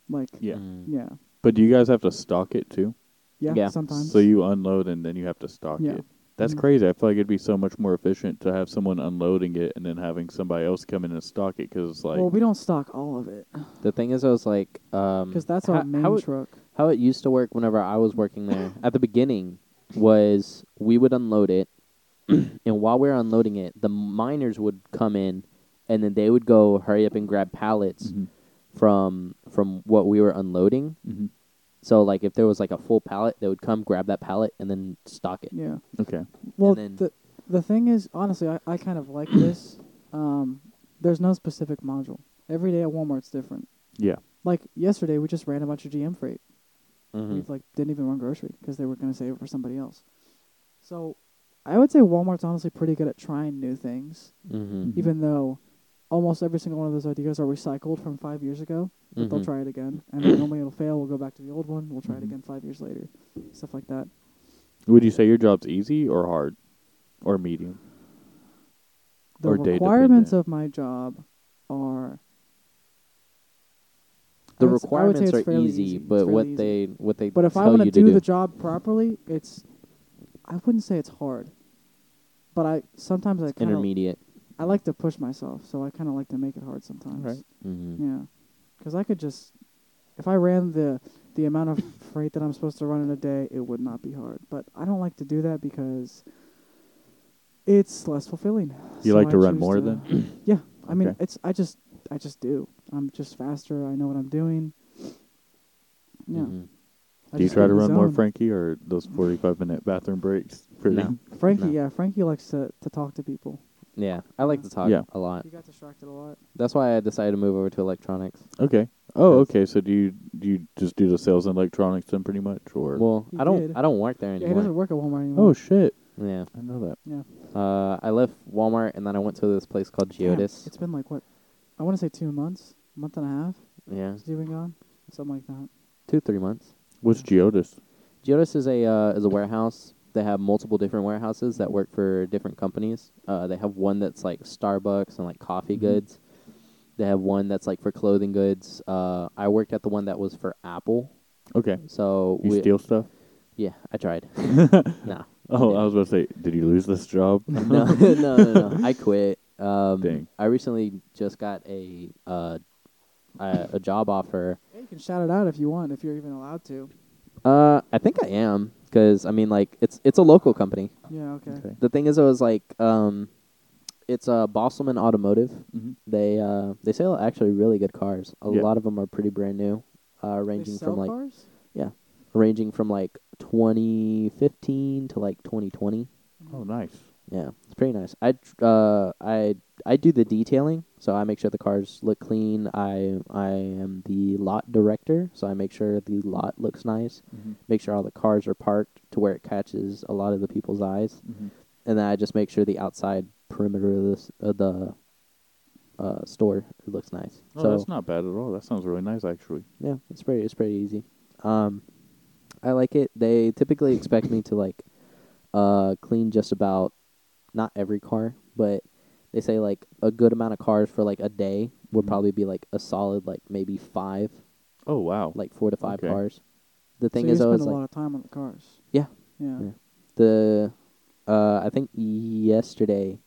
Like Yeah. Mm. yeah, But do you guys have to stock it too? yeah. Yeah. Sometimes. So you unload and then you have to stock Yeah. it. That's Mhm. crazy. I feel like it'd be so much more efficient to have someone unloading it and then having somebody else come in and stock it because it's like well, we don't stock all of it The thing is, I was like, um, because that's ho- our main Mm. how it, truck. how it used to work whenever I was working there at the beginning was we would unload it, and while we were unloading it, the miners would come in, and then they would go hurry up and grab pallets Mhm. Mm-hmm. from from what we were unloading. Mhm. So like if there was like a full pallet, they would come grab that pallet and then stock it. Yeah. okay, Well, then- the the thing is, honestly, I, I kind of like this. Um, there's no specific module. Every day at Walmart's different. yeah, Like yesterday, we just ran a bunch of GM freight. Mhm. We like didn't even run grocery because they were going to save it for somebody else. So, I would say Walmart's honestly pretty good at trying new things, Mm-hmm. Mhm. even though almost every single one of those ideas are recycled from five years ago. But Mhm. They'll try it again, and then normally it'll fail. We'll go back to the old one. We'll try Mhm. it again five years later, stuff like that. would you say your job's easy or hard or medium? the or data requirements dependent. of my job are The I would s- I would say requirements it's are fairly easy, easy. It's but fairly what easy. they what they but if I tell want you to to do the job properly, it's I wouldn't say it's hard. But I sometimes I kind of intermediate. I like to push myself, so I kind of like to make it hard sometimes. Alright. Mhm. Yeah. Cuz I could just if I ran the the amount of freight that I'm supposed to run in a day, it would not be hard. But I don't like to do that because it's less fulfilling. You So like I to run choose more to- than? Yeah, I mean, Okay. it's I just I just do. I'm just faster. I know what I'm doing. Yeah. Mhm. I Mm-hmm. Do you just try get in to the run more, zone. Frankie, or those forty-five minute bathroom breaks? Pretty. No. Frankie, No. yeah, Frankie likes to to talk to people. Yeah, I like to talk Yeah. a lot. He got distracted a lot. That's why I decided to move over to electronics. Okay. Oh, Yes. okay. So do you do you just do the sales and electronics then pretty much, or Well, He I don't did. I don't work there Yeah, he doesn't anymore. work at Walmart anymore. oh shit, Yeah. I know that. yeah. Uh, I left Walmart and then I went to this place called Damn, Geodis. it's been like what? I want to say two months, month and a half. Yeah, Has he been gone? Something like that. two three months. What's Geodis? Geodis is a uh, is a warehouse. They have multiple different warehouses that work for different companies. Uh, they have one that's like Starbucks and like coffee Mhm. Mm-hmm. goods. They have one that's like for clothing goods. Uh, I worked at the one that was for Apple. Okay. So You we, steal stuff? yeah, I tried. no, Oh, Yeah. I was about to say, did you lose this job? no, no, no, no. I quit. Um, Dang. I recently just got a uh, a, a job offer. Hey, you can shout it out if you want, if you're even allowed to. Uh, I think I am because I mean, like, it's it's a local company. Yeah. Okay. Okay. The thing is, it was like, um, it's uh, Bosselman Automotive. hmm They uh, they sell actually really good cars. A Yeah. lot of them are pretty brand new, uh, They ranging sell from like cars? ranging from like 2015 to like 2020. Oh, nice. Yeah, it's pretty nice. I tr- uh, I I do the detailing, so I make sure the cars look clean. I I am the lot director, so I make sure the lot looks nice. Make sure all the cars are parked to where it catches a lot of the people's eyes. and then I just make sure the outside perimeter of this of the uh, store it looks nice. Oh, so that's not bad at all. That sounds really nice, actually. yeah, it's pretty it's pretty easy. Um, I like it. They typically expect me to like uh clean just about not every car, but they say like a good amount of cars for like a day would Mm-hmm. Mhm. probably be like a solid like maybe five, Oh, wow. like four to five Okay. cars. The thing so is, you though, spend is a lot like of time on the cars. Yeah. Yeah. Yeah. the uh I think yesterday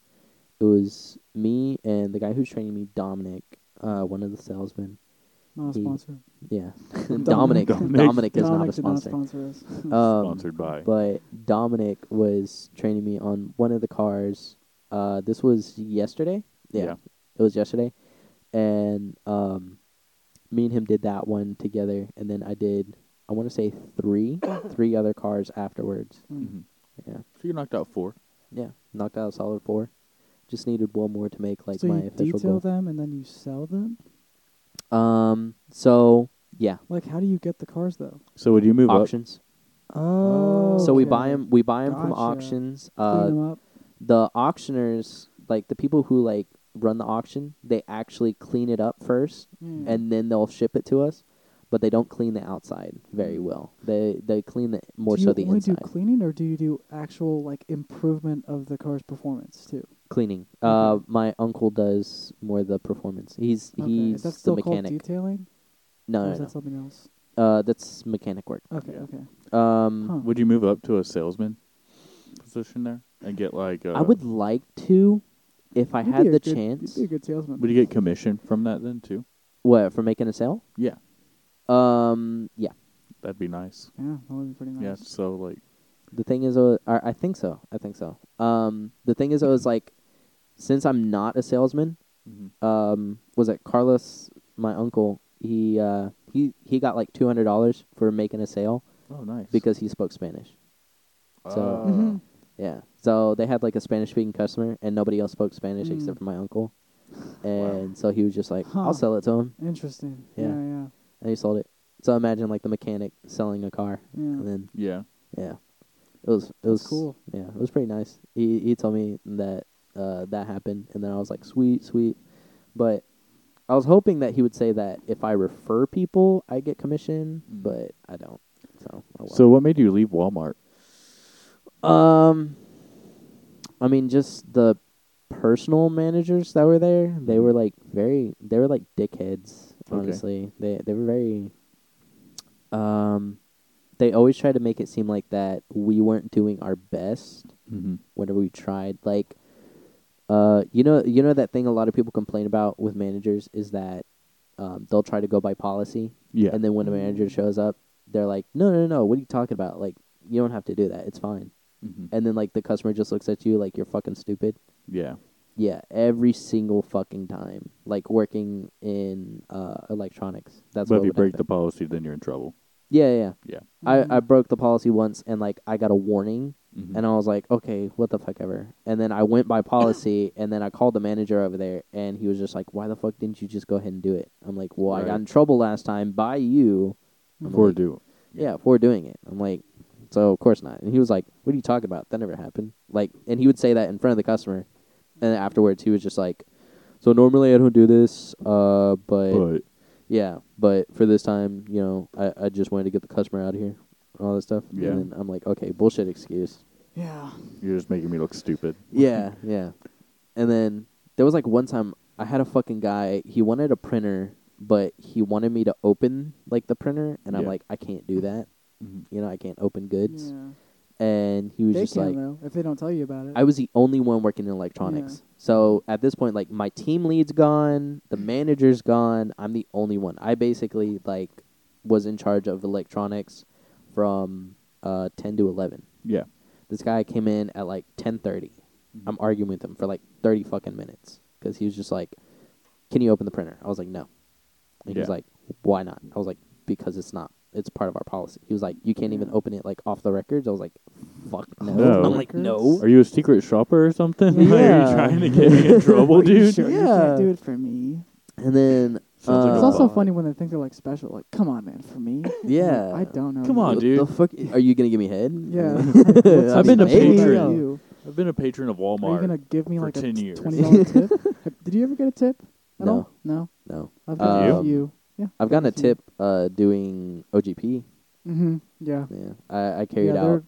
it was me and the guy who's training me, Dominic, uh one of the salesmen. Not a He- sponsor. Yeah. Dominic. Dominic. Dominic. Dominic is Dominic not a did sponsor. not sponsor us. Um, Sponsored by. But Dominic was training me on one of the cars. Uh this was yesterday. Yeah. Yeah. It was yesterday. And um me and him did that one together and then I did I want to say 3 3 other cars afterwards. Mm. Mhm. Yeah. So you knocked out four. Yeah, knocked out a solid four. Just needed one more to make like so my you official goal. detail them and then you sell them. Um, so yeah, Like, how do you get the cars though? So would you move auctions. Oh, So we buy them. We buy them from Gotcha. auctions. Clean Uh, 'em up. the auctioners, like the people who like run the auction, they actually clean it up first, Yeah. and then they'll ship it to us. but they don't clean the outside very well. They they clean the more do you so the only inside. do cleaning or do you do actual like improvement of the car's performance too? Cleaning. Uh, Okay. my uncle does more the performance. He's Okay. he's is that the still called mechanic. detailing? No, or no, is no. that something else? Uh, that's mechanic work. Okay, Yeah. okay. Um, Huh. Would you move up to a salesman position there and get like? uh, A, I would like to, if I You'd had be a the good- chance. You'd be a good salesman. Would you get commission from that then too? What for making a sale? Yeah, Um, yeah. that'd be nice. yeah, that would be pretty nice. Yeah, so like, The thing is, uh, I I think so. I think so. Um, the thing is, I was like, since I'm not a salesman, mhm. um, was it Carlos, my uncle? He uh, he he got like two hundred dollars for making a sale oh nice. because he spoke Spanish. so- Oh. Mm-hmm. Mhm. Yeah, so they had like a Spanish speaking customer, and nobody else spoke Spanish Mm. except for my uncle, and so he was just like, Huh. "I'll sell it to him," Interesting. Yeah. yeah, yeah. and he sold it. So imagine like the mechanic selling a car, Yeah. and then yeah, yeah, it was it was cool. Yeah, it was pretty nice. He he told me that uh, that happened, and then I was like, sweet, sweet. But I was hoping that he would say that if I refer people, I get commission, Mm. but I don't. So oh well. So what made you leave Walmart? um, I mean, just the personal managers that were there, they were like very, they were like dickheads. Okay. Honestly, they they were very. Um, they always try to make it seem like that we weren't doing our best Mm-hmm. whenever we tried like uh you know you know that thing a lot of people complain about with managers is that um, they'll try to go by policy Yeah, and then when a manager shows up they're like no no no what are you talking about like you don't have to do that it's fine Mhm. and then like the customer just looks at you like you're fucking stupid yeah, yeah every single fucking time like working in uh electronics that's what but if you would break happen. the policy, then you're in trouble. yeah yeah, Yeah, yeah. Mhm. I, I broke the policy once and like i got a warning Mhm. and I was like, okay, what the fuck ever. And then I went by policy, and then I called the manager over there, and he was just like, why the fuck didn't you just go ahead and do it? I'm like, well, I Right. got in trouble last time by you. I'm for like, Mm-hmm. do yeah, for doing it. I'm like, so of course not. And he was like, what are you talking about? That never happened. Like, and he would say that in front of the customer, and then afterwards he was just like, so normally I don't do this, uh, but yeah, but for this time, you know, I, I just wanted to get the customer out of here and all this stuff. Yeah. And then I'm like, okay, bullshit excuse. Yeah. you're just making me look stupid. Yeah, yeah. And then there was like one time I had a fucking guy. He wanted a printer, but he wanted me to open like the printer, and I'm Yeah. like, I can't do that. Mhm. You know, I can't open goods. yeah. And he was They just can like, though if they don't tell you about it. I was the only one working in electronics. So at this point, like my team lead's gone, the manager's gone. I'm the only one. I basically like was in charge of electronics from uh, 10 to 11. Yeah, This guy came in at like 10:30. I'm arguing with him for like 30 fucking minutes because he was just like, "Can you open the printer?" I was like, "No." And he was Yeah. like, "Why not?" I was like, "Because it's not. It's part of our policy." He was like, "You can't even Yeah. open it like off the records." I was like, "Fuck no." I'm No. like, Records? "No." are you a secret shopper or something? Like, are Yeah. you trying to get me in trouble, Are you dude? sure you Yeah. can't do it for me. And then Sounds like uh, It's a also lot. funny when they think they're like special. Like, come on, man, for me. Yeah. I don't know. Come you. on, What dude. The fuck? Are you gonna give me head? Yeah. I've I've been to What about Patreon. you? I've been a patron of Are you Walmart. gonna give me for like a 10 years. twenty dollar tip? Have- Did you ever get a tip? At No. all? No. No, I've gotten a Um, few. Yeah. I've gotten a few. tip uh, doing OGP. Mm-hmm. Yeah. Yeah, I, I yeah, carried they're- out.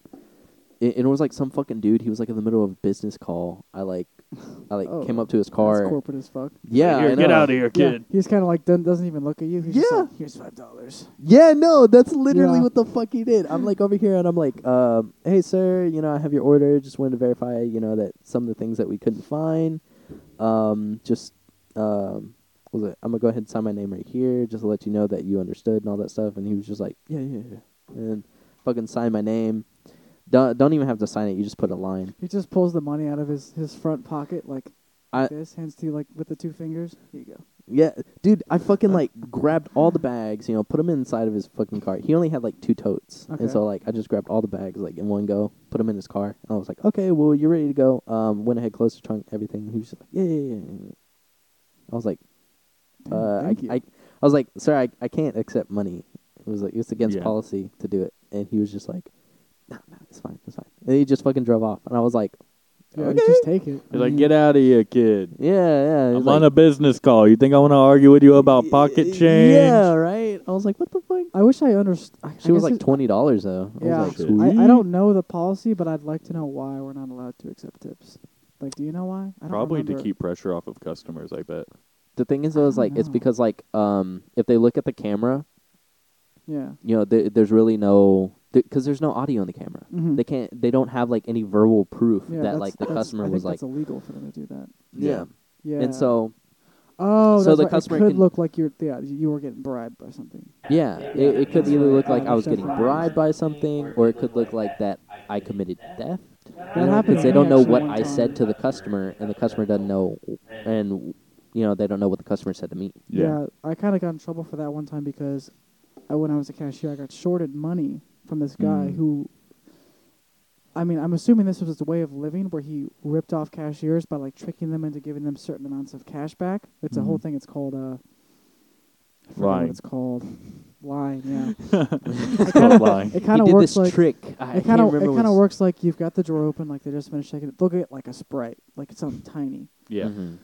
It, and it was like some fucking dude. He was like in the middle of a business call. I like, I like Oh, came up to his That's car. corporate as fuck. Yeah, I Here, get know. out of here, Yeah, kid. he's kind of like done, doesn't even look at you. He's just Yeah. like, here's five dollars. Yeah, no, that's literally Yeah. what the fuck he did. I'm like over here and I'm like, um, hey sir, you know, I have your order. Just wanted to verify, you know, that some of the things that we couldn't find. Um, just um what was it? I'm gonna go ahead and sign my name right here, just to let you know that you understood and all that stuff. And he was just like, Yeah, yeah, yeah. And fucking sign my name. Don't don't even have to sign it, you just put a line. He just pulls the money out of his, his front pocket like I- this, hands to you like with the two fingers. Here you go. Yeah, dude, I Uh, fucking like grabbed all the bags, you know, put them inside of his fucking car. He only had like two totes, Okay. and so like I just grabbed all the bags like in one go, put them in his car, and I was like, okay, well you're ready to go. Um, went ahead, closed the trunk, everything. He was just like, yeah, yeah, yeah. yeah. I was like, Damn, uh, thank you. I, I, I was like, sir, I, I can't accept money. It was like it's against Yeah. policy to do it, and he was just like, no, no, it's fine, it's fine. And he just fucking drove off, and I was like, Yeah, you Okay. just take it. He's like, get out of here, kid. Yeah, yeah. I'm he's on like, a business call. You think I want to argue with you about "Y- pocket change? Yeah, right. I was like, what the fuck? I wish I understood. She was like twenty dollars though. I Yeah. was like, Shit. sweet. I, I don't know the policy, but I'd like to know why we're not allowed to accept tips. Like, do you know why? I don't Probably to remember. kell keep pressure off of customers. I bet. The thing is, I though, is don't like it's know. because like um if they look at the camera, Yeah. you know, there, there's really no because there's no audio on the camera. Mhm. They can't. They don't have like any verbal proof yeah, that that's- like the that's- I customer think was like, That's illegal for them to do that. Yeah. Yeah. And so Oh, so that's the right. It customer could can- look like you're yeah you were getting bribed by something. yeah, it, it could either look like I was Understand getting what you're bribed by something, or it could look like that I committed theft. That happened because to they me don't know actually what one I time. said to the customer, and the customer doesn't know, and you know they don't know what the customer said to me. Yeah, I kind of got in trouble for that one time because I, when I was a cashier, I got shorted money from this guy Mm. who. I mean, I'm assuming this was his way of living, where he ripped off cashiers by like tricking them into giving them certain amounts of cash back. It's a whole Mhm. thing. It's called uh, I forget Lying. What it's called lying. Yeah. It's called lying. It kind of he did works this like trick. I it can't kind of it remember kind of what's- works like you've got the drawer open, like they just finished shaking it. They'll get like a sprite, like something tiny. Yeah. Mhm.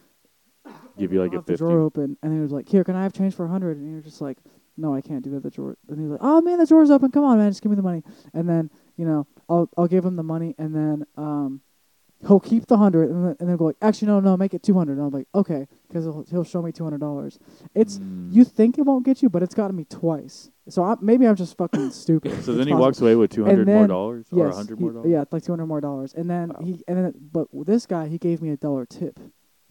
Give you like a Left the fifty. drawer open, and he was like, "Here, can I have change for a hundred? And you're just like, "No, I can't do that." The drawer, and he's like, "Oh man, the drawer's open. Come on, man, just give me the money." And then you know, I'll I'll give him the money, and then um, he'll keep the hundred, and then, and then go like, "Actually, no, no, make it two hundred. And I'm like, "Okay," because he'll he'll show me two hundred dollars. It's Mm. you think it won't get you, but it's gotten me twice. So I, maybe I'm just fucking stupid. So It's then he possible. walks away with two hundred more then- dollars or a Yes, hundred he- more dollars. yeah, it's like two hundred more dollars, and then Wow. he and then but this guy he gave me a dollar tip,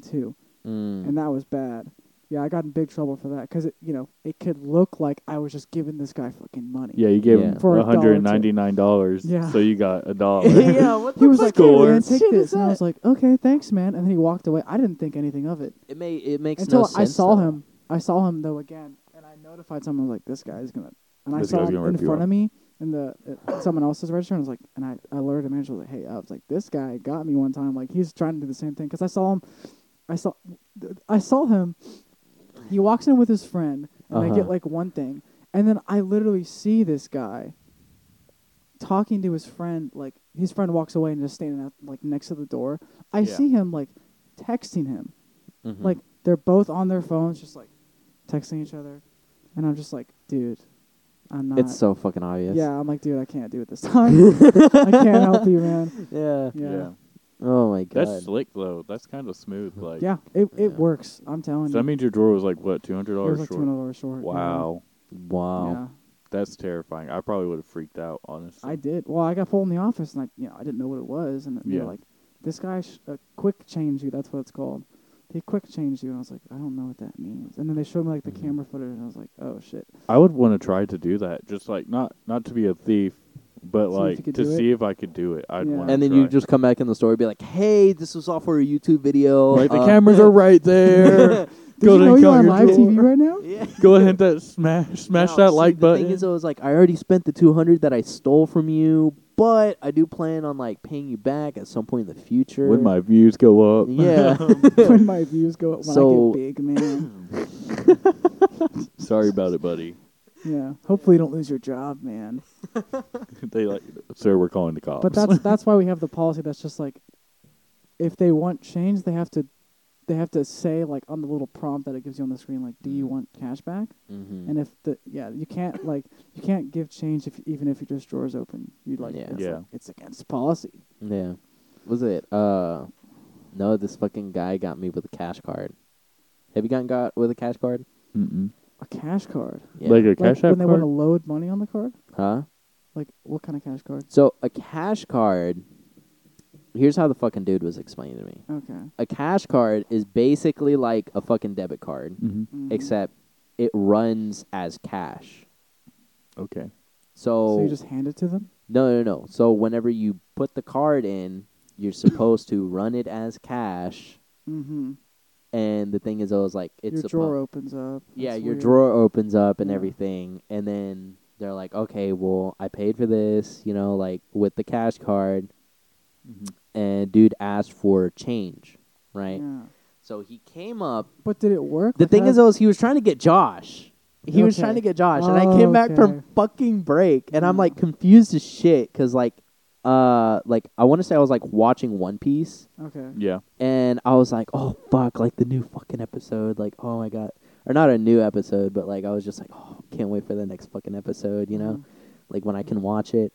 too Mm. and that was bad. Yeah, I got in big trouble for that because it, you know, it could look like I was just giving this guy fucking money. Yeah, you gave Yeah. him For a one dollar, too. hundred and ninety nine dollars. Yeah. So you got a dollar. yeah, what the he was fuck like, Score. "Here, man, take Shit is this," and I that? was like, "Okay, thanks, man." And then he walked away. I didn't think anything of it It may it makes until no I sense, saw though. him. I saw him though again, and I notified someone like, "This guy's gonna," and I This saw guy's him gonna in rip you front off. of me in the uh, someone else's register, and I was like, and I I alerted him and I was like, "Hey," I was like, "This guy got me one time. Like he's trying to do the same thing because I saw him, I saw, I saw him. He walks in with his friend, and I get Uh-huh. like one thing, and then I literally see this guy talking to his friend. Like his friend walks away and just standing out like next to the door. I Yeah. see him like texting him Mhm. like they're both on their phones just like texting each other and i'm just like dude i'm not it's so fucking obvious. yeah i'm like dude i can't do it this time i can't help you man Yeah. yeah yeah, Oh my god. That's slick though. That's kind of smooth. Like it, it Yeah. works i'm telling you So that means your drawer was like what two hundred it was dollars like short. $200 short yeah. Wow, wow. yeah. that's terrifying. I probably would have freaked out honestly. I did. Well, I got pulled in the office, and I, you know, I didn't know what it was, and they Yeah. were like, "This guy sh- uh, quick changed you. That's what it's called. He quick changed you." And I was like, "I don't know what that means." And then they showed me like the Mm-hmm. Mhm. camera footage, and I was like, "Oh shit!" I would want to try to do that. Just like not not to be a thief, See but if you like could to do it. see if I could do it. I'd Yeah. want. And then you just come back in the store and be like, "Hey, this was all for a YouTube video." like the uh, cameras are right there. Did you ahead know and you're count on your live drawer. TV right now? Yeah. Go ahead and that smash smash No, that see, like the button. thing is, uh, I was like, I already spent the two hundred that I stole from you, but I do plan on like paying you back at some point in the future. when my views go up. yeah, when my views go up when So- I get big, man. Sorry about it, buddy. yeah. Hopefully you don't lose your job, man. they like, sir, we're calling the cops. But that's that's why we have the policy that's just like if they want change they have to they have to say like on the little prompt that it gives you on the screen like do Mm. you want cash back? Mhm. And if the yeah, you can't like you can't give change if even if your just drawer's open. You like Yeah. It's, Yeah. like, it's against policy. yeah, was it? Uh, no, this fucking guy got me with a cash card. Have you gotten got with a cash card? Mm-mm. A cash card. Yeah. like a Like cash when app they want card. to load money on the card? huh? Like what kind of cash card? So a cash card. Here's how the fucking dude was explaining to me. Okay. A cash card is basically like a fucking debit card, Mhm. Mhm. except it runs as cash. Okay. So, so you just hand it to them? no, no, no. So whenever you put the card in, you're supposed to run it as cash. Mm-hmm. And the thing is, I was like, it's your suppo- drawer opens up. yeah, That's your weird. drawer opens up and Yeah. everything, and then they're like, okay, well, I paid for this, you know, like with the cash card, Mm-hmm. and dude asked for change, right? Yeah. So he came up. But did it work? The Like, thing how- is, though, is he was trying to get Josh. He was Okay. Oh, trying to get Josh, and I came back Okay. Mm. from fucking break, and I'm Yeah. like confused as shit because like uh like I want to say I was like watching One Piece Okay. Yeah. and I was like, "Oh fuck, like the new fucking episode, like oh my god." Or not a new episode, but like I was just like, "Oh, can't wait for the next fucking episode," you know? Mhm. Like when I can watch it.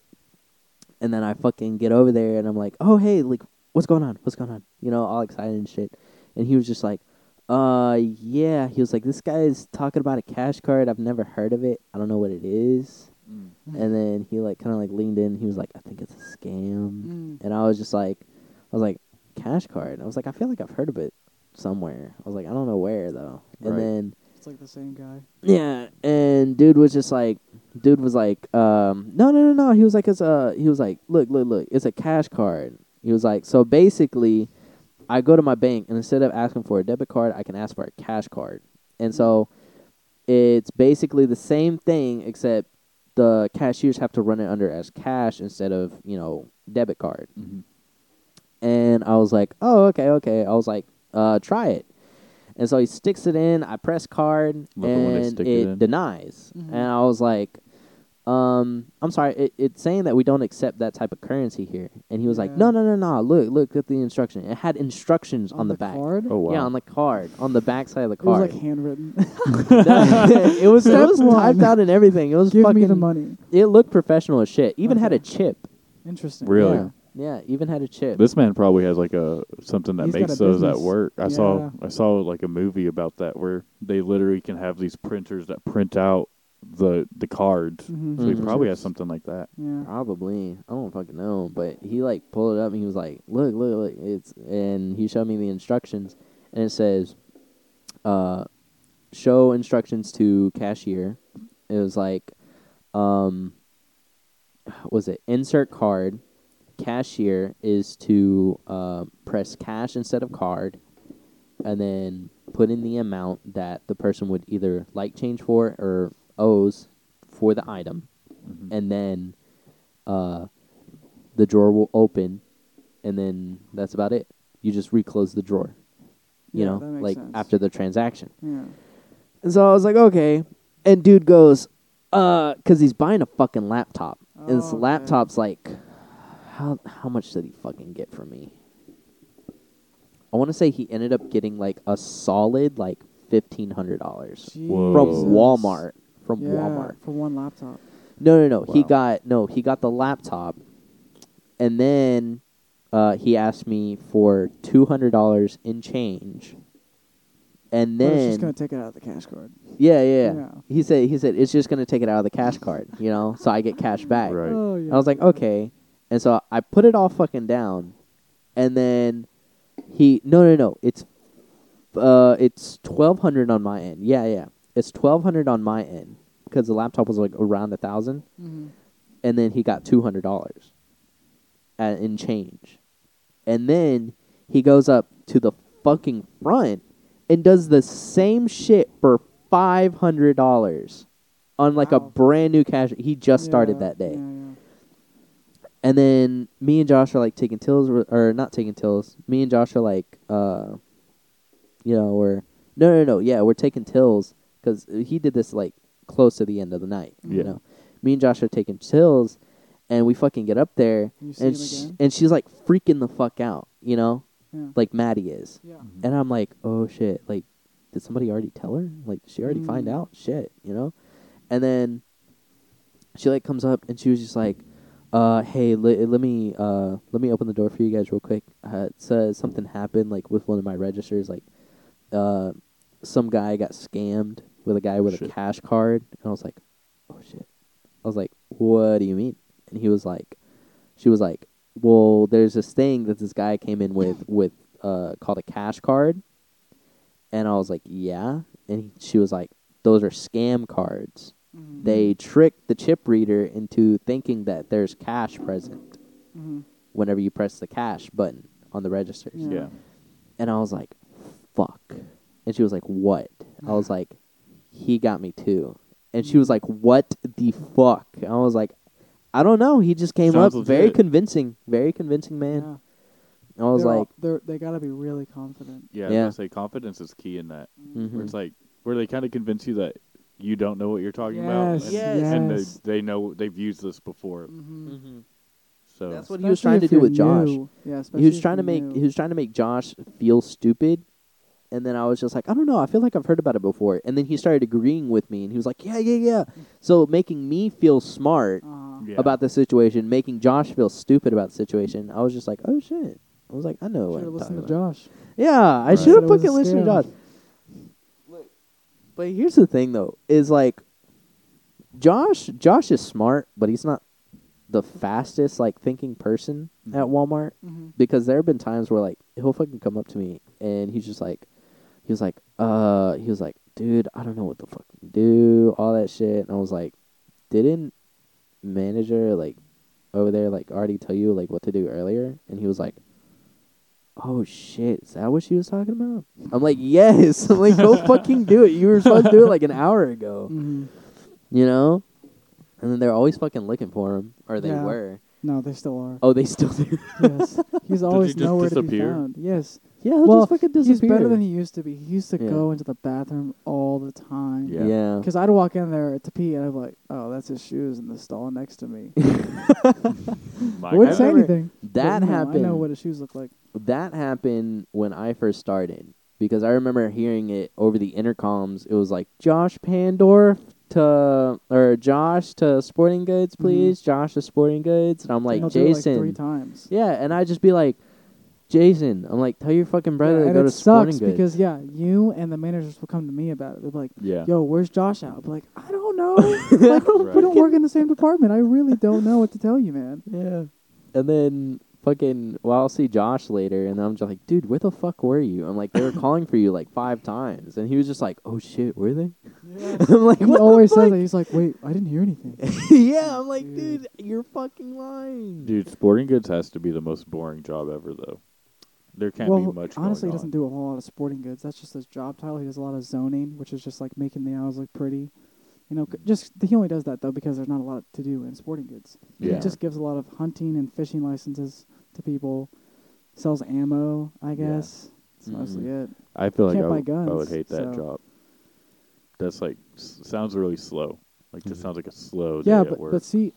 And then I fucking get over there and I'm like, "Oh, hey, like what's going on? What's going on?" You know, all excited and shit. And he was just like, "Uh, yeah." He was like, "This guy is talking about a cash card. I've never heard of it. I don't know what it is." Mm. And then he like kind of like leaned in. He was like, "I think it's a scam." Mm. And I was just like, I was like, cash card. And I was like, I feel like I've heard of it somewhere. I was like, I don't know where though. And Right. then It's like the same guy. yeah, and dude was just like, dude was like, um, no, no, no, no. He was like, it's a, he was like, look, look, look, it's a cash card. He was like, so basically, I go to my bank and instead of asking for a debit card, I can ask for a cash card. And so, it's basically the same thing except the cashiers have to run it under as cash instead of you know debit card Mhm. and I was like, "Oh, okay, okay." I was like, "Uh, try it." And so he sticks it in. I press card, Love it when they and stick it, it in. denies. Mhm. And I was like, "Um, I'm sorry. It, it's saying that we don't accept that type of currency here." And he was like, Yeah. "No, no, no, no. Look, look at the instruction. It had instructions on, the, back. card. Oh wow. Yeah, on the card, on the back side of the It was card. like handwritten. it was, it Step was one. typed out and everything. It was Give fucking. me the money. It looked professional as shit. Even had a Okay. chip. Interesting. Really? Yeah. Yeah, even had a chip. This man probably has like a something that He's got makes a those at business. work. I saw Yeah. I saw like a movie about that where they literally can have these printers that print out the the cards. Mhm. So he Mhm. probably has something like that. Yeah. Probably. I don't fucking know. But he like pulled it up and he was like, Look, look, look it's and he showed me the instructions and it says uh show instructions to cashier. It was like um was it insert card cashier is to uh, press cash instead of card and then put in the amount that the person would either like change for or owes for the item Mhm. and then uh, the drawer will open, and then that's about it. You just reclose the drawer, you Yeah, know, that makes like sense. after the transaction. Yeah. And so I was like, okay. And dude goes, uh, because he's buying a fucking laptop. and this Oh, okay. laptop's like, how how much did he fucking get from me? I want to say he ended up getting like a solid like fifteen hundred dollars Whoa. from Jesus. Walmart. From Yeah, Walmart. for one laptop. No, no, no. He Wow. got no. He got the laptop, and then uh, he asked me for two hundred dollars in change. And But it's then, just gonna take it out of the cash card. yeah, yeah, Yeah. He said, he said it's just gonna take it out of the cash card, you know. So I get cash back. Right. Oh yeah. I was like, okay. And so I put it all fucking down, and then he no no no it's uh it's twelve hundred on my end. Yeah, yeah. It's twelve hundred on my end because the laptop was like around a thousand hmm and then he got two hundred dollars in change, and then he goes up to the fucking front and does the same shit for five hundred dollars on like a Wow. brand new cash. He just started that day, and then me and Josh are like taking tills or not taking tills. Me and Josh are like, uh, you know, we're no, no, no, yeah, we're taking tills because he did this like close to the end of the night. Yeah. You know, me and Josh are taking tills, and we fucking get up there, You see and him sh- again? and she's like freaking the fuck out, you know, Yeah. like Maddie is, yeah. Mhm. and I'm like, oh shit, like did somebody already tell her? Like did she already find Mm. out? Shit, you know, and then she like comes up and she was just like, uh, hey, le- let me uh let me open the door for you guys real quick. Uh, it says something happened like with one of my registers, like uh some guy got scammed with a guy with Shit. a cash card, and I was like, oh shit. I was like, what do you mean? And he was like, she was like, well, there's this thing that this guy came in with with uh called a cash card, and I was like, yeah, and he, she was like, those are scam cards. Mhm. They trick the chip reader into thinking that there's cash present Mhm. whenever you press the cash button on the registers. Yeah. Yeah. And I was like, fuck. And she was like, what? I was like, he got me too. And she was like, what the fuck? I was like, I don't know. He just came Sounds up very legit. convincing, very convincing man. Yeah. And I was They're all- like, they're, they gotta be really confident. Yeah. Yeah. I was gonna say confidence is key in that. Where Mm-hmm. mhm. it's like where they kind of convince you that you don't know what you're talking about. Yes, And, Yes. and yes. they they know they've used this before. Mm-hmm. Mhm. So That's what he was trying to Especially if do with you're Josh. new. Yeah, especially he was if trying to you're make new. he was trying to make Josh feel stupid, and then I was just like, I don't know, I feel like I've heard about it before. And then he started agreeing with me, and he was like, Yeah, yeah, yeah. So making me feel smart Uh-huh. yeah. about the situation, making Josh feel stupid about the situation. I was just like, Oh shit. I was like, I know. What Should've I'm listened talking to about. Josh. Yeah, I Right. should Said have it was fucking a listened to scam. Josh. But here's the thing, though, is like Josh. Josh is smart, but he's not the fastest like thinking person Mhm. at Walmart Mm-hmm. because there have been times where like he'll fucking come up to me and he's just like, he was like, uh, he was like, dude, I don't know what the fuck to do, all that shit, and I was like, didn't manager like over there like already tell you like what to do earlier? And he was like, oh shit, is that what she was talking about? I'm like, yes, I'm like, go fucking do it. You were supposed to do it like an hour ago, Mm-hmm. you know. And then they're always fucking looking for him, or they Yeah. were. No, they still are. Oh, they still do. Yes, he's always just nowhere disappear? to be found. Yes, yeah, he'll Well, just fucking disappear. he's better than he used to be. He used to Yeah. go into the bathroom all the time. Yeah. yeah. Because I'd walk in there to pee, and I'd be like, "Oh, that's his shoes in the stall next to me." I Mike, wouldn't I say never- anything. but That no, happened. I know what his shoes look like. that happened when I first started because I remember hearing it over the intercoms. It was like Josh Pandorf to or Josh to Sporting Goods, please. Josh to Sporting Goods, and I'm like And he'll Mm-hmm. do it, Jason. like three times. yeah, and I just be like Jason. I'm like, tell your fucking brother Yeah, to and go it to Sporting sucks Goods. because yeah, you and the managers will come to me about it. They'll be like, Yeah. "Yo, where's Josh at?" I'll be like, "I don't know. like, We don't work in the same department. I really don't know what to tell you, man." yeah, and then. Fucking, well, I'll see Josh later, and I'm just like, dude, where the fuck were you? I'm like, they were calling for you like five times, and he was just like, oh shit, were they? I'm like, He what the always fuck? says that. He's like, "Wait, I didn't hear anything." yeah, I'm like, Dude. dude, you're fucking lying. Dude, sporting goods has to be the most boring job ever, though. There can't well, be much. honestly, going he doesn't do a whole lot of sporting goods. That's just his job title. He does a lot of zoning, which is just like making the aisles look pretty. You know, c- just he only does that though because there's not a lot to do in sporting goods. Yeah. He just gives a lot of hunting and fishing licenses to people. Sells ammo, I guess. That's mostly Mm-hmm. it. I feel like can't buy I would, I would guns, hate that so- job. That's like s- sounds really slow. Like just Mhm. sounds like a slow yeah, day at but work. but see,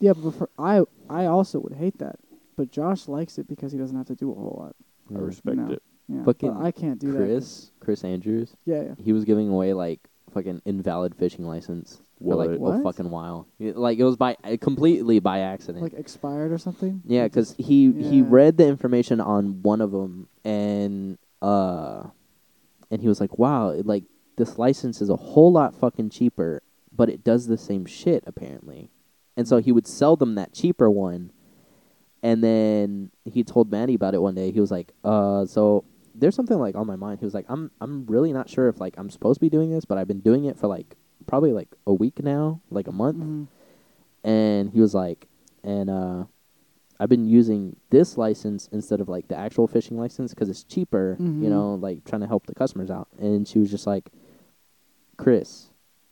yeah, but for, I I also would hate that. But Josh likes it because he doesn't have to do a whole lot. I respect no. it. Yeah, but Fucking I can't do that. 'cause- Chris, Chris Andrews, Yeah, yeah. he was giving away like fucking invalid fishing license for like What? a What? fucking while. It- like it was by uh, completely by accident. Like expired or something. yeah, because he he Yeah. read the information on one of them and uh, and he was like, wow, it, like this license is a whole lot fucking cheaper, but it does the same shit apparently, and so he would sell them that cheaper one. And then he told Maddie about it one day. He was like, "Uh, so there's something like on my mind." He was like, "I'm I'm really not sure if like I'm supposed to be doing this, but I've been doing it for like probably like a week now, like a month." Mhm. And he was like, "And uh, I've been using this license instead of like the actual fishing license because it's cheaper, Mhm. you know, like trying to help the customers out." And she was just like, "Chris,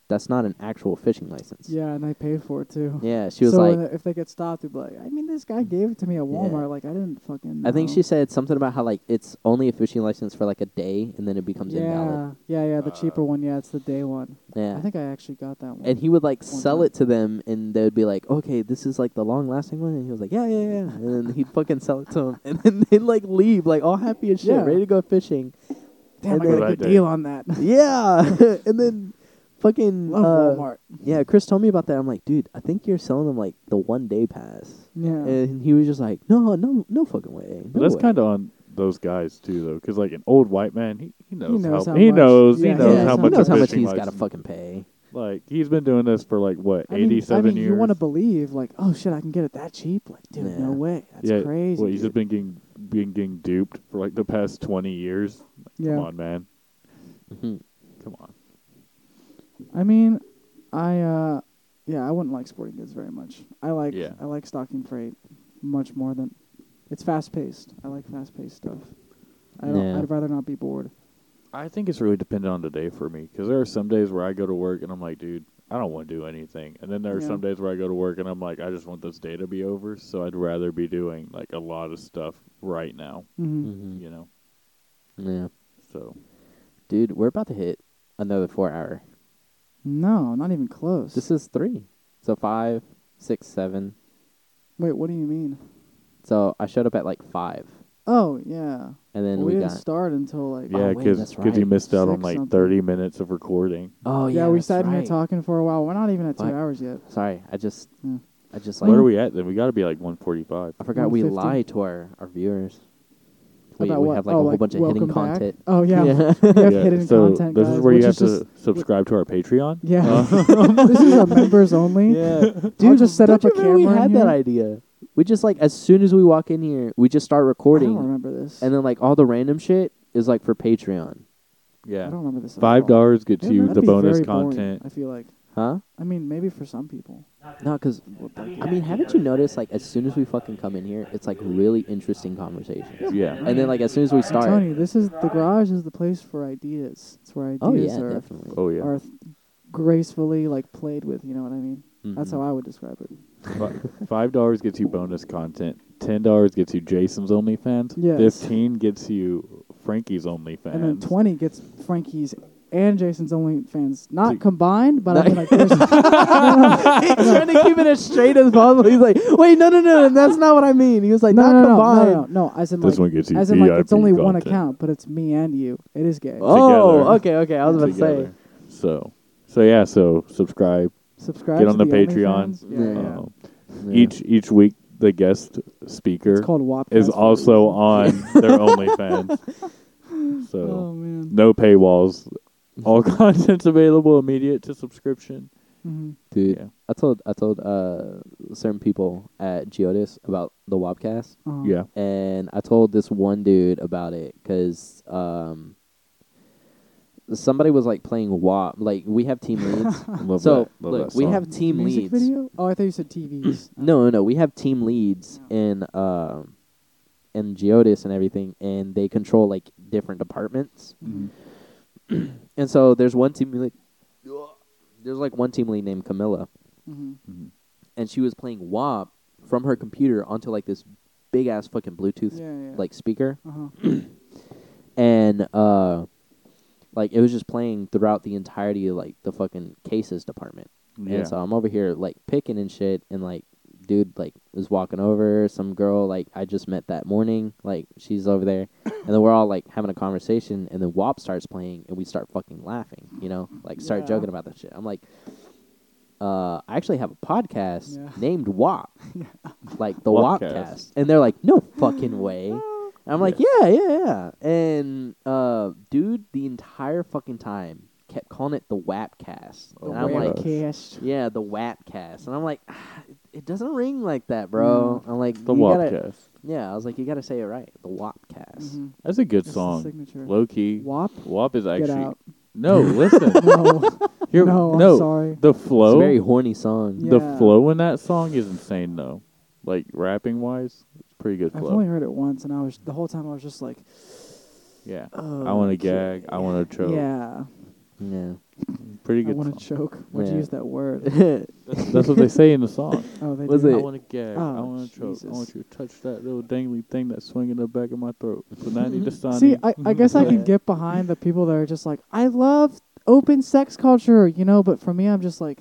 that's not an actual fishing license." Yeah, and I paid for it too. Yeah, she was so like, Mm. uh, if they get stopped, they'd be like, I mean, this guy gave it to me at Walmart. Like, I didn't fucking. I think know." she said something about how like it's only a fishing license for like a day and then it becomes yeah, invalid. yeah, yeah. The Uh, cheaper one, yeah, it's the day one. Yeah. I think I actually got that one. and he would like One sell time. it to them and they would be like, "Okay, this is like the long-lasting one." And he was like, "Yeah, yeah, yeah." And then he'd fucking sell it to them and then they'd like leave like all happy as shit, Yeah. ready to go fishing. and Damn, I got then- a Right good there. deal on that. yeah. and then fucking Love uh, Walmart. Yeah, Chris told me about that. I'm like, "Dude, I think you're selling them like the one-day pass." Yeah. And he was just like, "No, no, no fucking way." But no that's way." kind of on those guys too, though, because like an old white man, he, he knows, knows how, how he much. knows Yeah, he knows yeah, how he much knows a how much fishing he's got to license- fucking pay. Like he's been doing this for like what I mean, I eighty-seven mean, years. you want to believe, like, oh shit, I can get it that cheap? Like, dude, Yeah. no way. That's yeah, crazy. Well, he's dude. just been getting been getting duped for like the past twenty years. yeah. Come on, man. Mm-hmm. Mm-hmm. Come on. I mean, I uh, yeah, I wouldn't like sporting goods very much. I like Yeah. I like stocking freight much more than it's fast paced. I like fast paced stuff. I don't. Yeah. I'd rather not be bored. I think it's really dependent on the day for me because there are some days where I go to work and I'm like, dude, I don't want to do anything. And then there are Yeah. some days where I go to work and I'm like, I just want this day to be over. So I'd rather be doing like a lot of stuff right now, Mm-hmm. Mhm. you know? Yeah. So Dude, we're about to hit another four hour. No, not even close. This is three. So five, six, seven, Wait, what do you mean? So I showed up at like five, Oh yeah. and then Well, we, we, got. didn't start until like. Oh, Yeah, wait, because that's you right. missed out on Six like something. thirty minutes of recording. oh yeah, we that's sat in right. here talking for a while. We're not even at two Fuck. hours yet. Sorry, I just, Yeah. I just like. Where are we at then? We got to be like one forty-five. I forgot we 150? lied to our our viewers. We, About we what? have like oh, a whole like, bunch of hidden welcome back? content. Oh yeah. yeah. We have hidden so content. this guys, is where you which have to just- subscribe to our Patreon. Yeah. Uh, this is a members only. Dude, just set don't up a you remember We camera. in had here? that idea. We just like as soon as we walk in here, we just start I don't recording, remember this. and then like all the random shit is like for Patreon, I yeah. don't remember this. at Five all. dollars gets Wouldn't you that the be bonus very boring, content. I feel like. huh? I mean, maybe for some people. No, because I mean, haven't you noticed like as soon as we fucking come in here, it's like really interesting conversations, Yeah. and then like as soon as we I'm telling start, you, this is the garage is the place for ideas. It's where ideas oh yeah, are definitely. Oh yeah. are th- gracefully like played with. You know what I mean? That's Mhm. Mm-hmm. how I would describe it. Fi- Five dollars gets you bonus content. Ten dollars gets you Jason's OnlyFans. Yes. Fifteen gets you Frankie's OnlyFans. And then twenty gets Frankie's and Jason's OnlyFans, not Dude. combined, but I mean like there's He's trying to keep it as straight as possible. He's like, wait, no, no, no, that's not what I mean. He was like, no, not no, no, no, combined. no, no, as in this like one gets you as in like it's VIP only one E content account, but it's me and you. It is gay. Oh, Together. okay, okay. I was about to say. together. So, so yeah. So subscribe. Subscribe. Get to on the Patreon. OnlyFans. Yeah, Yeah. yeah. Um, Each each week the guest speaker It's called WAP. is also on their OnlyFans. So Oh man. no paywalls. All content's available immediate to subscription. Mhm. dude. Yeah. I told I told uh, certain people at Geodis about the Wobcast, Uh-huh. Yeah. and I told this one dude about it because um, somebody was like playing Wob. Like we have team leads, Love so that. Love look, that we song. have team Music leads. video? Oh, I thought you said TVs. No, no, no, we have team leads Yeah. in um, in Geodis and everything, and they control like different departments. Mm-hmm. Mhm. And so there's one team lead. There's like one team lead named Camilla, Mhm. Mhm. and she was playing WAP from her computer onto like this big ass fucking Bluetooth Yeah, yeah. like speaker, Uh-huh. and uh, like it was just playing throughout the entirety of like the fucking cases department. Yeah. And so I'm over here like picking and shit, and like dude like is walking over some girl like I just met that morning, like she's over there, and then we're all like having a conversation, and then WAP starts playing, and we start fucking laughing, you know, like start Yeah. joking about that shit. I'm like. Uh, I actually have a podcast Yeah. named WAP, like the Wapcast. WAPcast, and they're like, "No fucking way!" And I'm like, yeah, yeah, yeah. And uh, dude, the entire fucking time kept calling it the WAPcast. The and I'm like- Webcast. yeah, the WAPcast. And I'm like, ah, it, it doesn't ring like that, bro. I'm like, the you gotta- Wapcast. Yeah, I was like, you gotta say it right. The WAPcast. Mhm. That's a good It's the song. signature. Low key. WAP. WAP is Get actually out. no. Listen, No, You're- no, I'm no. sorry. The It's a flow, very horny song. Yeah. the flow in that song is insane though. Like rapping wise, it's pretty good I've flow. only heard it once, and I was the whole time I was just like, yeah, oh, I want to gag. I want to choke. Yeah, Yeah. pretty I good. want to song. choke. Would Yeah. you use that word? That's, that's what they say in the song. Oh, they Was do. I it- want to gag. I Oh, want to choke. I Jesus. want you to touch that little dangly thing that's swinging the back of my throat. So now I need to sign Mm-hmm. See, in. I, I guess I can get behind the people that are just like, I love open sex culture, you know. But for me, I'm just like,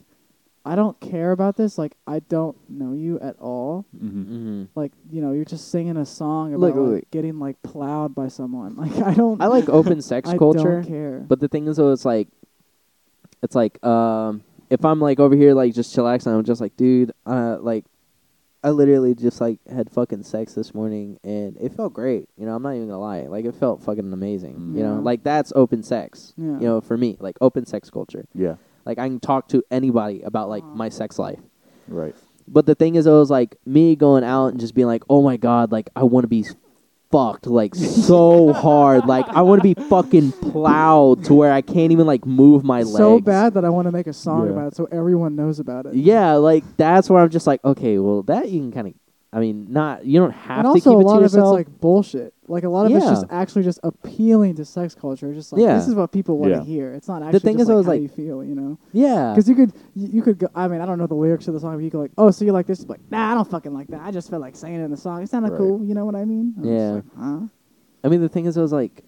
I don't care about this. Like, I don't know you at all. Mhm. hmm Like, you know, you're just singing a song about Look, like, look. getting like plowed by someone. Like, I don't. I like open sex I culture. don't care. But the thing is, though, it's like, it's like, um, if I'm like over here, like just chillaxing, I'm just like, dude, uh, like, I literally just like had fucking sex this morning, and it felt great. You know, I'm not even gonna lie, like it felt fucking amazing. You know, Yeah. like that's open sex. Yeah. You know, for me, like open sex culture. Yeah, Like I can talk to anybody about like Aw. my sex life. right. But the thing is, it was like me going out and just being like, "Oh my god, like I want to be fucked like so hard, like I want to be fucking plowed to where I can't even like move my legs." so bad that I want to make a song Yeah. about it so everyone knows about it. Yeah, like that's where I'm just like, okay, well that you can kind of, I mean, not you don't have and to also keep a it lot to of yourself. it's like bullshit. Like a lot of it's Yeah. just actually just appealing to sex culture. Just like Yeah. this is what people want to Yeah. hear. It's not actually thing just is, I like was how like- you feel, you know? yeah, Because you could you, you could go. I mean, I don't know the lyrics to the song, but you could like, oh, so you like this? Like, nah, I don't fucking like that. I just felt like saying it in the song. It sounded Right. cool. You know what I mean? I'm just Yeah. like, huh? I mean, the thing is, I was like,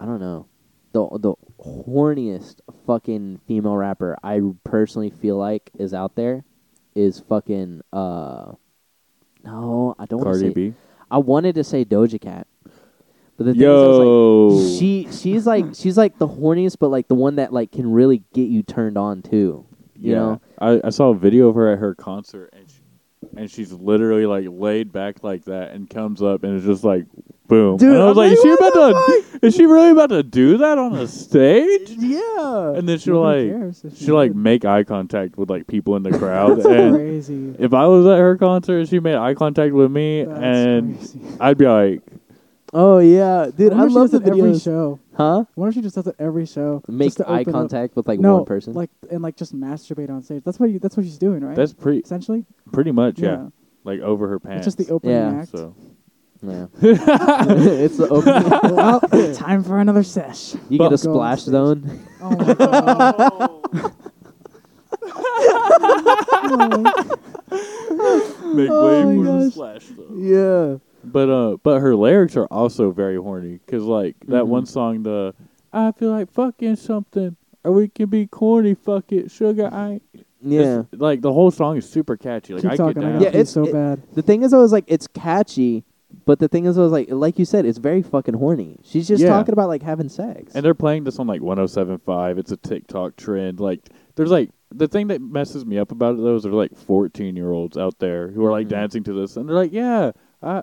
I don't know, the the horniest fucking female rapper I personally feel like is out there is fucking uh, No, I don't want to Cardi say. B. I wanted to say Doja Cat, but the thing is, I was like, Yo, she she's like she's like the horniest, but like the one that like can really get you turned on too. You yeah. know, I, I saw a video of her at her concert, and she, and she's literally like laid back like that, and comes up, and it's just like, boom. Dude, and I was I'm like, is she like, about what to? Is she really about to do that on a stage? Yeah. And then she'll Nobody like, cares if she she'll like did. make eye contact with like people in the crowd, and crazy. if I was at her concert, she made eye contact with me, That's and crazy. I'd be like, Oh yeah, dude, I, wonder I if she love the does it every videos. show. Huh? I wonder if she just does it every show. Make just to eye open up- contact with like no, one person. like and like just masturbate on stage. That's what you, that's what she's doing, right? that's pretty essentially. pretty much yeah, Yeah. like over her pants. It's just the opening Yeah. act. So yeah. it's the opening. well, time for another sesh. You Fuck. get Go a on splash stage. zone. Oh my god. make Oh way my more than gosh. splash though. yeah. But uh, but her lyrics are also very horny because like that Mhm. one song, the I feel like fucking something, or we can be corny, fuck it, sugar. I Yeah. It's- like the whole song is super catchy. Like Keep I get talking. I down. gotta Yeah, pee it's- so it- bad. The thing is, I was like, it's catchy, but the thing is, I was like, like you said, it's very fucking horny. She's just Yeah. talking about like having sex. And they're playing this on like 107.5. It's a TikTok trend. Like there's like the thing that messes me up about it though is there's like 14 year olds out there who are like Mhm. dancing to this and they're like, yeah, I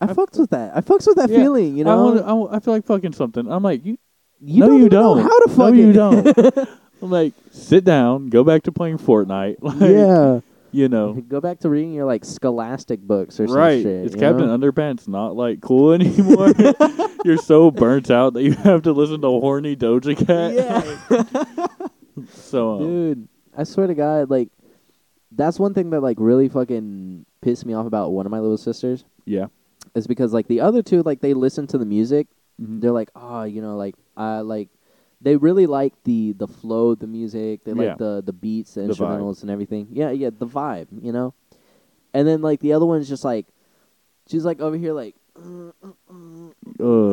I fucked with that. I fucked with that Yeah, feeling. You know, I, wanna, I, wa- I feel like fucking something. I'm like, you, you no, don't you even don't. know how to no, fuck you it. don't. I'm like, sit down, go back to playing Fortnite. Like, yeah. you know, Go back to reading your like scholastic books or some right? shit. it's you Captain know? Underpants not like cool anymore. You're so burnt out that you have to listen to horny Doja Cat. Yeah. So, um, Dude, I swear to God, like that's one thing that like really fucking pissed me off about one of my little sisters yeah. is because like the other two like they listen to the music, Mhm. they're like, oh, you know, like I like they really like the the flow of the music, they Yeah. like the the beats, the, The vibe. instrumentals and everything. Yeah, yeah, the vibe, you know. And then like the other one's just like she's like over here like Ugh.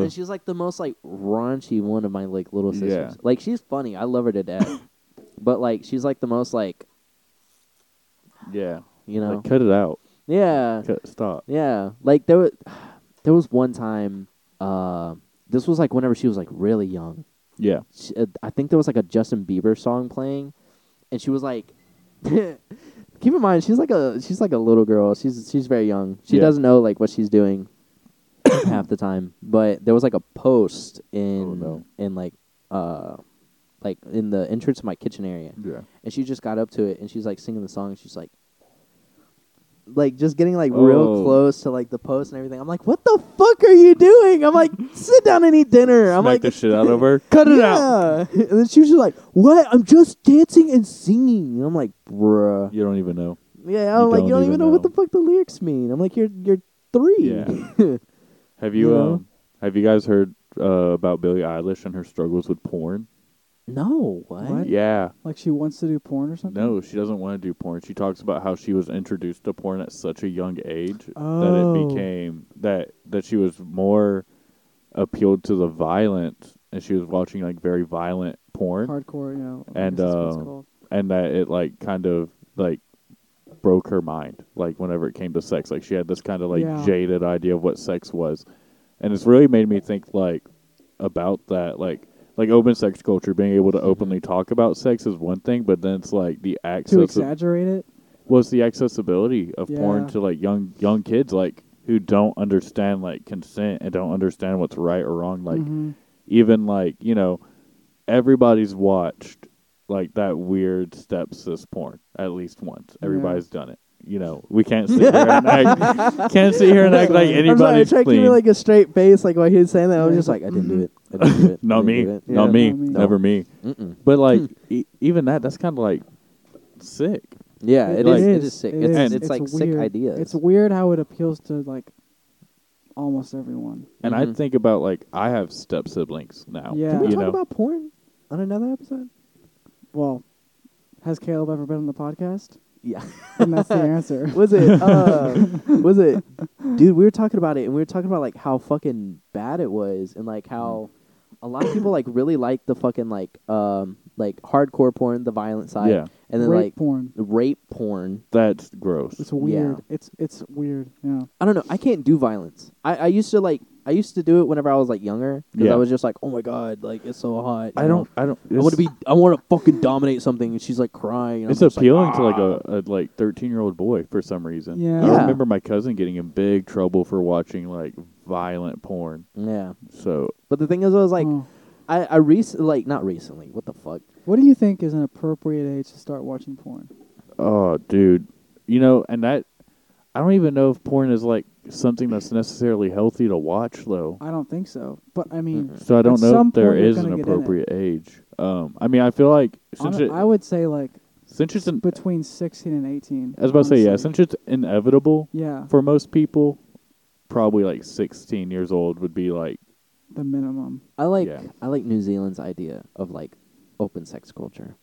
and she's like the most like raunchy one of my like little sisters. Yeah. Like she's funny. I love her to death. but like she's like the most like Yeah. you know Like, cut it out. yeah Cut, stop. yeah like there was there was one time uh this was like whenever she was like really young Yeah. she, uh, I think there was like a Justin Bieber song playing and she was like keep in mind she's like a she's like a little girl she's she's very young she Yeah. doesn't know like what she's doing half the time but there was like a post in Oh, no. in like uh like in the entrance of my kitchen area Yeah. and she just got up to it and she's like singing the song and she's like like just getting like Oh. real close to like the post and everything. I'm like, what the fuck are you doing? I'm like, sit down and eat dinner. I'm Smack like, the shit out of her. Cut it out. yeah. And then she was just like, what? I'm just dancing and singing. And I'm like, bruh. You don't even know. Yeah, I'm You like, don't you don't even even know. what know. the fuck the lyrics mean. I'm like, you're you're three. Yeah. Have you, You know? um have you guys heard uh, about Billie Eilish and her struggles with porn? no, what? What? Yeah. Like she wants to do porn or something. No, she doesn't want to do porn. She talks about how she was introduced to porn at such a young age that it Oh. became that that she was more appealed to the violence and she was watching like very violent porn Hardcore, you know. I And, guess that's what it's uh, called. and that it like kind of like broke her mind like whenever it came to sex like she had this kind of like Yeah. jaded idea of what sex was and it's really made me think like about that like like open sex culture being able to Mm-hmm. openly talk about sex is one thing but then it's like the access to of- exaggerate it. well, it's the accessibility of porn Yeah. to like young young kids like who don't understand like consent and don't understand what's right or wrong like Mm-hmm. Mhm. even like you know everybody's watched like that weird stepsis porn at least once Yeah. everybody's done it you know we can't sit here and act can't sit here and act like I'm sorry, I anybody's tried clean keeping like a straight face, like while he was saying that. I was Yeah. just like, I didn't do it. I didn't do it. I didn't not me do it. not Yeah. Hmm. me not me. never me Mm-mm. but like e- even that that's kind of like sick Yeah, it It is. is, It is sick. it it's, is. It's, It's like sick weird. ideas. It's weird how it appeals to like almost everyone. and I Mhm. think about like I have step siblings now Yeah. Can we you talk know about porn on another episode? Well, has Caleb ever been on the podcast? Yeah. And that's the answer. was it? Uh, was it? Dude, we were talking about it, and we were talking about like how fucking bad it was, and like how a lot of people like really like the fucking like um like hardcore porn, the violent side, Yeah. and then rape like porn. rape porn. That's gross. It's weird. It's it's weird. Yeah. I don't know. I can't do violence. I, I used to like I used to do it whenever I was like younger because Yeah. I was just like, oh my god, like it's so hot. I you don't. know? I don't. I want to be. I want to fucking dominate something, and she's like crying. and It's I'm just appealing like, to like a, a like thirteen year old boy for some reason. Yeah. I Yeah. remember my cousin getting in big trouble for watching like violent porn. Yeah, So but the thing is, I was like, Oh. I I rec- like not recently. What the fuck? What do you think is an appropriate age to start watching porn? Oh, dude. You know, and that I don't even know if porn is like something that's necessarily healthy to watch though. I don't think so. But I mean, Mm-hmm. So I don't At know some if there point you're is an gonna get in it. appropriate age. Um, I mean, I feel like since hon- it, I would say like since it's an, between 16 and 18. I was about to say yeah, honestly. since it's inevitable yeah, for most people, probably like 16 years old would be like the minimum. I like Yeah. I like New Zealand's idea of like open sex culture.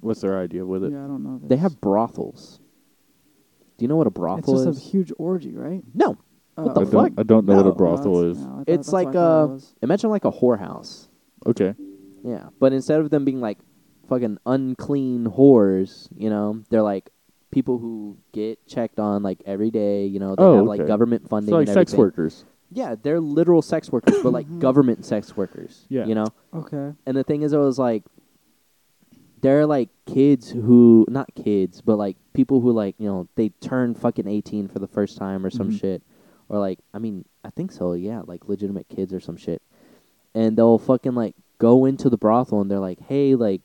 what's their idea with it? yeah, I don't know. They this. have brothels. Do you know what a It's brothel just a is? huge orgy, right? Uh, no, What the I fuck? don't I don't know what No. a brothel is. it's like uh, imagine like a whorehouse. Okay. Yeah, but instead of them being like fucking unclean whores, you know, they're like people who get checked on like every day. You know, they Oh, have like okay. government funding. So like and sex everything. workers. Yeah, they're literal sex workers, but like government sex workers. Yeah. you know. okay. and the thing is, it was like there are like kids who not kids, but like people who like you know they turn fucking eighteen for the first time or some Mhm. shit, or like I mean I think so yeah like legitimate kids or some shit, and they'll fucking like go into the brothel and they're like hey like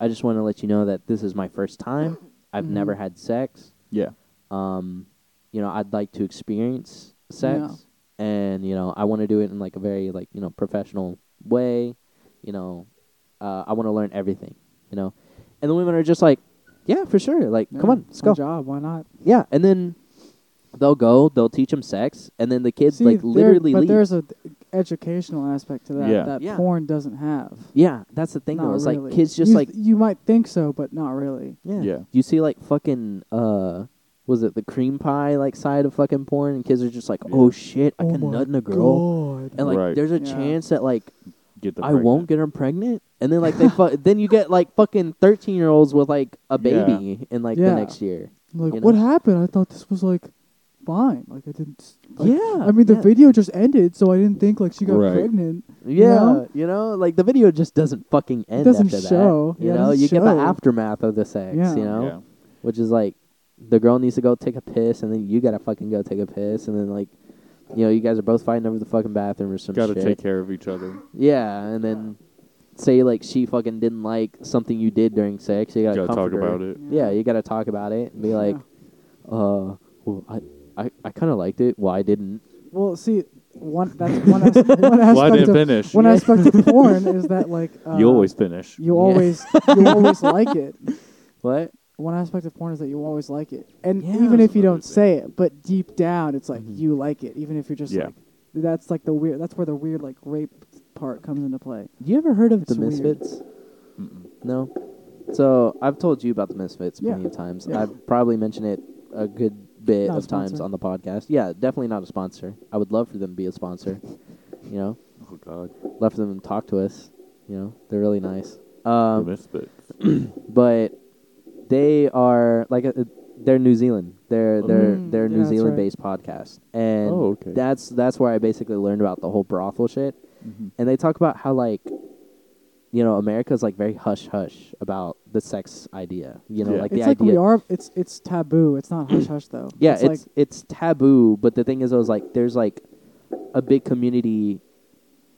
I just want to let you know that this is my first time I've Mhm. never had sex Mm-hmm. Yeah. um, you know, I'd like to experience sex, and you know, I want to do it in like a very like you know professional way. You know, uh, I want to learn everything. You know, and the women are just like, yeah, for sure. Like, Yeah, come on, let's my go. job. Why not? Yeah, and then they'll go, they'll teach them sex, and then the kids See, like there- literally but leave. there's a th- educational aspect to that Yeah. that Yeah. porn doesn't have. yeah, that's the thing Not though. It's really. like kids just You like th- you might think so, but not really. yeah. Yeah. You see like fucking uh. Was it the cream pie like side of fucking porn? And kids are just like, Yeah. "Oh shit, I Oh can my nut in a girl," God. and like, Right. there's a Yeah. chance that like Get the I won't get her pregnant, and then like they fu- then you get like fucking thirteen year olds with like a Yeah. baby in like Yeah. the next year. like you what know? happened? I thought this was like fine. Like I didn't. s- Like, yeah, I mean, the yeah. video just ended, so I didn't think like she got Right. pregnant. Yeah, know? you know, like the video just doesn't fucking end. doesn't after that, show. You Yeah, it know, doesn't you get show. the aftermath of the sex. Yeah. You know, which is like the girl needs to go take a piss, and then you gotta fucking go take a piss, and then like. You know, you guys are both fighting over the fucking bathroom or some Got to shit. take care of each other. yeah, and then say like she fucking didn't like something you did during sex. You gotta, Got to talk comfort her. about it. Yeah, you got to talk about it and be Yeah. like, uh, well, I, I, I kind of liked it. Why didn't? Well, see, one that's one, as- one aspect Well, I didn't of finish. one aspect of porn is that like uh, you always finish. you Yeah. always you always like it. What? One aspect of porn is that you always like it, and Yeah. even if you don't That's say it, but deep down it's like Mhm. you like it, even if you're just Yeah. like that's like the weird. That's where the weird like rape part comes into play. You ever heard of It's the weird. Misfits? Mm-mm. No. So I've told you about the Misfits Yeah. plenty of times. Yeah. I've probably mentioned it a good bit Not a of times sponsor. on the podcast. Yeah, definitely not a sponsor. I would love for them to be a sponsor. you know, Oh God, love for them to talk to us. You know, they're really nice. the Um, misfits. but they are like uh, they're New Zealand. They're they're Mm, they're yeah, New that's Zealand based podcast, and Oh, okay. that's that's where I basically learned about the whole brothel shit. Mhm. And they talk about how like you know America's like very hush hush about the sex idea. You know, Yeah. like it's the like idea. we are. It's it's taboo. It's not hush hush though. yeah, it's, it's it's, taboo. But the thing is, I was like, there's like a big community,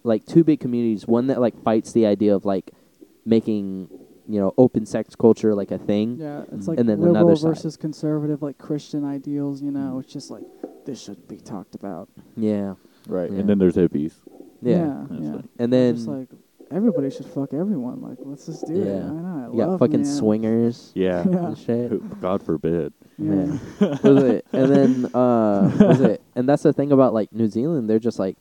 like two big communities. One that like fights the idea of like making you know open sex culture like a thing. like yeah, Mhm. it's like Mm. and then another liberal side. Mm. versus conservative, like Christian ideals. You know, it's just like this should be talked about. Yeah. Right, Yeah. and then there's hippies. Yeah. yeah. That's yeah. like- And It's then just like everybody should fuck everyone. Like let's just do it. Yeah. Why not? I you got love fucking man. swingers Yeah. Yeah. and shit. God forbid. Yeah. Yeah. was it? And then uh was it? And that's the thing about like New Zealand, they're just like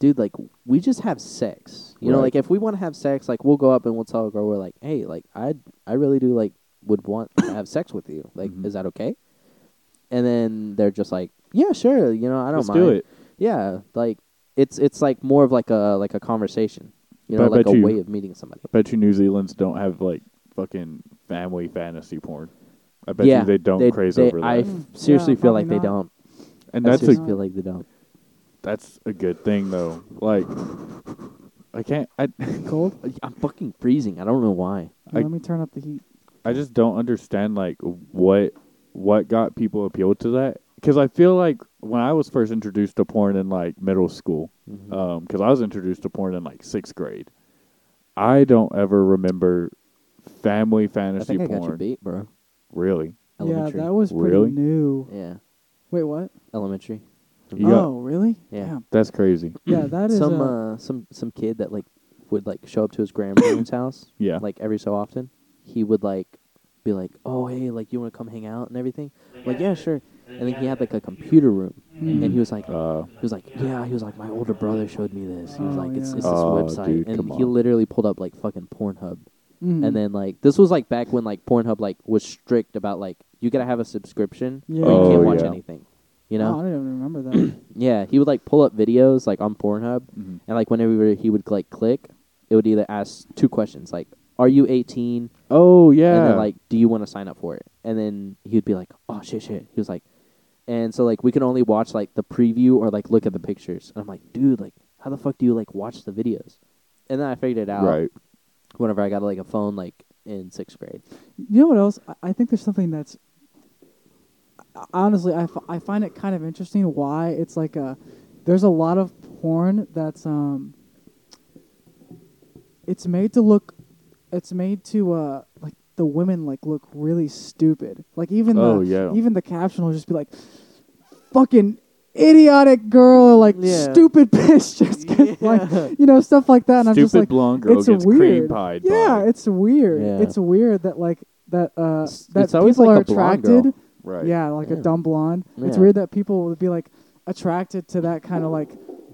dude, like we just have sex. You know, Right. like if we want to have sex, like we'll go up and we'll tell a girl we're like, "Hey, like I I really do like would want to have sex with you. Like Mhm. is that okay?" And then they're just like, "Yeah, sure. You know, I don't Let's mind." do it. Yeah, like it's it's like more of like a like a conversation. You know, But I like bet a you- way of meeting somebody. I bet you New Zealand's don't have like fucking family fantasy porn. I bet yeah, you they don't they, craze they- over that. I f- Mm, seriously yeah, feel like probably they not. don't. and I that's a seriously feel like they don't. that's a good thing though. Like I can't I Cold? I'm fucking freezing. I don't know why. Yeah, I- let me turn up the heat. I just don't understand like what what got people appealed to that because I feel like when I was first introduced to porn in like middle school, Mm-hmm. because I was introduced to porn in like sixth grade, I don't ever remember family I fantasy think I got your porn. beat, bro. Really, Elementary. Yeah, that was pretty Really? new. yeah, Wait, what? elementary. Mm-hmm. You got- oh, really? Yeah. Damn. that's crazy. Yeah, that is some uh, uh, some some kid that like would like show up to his grandparents' house Yeah, like every so often. He would like be like, "Oh hey, like you want to come hang out and everything?" I'm like, "Yeah, sure." And then he had like a computer room, and he was like, uh, he was like, "Yeah," he was like, "My older brother showed me this." He was Oh, like, "It's, yeah. it's this Oh, website," dude, and come he on. literally pulled up like fucking Pornhub. mhm. And then like this was like back when like Pornhub like was strict about like you gotta have a subscription or you Yeah. can't Oh, watch yeah. anything. You Oh, I know? don't even remember that. Yeah. He would like pull up videos like on Pornhub mhm. and like whenever he would like click, it would either ask two questions like, Are you eighteen? oh yeah, And then like, do you want to sign up for it? And then he'd be like, Oh shit shit. He was like and so like we can only watch like the preview or like look at the pictures. And I'm like, dude, like how the fuck do you like watch the videos? And then I figured it out right. whenever I got like a phone like in sixth grade. You know what else? I, I think there's something that's I- honestly I, f- I find it kind of interesting why it's like a there's a lot of porn that's um it's made to look it's made to uh like the women like look really stupid. Like even Oh, the yeah. even the caption will just be like fucking idiotic girl or like Yeah. stupid bitch just get like you know stuff like that and I'm Stupid just like blonde girl it's gets weird. cream pied. Yeah, by. it's weird. Yeah. It's weird that like that uh It's- that it's always people like are a blonde attracted. girl. right. Yeah, like Yeah. a dumb blonde. It's Yeah. weird that people would be like attracted to that kind of like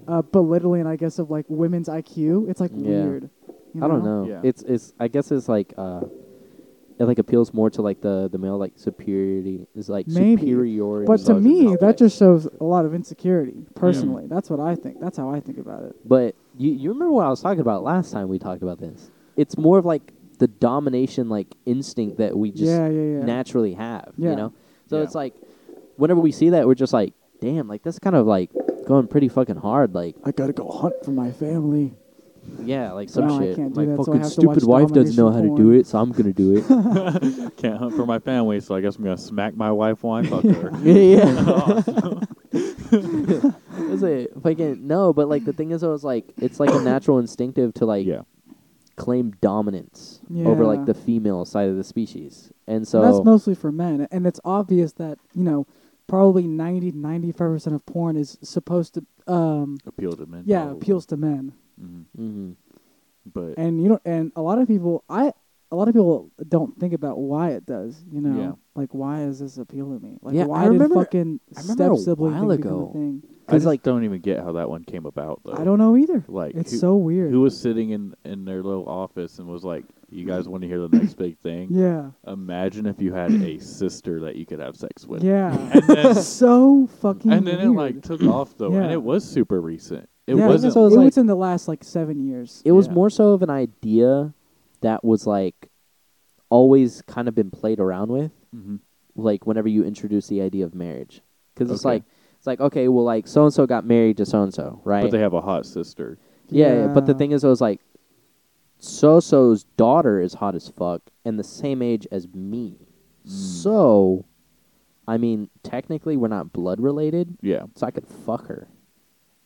uh belittling I guess of like women's IQ. It's like Yeah. weird. you I don't know. Yeah. It's it's I guess it's like uh it like appeals more to like the the male like superiority is like Maybe. superiority. But to misogyny me, that complex. just shows a lot of insecurity. Personally, that's what I think. That's how I think about it. But you you remember what I was talking about last time we talked about this? It's more of like the domination like instinct that we just yeah, yeah, yeah. naturally have. Yeah. You know? So Yeah. it's like whenever we see that we're just like, damn, like that's kind of like going pretty fucking hard, like I gotta go hunt for my family. yeah, like some No, I shit. can't do my that, so I fucking have to stupid watch wife doesn't know how domination to do porn. it, so I'm gonna do it. Can't hunt for my family, so I guess I'm gonna smack my wife while I fuck her. yeah. Is it fucking no? But like the thing is, I was like, it's like a natural instinctive to like yeah. claim dominance over like Yeah. the female side of the species, and so And that's mostly for men. And it's obvious that, you know, probably 90, 95% of porn is supposed to, um, Appeal to men. yeah, probably. appeals to men. Mhm. Mhm. But And, you know, and a lot of people, I, a lot of people don't think about why it does, you know? Yeah. Like, why is this appealing to me? Like, Yeah, I why remember- did fucking I remember step a sibling while thing become ago. a thing? I just like- don't even get how that one came about though. I don't know either. like it's who, so weird. who was sitting in in their little office and was like, "You guys want to hear the next big thing? yeah. Imagine if you had a sister that you could have sex with." Yeah. And then, so fucking and then it weird. like took off though, and Yeah. it was super recent. It yeah, wasn't. so it was it like- was in the last like seven years. it was Yeah. more so of an idea that was like always kind of been played around with, Mhm. like whenever you introduce the idea of marriage, because it's Okay. like it's like okay, well, like so and so got married to so and so, right? But they have a hot sister. Yeah, yeah, but the Yeah. thing is, I was like, So So's daughter is hot as fuck and the same age as me. Mm. So, I mean, technically, we're not blood related, Yeah, so I could fuck her.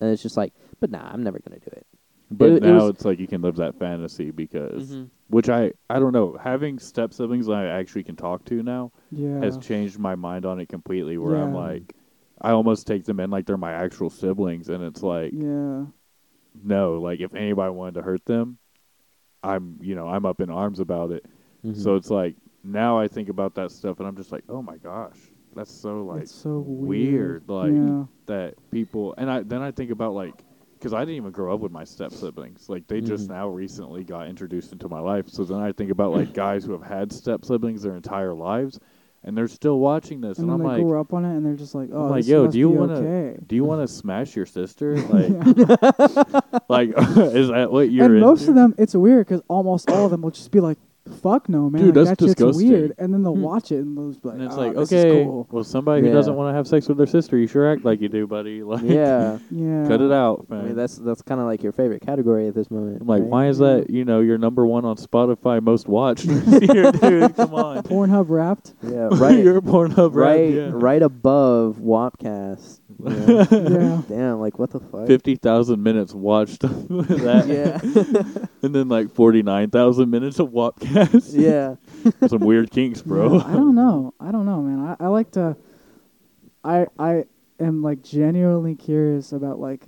And it's just like, but nah, I'm never gonna do it. but It- it now was- it's like you can live that fantasy because, Mhm. which I I don't know, having step siblings I actually can talk to now yeah. has changed my mind on it completely. Where I'm Yeah. like, I almost take them in like they're my actual siblings, and it's like, yeah. no, like if anybody wanted to hurt them, I'm you know I'm up in arms about it. Mm-hmm. So it's like now I think about that stuff, and I'm just like, oh my gosh, that's so like it's so weird, weird. like yeah. that people. And I then I think about like because I didn't even grow up with my step siblings. Like they just Mm-hmm. Mhm. now recently got introduced into my life. So then I think about like guys who have had step siblings their entire lives, and they're still watching this, and and, then I'm they like, grew up on it, and they're just like, "Oh, like, this yo, must do you be wanna- okay." do you want to smash your sister? Yeah. Like, like is that what you're? and most into? of them, it's weird because almost all of them will just be like, "Fuck no, man, like, Dude, that's that shit's disgusting. weird," and then they'll Hmm. watch it and they'll just be like, and "Oh, it's "Ah, like, this is okay, cool." well, somebody who Yeah. doesn't want to have sex with their sister, you sure act like you do, buddy. Like, yeah. yeah, cut it out, I man. mean, that's that's kind of like your favorite category at this moment. I'm like, right? why is Yeah. that? You know, you're number one on Spotify most watched. Here, dude, come on. Pornhub wrapped. Yeah, right, you're Pornhub, right, Yeah. right above Wapcast. Yeah. yeah, Damn, like what the fuck? Fifty thousand minutes watched of that, Yeah, and then like forty nine thousand minutes of Wapcast. yeah. Some weird kinks, bro. Yeah, I don't know. I don't know, man. I, I like to. I I am like genuinely curious about like,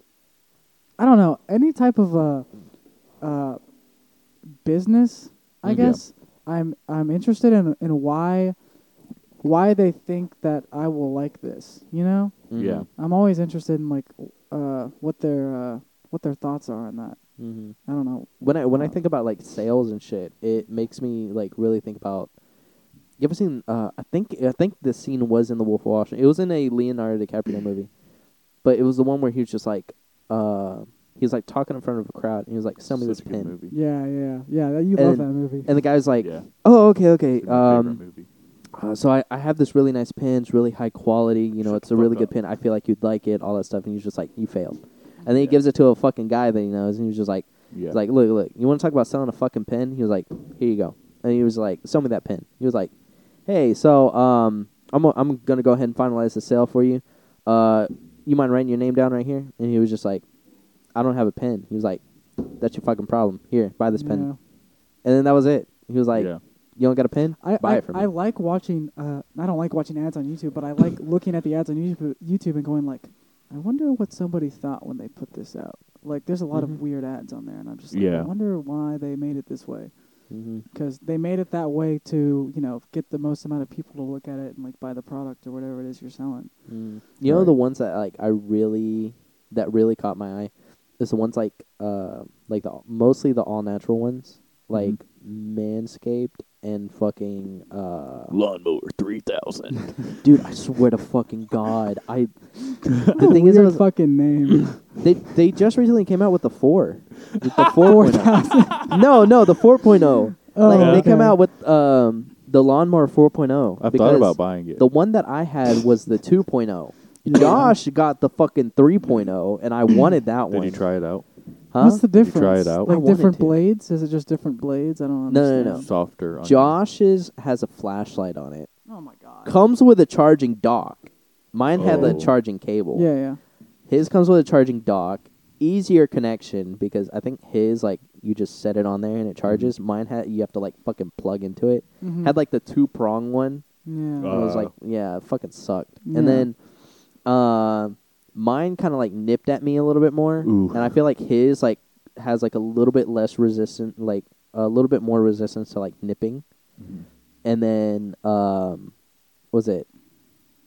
I don't know any type of uh, uh, business. I Yeah. guess I'm I'm interested in in why, why they think that I will like this. You know, Mm-hmm. Yeah. I'm always interested in like, uh, what their uh what their thoughts are on that. hmm I don't know. When I when I think about like sales and shit, it makes me like really think about. You ever seen? Uh, I think I think the scene was in The Wolf of Wall Street. It was in a Leonardo DiCaprio movie, but it was the one where he was just like, uh, he was like talking in front of a crowd, and he was like, "Sell me Such this a good pen." movie. Yeah, yeah, yeah. That, you And- love that movie. And the guy was like, yeah. "Oh, okay, okay. it's my favorite Um, movie. uh, so I, I have this really nice pen. It's really high quality. You know, Shut it's the a really fuck good pen. up. I feel like you'd like it. All that stuff." And he's just like, "You failed." And then he Yeah. gives it to a fucking guy that he knows, and he's just like, Yeah. He's like, look, look, you want to talk about selling a fucking pen? He was like, here you go. And he was like, sell me that pen. He was like, hey, so um, I'm, i I'm going to go ahead and finalize the sale for you. Uh, you mind writing your name down right here? And he was just like, I don't have a pen. He was like, that's your fucking problem. Here, buy this Yeah. pen. And then that was it. He was like, yeah. you don't got a pen? I, buy I, it from I me. like watching. Uh, I don't like watching ads on YouTube, but I like looking at the ads on YouTube, YouTube and going like, I wonder what somebody thought when they put this out. Like, there's a lot Mhm. of weird ads on there, and I'm just like, Yeah. I wonder why they made it this way. Mhm. Because they made it that way to, you know, get the most amount of people to look at it and like buy the product or whatever it is you're selling. Mm. You know Right. the ones that like I really that really caught my eye is the ones like uh like the mostly the all natural ones like Manscaped and fucking uh Lawnmower three thousand. dude I swear to fucking god I the thing is I Weird was, fucking name. they they just recently came out with the four with the four oh. no no the four Oh, like they okay. come out with um the lawnmower four oh I thought about buying it. the one that I had was the 2.0. Josh got the fucking 3.0, and I wanted that Did one. you try it out? Huh? What's the Did you difference? try it out? I Like wanted different to. blades? Is it just different blades? I don't No, no, understand. no. Softer. On Josh's has a flashlight on it. Oh my god. Comes with a charging dock. Mine had the Oh. charging cable. Yeah, yeah. His comes with a charging dock. Easier connection because I think his like you just set it on there and it Mm-hmm. charges. Mine had you have to like fucking plug into it. Mhm. Had like the two prong one. yeah. Uh, it was like yeah, it fucking sucked. Yeah. And then uh, mine kind of like nipped at me a little bit more, Ooh. and I feel like his like has like a little bit less resistant, like a little bit more resistance to like nipping. Mhm. And then um, what was it?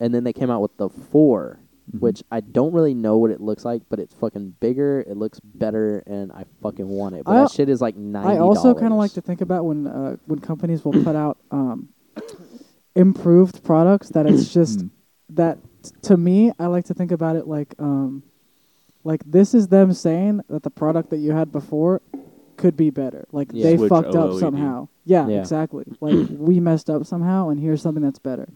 And then they came out with the 4 Mhm. which I don't really know what it looks like, but it's fucking bigger. It looks better, and I fucking want it. But I- that shit is like ninety. I also kind of like to think about when uh, when companies will put out um, improved products that it's Hmm. just Mm. that to me I like to think about it like um, like this is them saying that the product that you had before could be better. Like Yeah. they Switch fucked up OLED. somehow. Yeah, Yeah. exactly. Like we messed up somehow, and here's something that's better,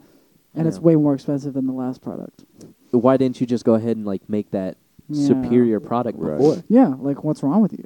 and it's Yeah. way more expensive than the last product. Why didn't you just go ahead and like make that Yeah. superior product Right. before? Yeah, like what's wrong with you?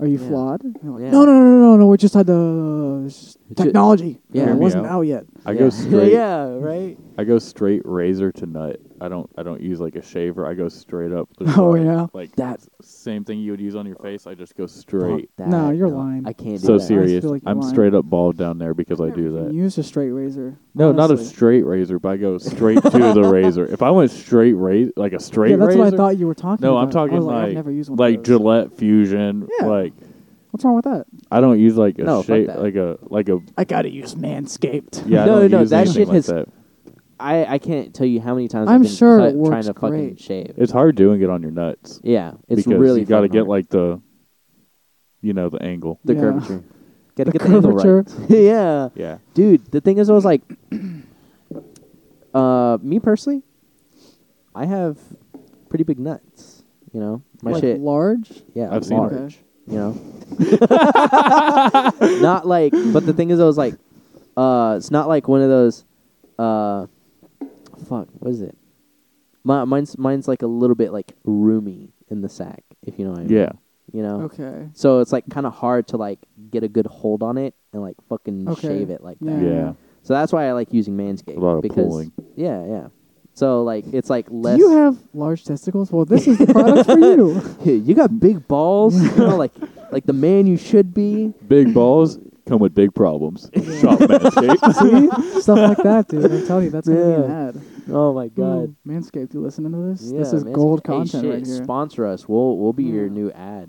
Are you Yeah. Oh, flawed? And they're like, Yeah. No, no, no, no, no, no. We just had the uh, s- It's ju- technology. Yeah. it Hear me wasn't out. out yet. I go straight. yeah, right. I go straight razor to nut. I don't. I don't use like a shaver. I go straight up. There's Oh, like, yeah. Like that That same thing you would use on your face. I just go straight. Fuck that. No, you're lying. I can't do So that. serious. serious. feel like you're I'm lying. straight up bald down there because I do that. Use a straight razor. No, not a honestly. straight razor, but I go straight to the razor. If I went straight razor, like a straight Yeah, that's razor, what I thought you were talking. No, about. I'm talking I was like, like- I've never used one. of like those. Gillette Fusion, Yeah. like What's wrong with that? I don't use like a No, fuck shape, that. like a like a I gotta use Manscaped. yeah. I No, don't no, use that anything shit like has- that. I, I can't tell you how many times I'm I've been sure cut it works trying to fucking great. shave. It's hard doing it on your nuts. yeah, it's because really you got to fucking get hard. like the, you know, the angle. the Yeah. curvature. Got to The get the angle right. curvature. yeah, Yeah. dude. The thing is, I was like, Uh, me personally, I have pretty big nuts. You know, my like shit. large. yeah, I've seen large. Okay. You know, not like. But the thing is, I was like, uh, it's not like one of those. Uh, fuck, what is it? My, mine's mine's like a little bit like roomy in the sack, if you know what I mean. Yeah. You know. Okay. So it's like kind of hard to like get a good hold on it and like fucking Okay. shave it like that. Yeah. Yeah. So that's why I like using Manscaped. A lot of because, pulling. Yeah, yeah. So like it's like less. Do you have large testicles? Well, this is the product for you. Hey, you got big balls. you know, like like the man you should be. Big balls come with big problems. Shop Manscaped. See? Stuff like that, dude. I'm telling you, that's gonna be an Yeah. ad. Oh my god. Ooh, Manscaped, you listening to this? Yeah, this is Manscaped. gold Hey, content shit, right here. Mm. Sponsor us. We'll we'll be your Yeah. new ad.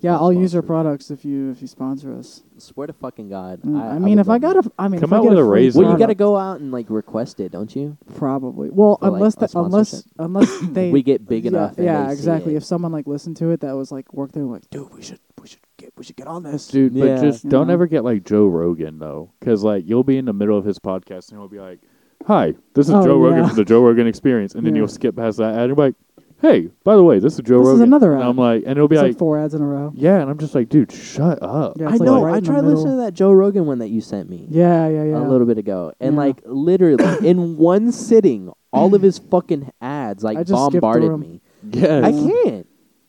yeah, I'll use your Sponsored. products if you if you sponsor us. Swear to fucking god. Mm, I, I, mean, would if I love got it. a, I mean, Come if I out get with a a free razor. well, you got to product, go out and like request it, don't you? probably. Well, for, like, unless a that, unless sponsorship. unless they we get big yeah, enough. and Yeah, they see exactly. it. If someone like listened to it, that was like work, they were like, dude, we should we should get we should get on this. Dude, Yeah. Mm-hmm. but just don't Yeah. ever get like Joe Rogan though, because like you'll be in the middle of his podcast and he'll be like, "Hi, this is Oh, Joe Rogan yeah. from the Joe Rogan Experience," and then Yeah. you'll skip past that ad and be like, "Hey, by the way, this is Joe This is Rogan." another and ad. I'm like, and it'll be It's like, like, four ads in a row. "Yeah," and I'm just like, "Dude, shut up." Yeah, I it's like know. right I in the tried middle. listening to that Joe Rogan one that you sent me. Yeah, yeah, yeah. a little bit ago, and Yeah. like literally in one sitting, all of his fucking ads like I just skipped bombarded through 'em. me. Yes. I can't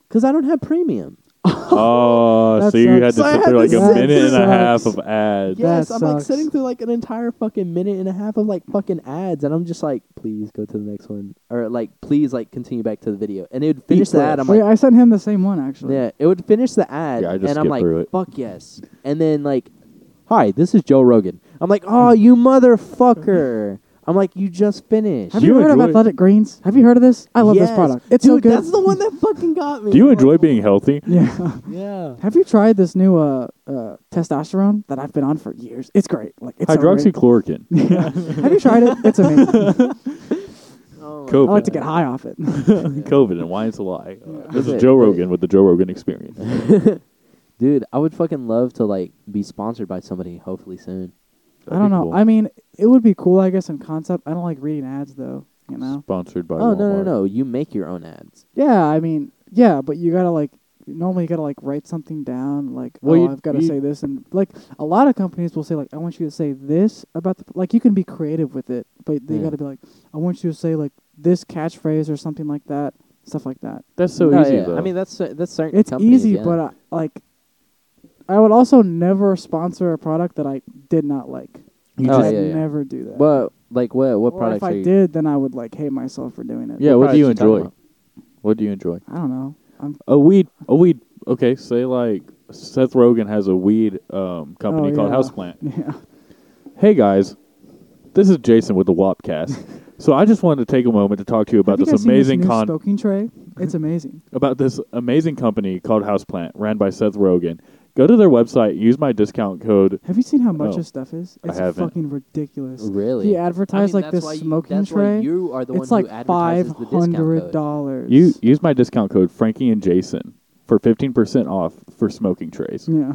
because I don't have premium. Oh, That so you had sucks. to So I sit had through like to a sit- minute and a Sucks. half of ads. Yeah. Yes, I'm like sucks. sitting through like an entire fucking minute and a half of like fucking ads, and I'm just like, please go to the next one, or like please like continue back to the video, and it would finish the ad. I'm Wait, like, I sent him the same one actually. yeah, it would finish the ad, Yeah, I just and I'm skipped like, through it. fuck yes, and then like, hi, this is Joe Rogan. I'm like, oh, Hmm. you motherfucker. I'm like, you just finished. Have Do you, you heard of enjoy- Athletic Greens? Have you heard of this? I love this Yes. product. It's Dude, so good. That's the one that fucking got me. Do you enjoy being healthy? yeah. Yeah. Have you tried this new uh, uh, testosterone that I've been on for years? It's great. Like it's so great. Hydroxychloroquine. Have you tried it? It's amazing. Oh, Cool. I like to get high off it. COVID and why it's a lie. Uh, Yeah. This Hey, is Joe hey. Rogan with the Joe Rogan Experience. Dude, I would fucking love to like be sponsored by somebody hopefully soon. I don't know. I mean, it would be cool, I guess, in concept. I don't like reading ads though. You know. sponsored by. oh no no Walmart. no, you make your own ads. Yeah, I mean, yeah, but you gotta like normally you gotta like write something down, like Well, oh you- I've gotta you- say this, and like a lot of companies will say like I want you to say this about the like you can be creative with it, but they Yeah. gotta be like I want you to say like this catchphrase or something like that, stuff like that. That's so No, easy Oh, yeah. though. I mean that's uh, that's certain It's companies, easy, yeah. but I, like I would also never sponsor a product that I did not like. You Oh, I'd just- yeah, yeah. never do that. but like what what Or products if I are you did, then I would like hate myself for doing it. yeah. What products do you you talking enjoy? about? What do you enjoy? I don't know. I'm A weed. A weed. Okay, say like Seth Rogen has a weed um, company Oh, called yeah. Houseplant. yeah. Hey guys, this is Jason with the Wopcast. so I just wanted to take a moment to talk to you about Have you this guys seen amazing this new con smoking tray. It's amazing. about this amazing company called Houseplant, ran by Seth Rogen. Go to their website. Use my discount code. Have you seen how much Oh, this stuff is? I It's haven't. fucking ridiculous. Really? He I mean, advertised like that's this why you- smoking that's why tray. you are the it's one who like advertises five the discount hundred code. dollars. You use my discount code Frankie and Jason for fifteen percent off for smoking trays. yeah.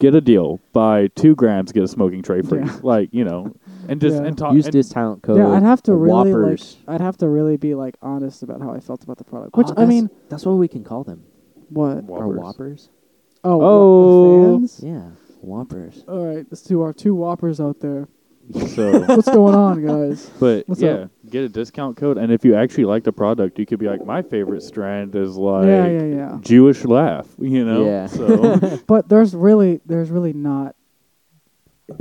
Get a deal. Buy two grams, get a smoking tray free. Yeah. Like you know, and just Yeah. and talk. Use and- discount code. yeah, I'd have to really Whoppers. like. I'd have to really be like honest about how I felt about the product. Oh, Which I that's- mean, that's what we can call them. what? Wha- Our Whoppers. whoppers. Oh, what, Oh. the fans. Yeah, whoppers. All right, let's do our two whoppers out there. So, What's going on, guys? but What's yeah, up? get a discount code, and if you actually like the product, you could be like, my favorite strand is like yeah, yeah, yeah. Jewish laugh. You know, Yeah. so But there's really there's really not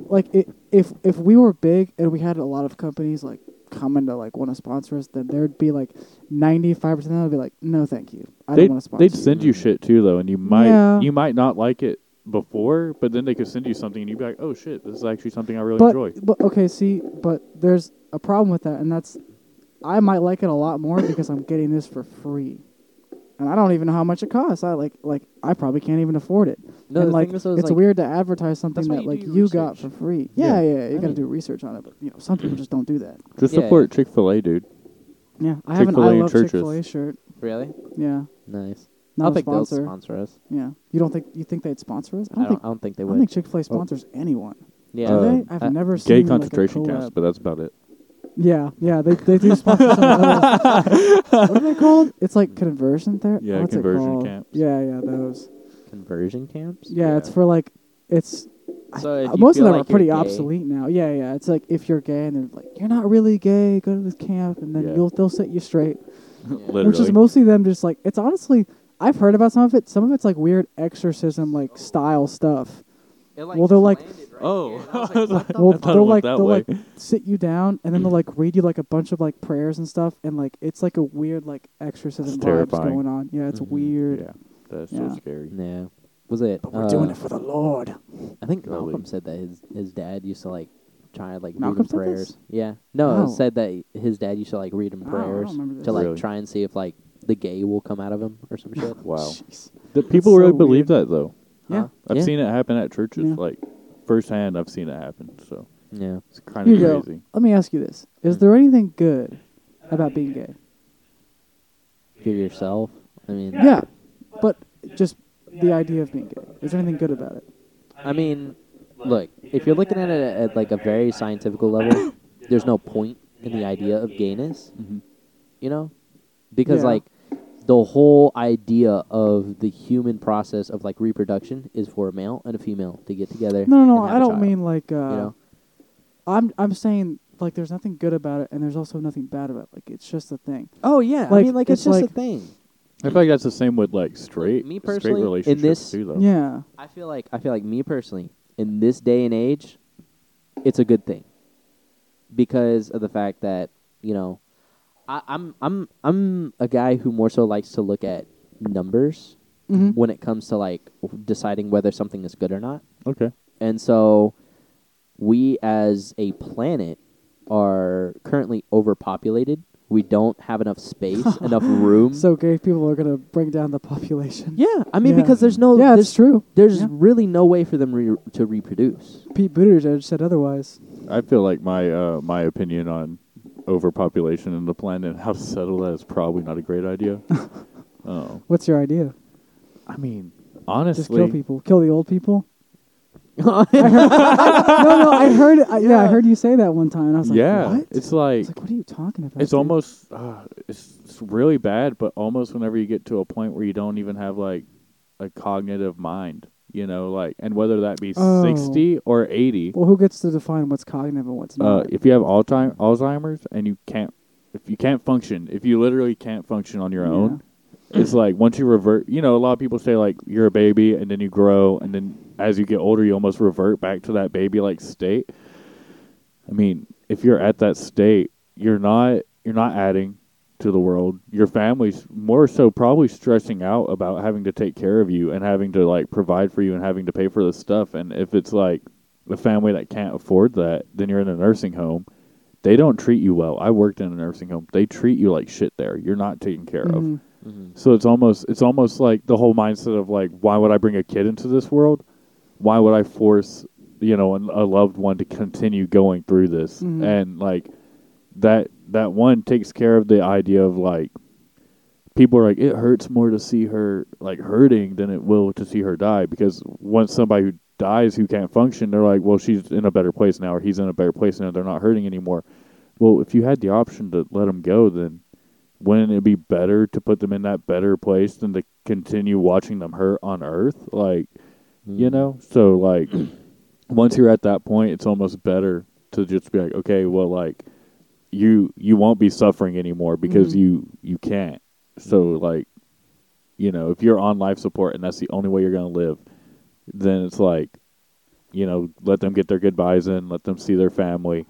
like i if if we were big and we had a lot of companies like coming to like want to sponsor us, then there'd be like ninety five percent of them would be like, no, thank you, I they'd, don't want to sponsor. they'd you." send you shit too, though, and you might Yeah. you might not like it before, but then they could send you something, and you'd be like, oh shit, this is actually something I really but, enjoy. but okay, see, but there's a problem with that, and that's I might like it a lot more because I'm getting this for free. And I don't even know how much it costs. I like like I probably can't even afford it. No, and the like thing is, I was it's like- weird to advertise something That's why that you like do you your got for research. free. Yeah, yeah, Yeah. yeah you I got to mean- do research on it, but you know some people just don't do that. Just Yeah, support Chick Fil A, dude. Yeah, I have an Chick-fil-A I in love churches. Chick Fil A shirt. Really? Yeah, Nice. not I'll a think sponsor. they'll sponsor us. yeah, you don't think you think they'd sponsor us? I don't. think I don't think they I would. Oh. don't think Chick Fil A sponsors anyone. yeah. Uh, Do they? I've I- never seen Gay like, a concentration collab. camps, but that's about it. Yeah, yeah, they they do sponsor some of those. What are they called? It's like conversion therapy. Yeah, What's it conversion called? camps. Yeah, yeah, those. Conversion camps. Yeah, Yeah. it's for like, it's So if uh, you most feel of them like are pretty you're gay- obsolete now. Yeah, yeah, it's like if you're gay and they're like, you're not really gay, go to this camp and then Yeah. you'll they'll set you straight. Literally. Which is mostly them just like it's honestly I've heard about some of it. Some of it's like weird exorcism like style stuff. It, well, they're just like- landed right Oh. here, and I was like, what the Well, thought it they'll went like that they'll way. like sit you down and then they'll like read you like a bunch of like prayers and stuff and like it's like a weird like exorcism It's vibes terrifying. going on. Yeah, it's Mhm. weird. yeah, that's Yeah. so scary. Yeah. Was it? But we're doing uh, it for the Lord. I think Golly. Malcolm said that his his dad used to like try and like Malcolm read said him prayers. this? Yeah. No, it Oh. said that his dad used to like read him Oh, I don't prayers remember this. to like Really? try and see if like the gay will come out of him or some shit. Wow. Jeez. The people so really believe that though. Yeah. Huh? I've yeah. seen it happen at churches, Yeah. like firsthand. I've seen it happen, so Yeah. it's kind of Here you go. crazy. Let me ask you this. Is Mm. there anything good about being gay? You're yourself. I mean. Yeah. But just the idea of being gay. Is there anything good about it? I mean, look, if you're looking at it at like a very scientific level, there's no point in the idea of gayness, Mhm. you know? Because Yeah. like the whole idea of the human process of like reproduction is for a male and a female to get together. No, no, no. and have I a don't child, mean like uh you know. I'm I'm saying like there's nothing good about it and there's also nothing bad about it. Like it's just a thing. Oh yeah, I like, mean like it's, it's just like- a thing. I feel like that's the same with like straight, me straight personally, in relationships this- too, though. Yeah. I feel like I feel like me personally in this day and age, it's a good thing because of the fact that you know, I, I'm I'm I'm a guy who more so likes to look at numbers hmm when it comes to like deciding whether something is good or not, Okay. and so we as a planet are currently overpopulated. We don't have enough space, enough room. So gay people are gonna bring down the population. yeah, I mean Yeah. because there's no yeah, it's there's, true. there's Yeah. really no way for them re- to reproduce. Pete Buttigieg said otherwise. I feel like my uh, my opinion on overpopulation in the planet and how to settle that is probably not a great idea. oh, What's your idea? I mean, Just kill honestly, people. Kill the old people. No, no, I heard. I, yeah. I heard you say that one time, and I was like, yeah, what? it's like It's like, what are you talking about? it's dude? almost uh, it's, it's really bad, but almost whenever you get to a point where you don't even have like a cognitive mind, you know, like and whether that be Oh. sixty or eighty, Well, who gets to define what's cognitive and what's uh, not? if you have Alzheimer, Alzheimer's and you can't, if you can't function, if you literally can't function on your Yeah. own, it's like once you revert. You know, a lot of people say like you're a baby and then you grow and then as you get older, you almost revert back to that baby like state. I mean, if you're at that state, you're not you're not adding to the world. Your family's more so probably stressing out about having to take care of you and having to like provide for you and having to pay for the stuff. And if it's like a family that can't afford that, then you're in a nursing home. They don't treat you well. I worked in a nursing home. They treat you like shit there. You're not taken care of. Mhm. Mhm. So it's almost it's almost like the whole mindset of like why would I bring a kid into this world? Why would I force you know an, a loved one to continue going through this? Mhm. And like that that one takes care of the idea of like people are like it hurts more to see her like hurting than it will to see her die because once somebody who dies who can't function they're like well she's in a better place now or he's in a better place now they're not hurting anymore well if you had the option to let them go then wouldn't it be better to put them in that better place than to continue watching them hurt on earth like Hmm. you know so like once you're at that point it's almost better to just be like okay well like you you won't be suffering anymore because Mhm. you you can't so Hmm. like you know if you're on life support and that's the only way you're going to live then it's like you know let them get their goodbyes in let them see their family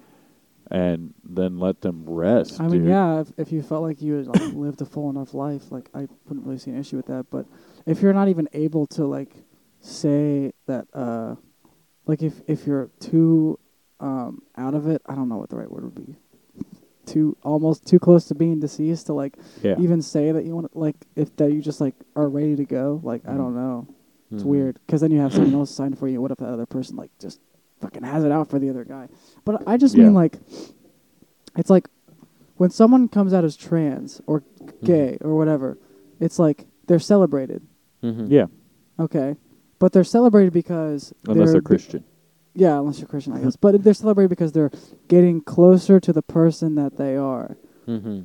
and then let them rest I mean, dude. yeah. If, if you felt like you had like, lived a full enough life, like I wouldn't really see an issue with that. But if you're not even able to like say that, uh, like if if you're too um, out of it, I don't know what the right word would be. Too almost too close to being deceased to like yeah even say that you want like if that you just like are ready to go. Like I Mhm. don't know, it's Mhm. weird. 'Cause then you have someone else sign for you. What if that other person like just fucking has it out for the other guy? But I just Yeah. mean like, it's like when someone comes out as trans or Mm-hmm. gay or whatever, it's like they're celebrated. Mhm. yeah Okay, but they're celebrated because unless they're, they're christian yeah, unless you're Christian, I guess. But they're celebrated because they're getting closer to the person that they are. Mm-hmm.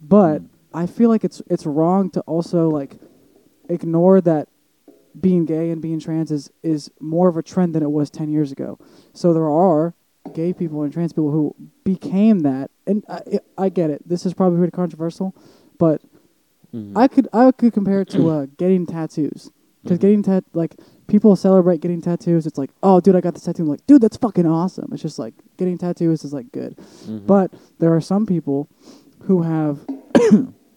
But Mm. I feel like it's it's wrong to also like ignore that being gay and being trans is is more of a trend than it was 10 years ago. So there are gay people and trans people who became that, and I, I get it. This is probably pretty controversial, but Mm-hmm. Mm. I could I could compare it to uh, getting tattoos. Because Mhm. getting tat like people celebrate getting tattoos. It's like, oh, dude, I got this tattoo. I'm like, dude, that's fucking awesome. It's just like getting tattoos is like good. Mm-hmm. But there are some people who have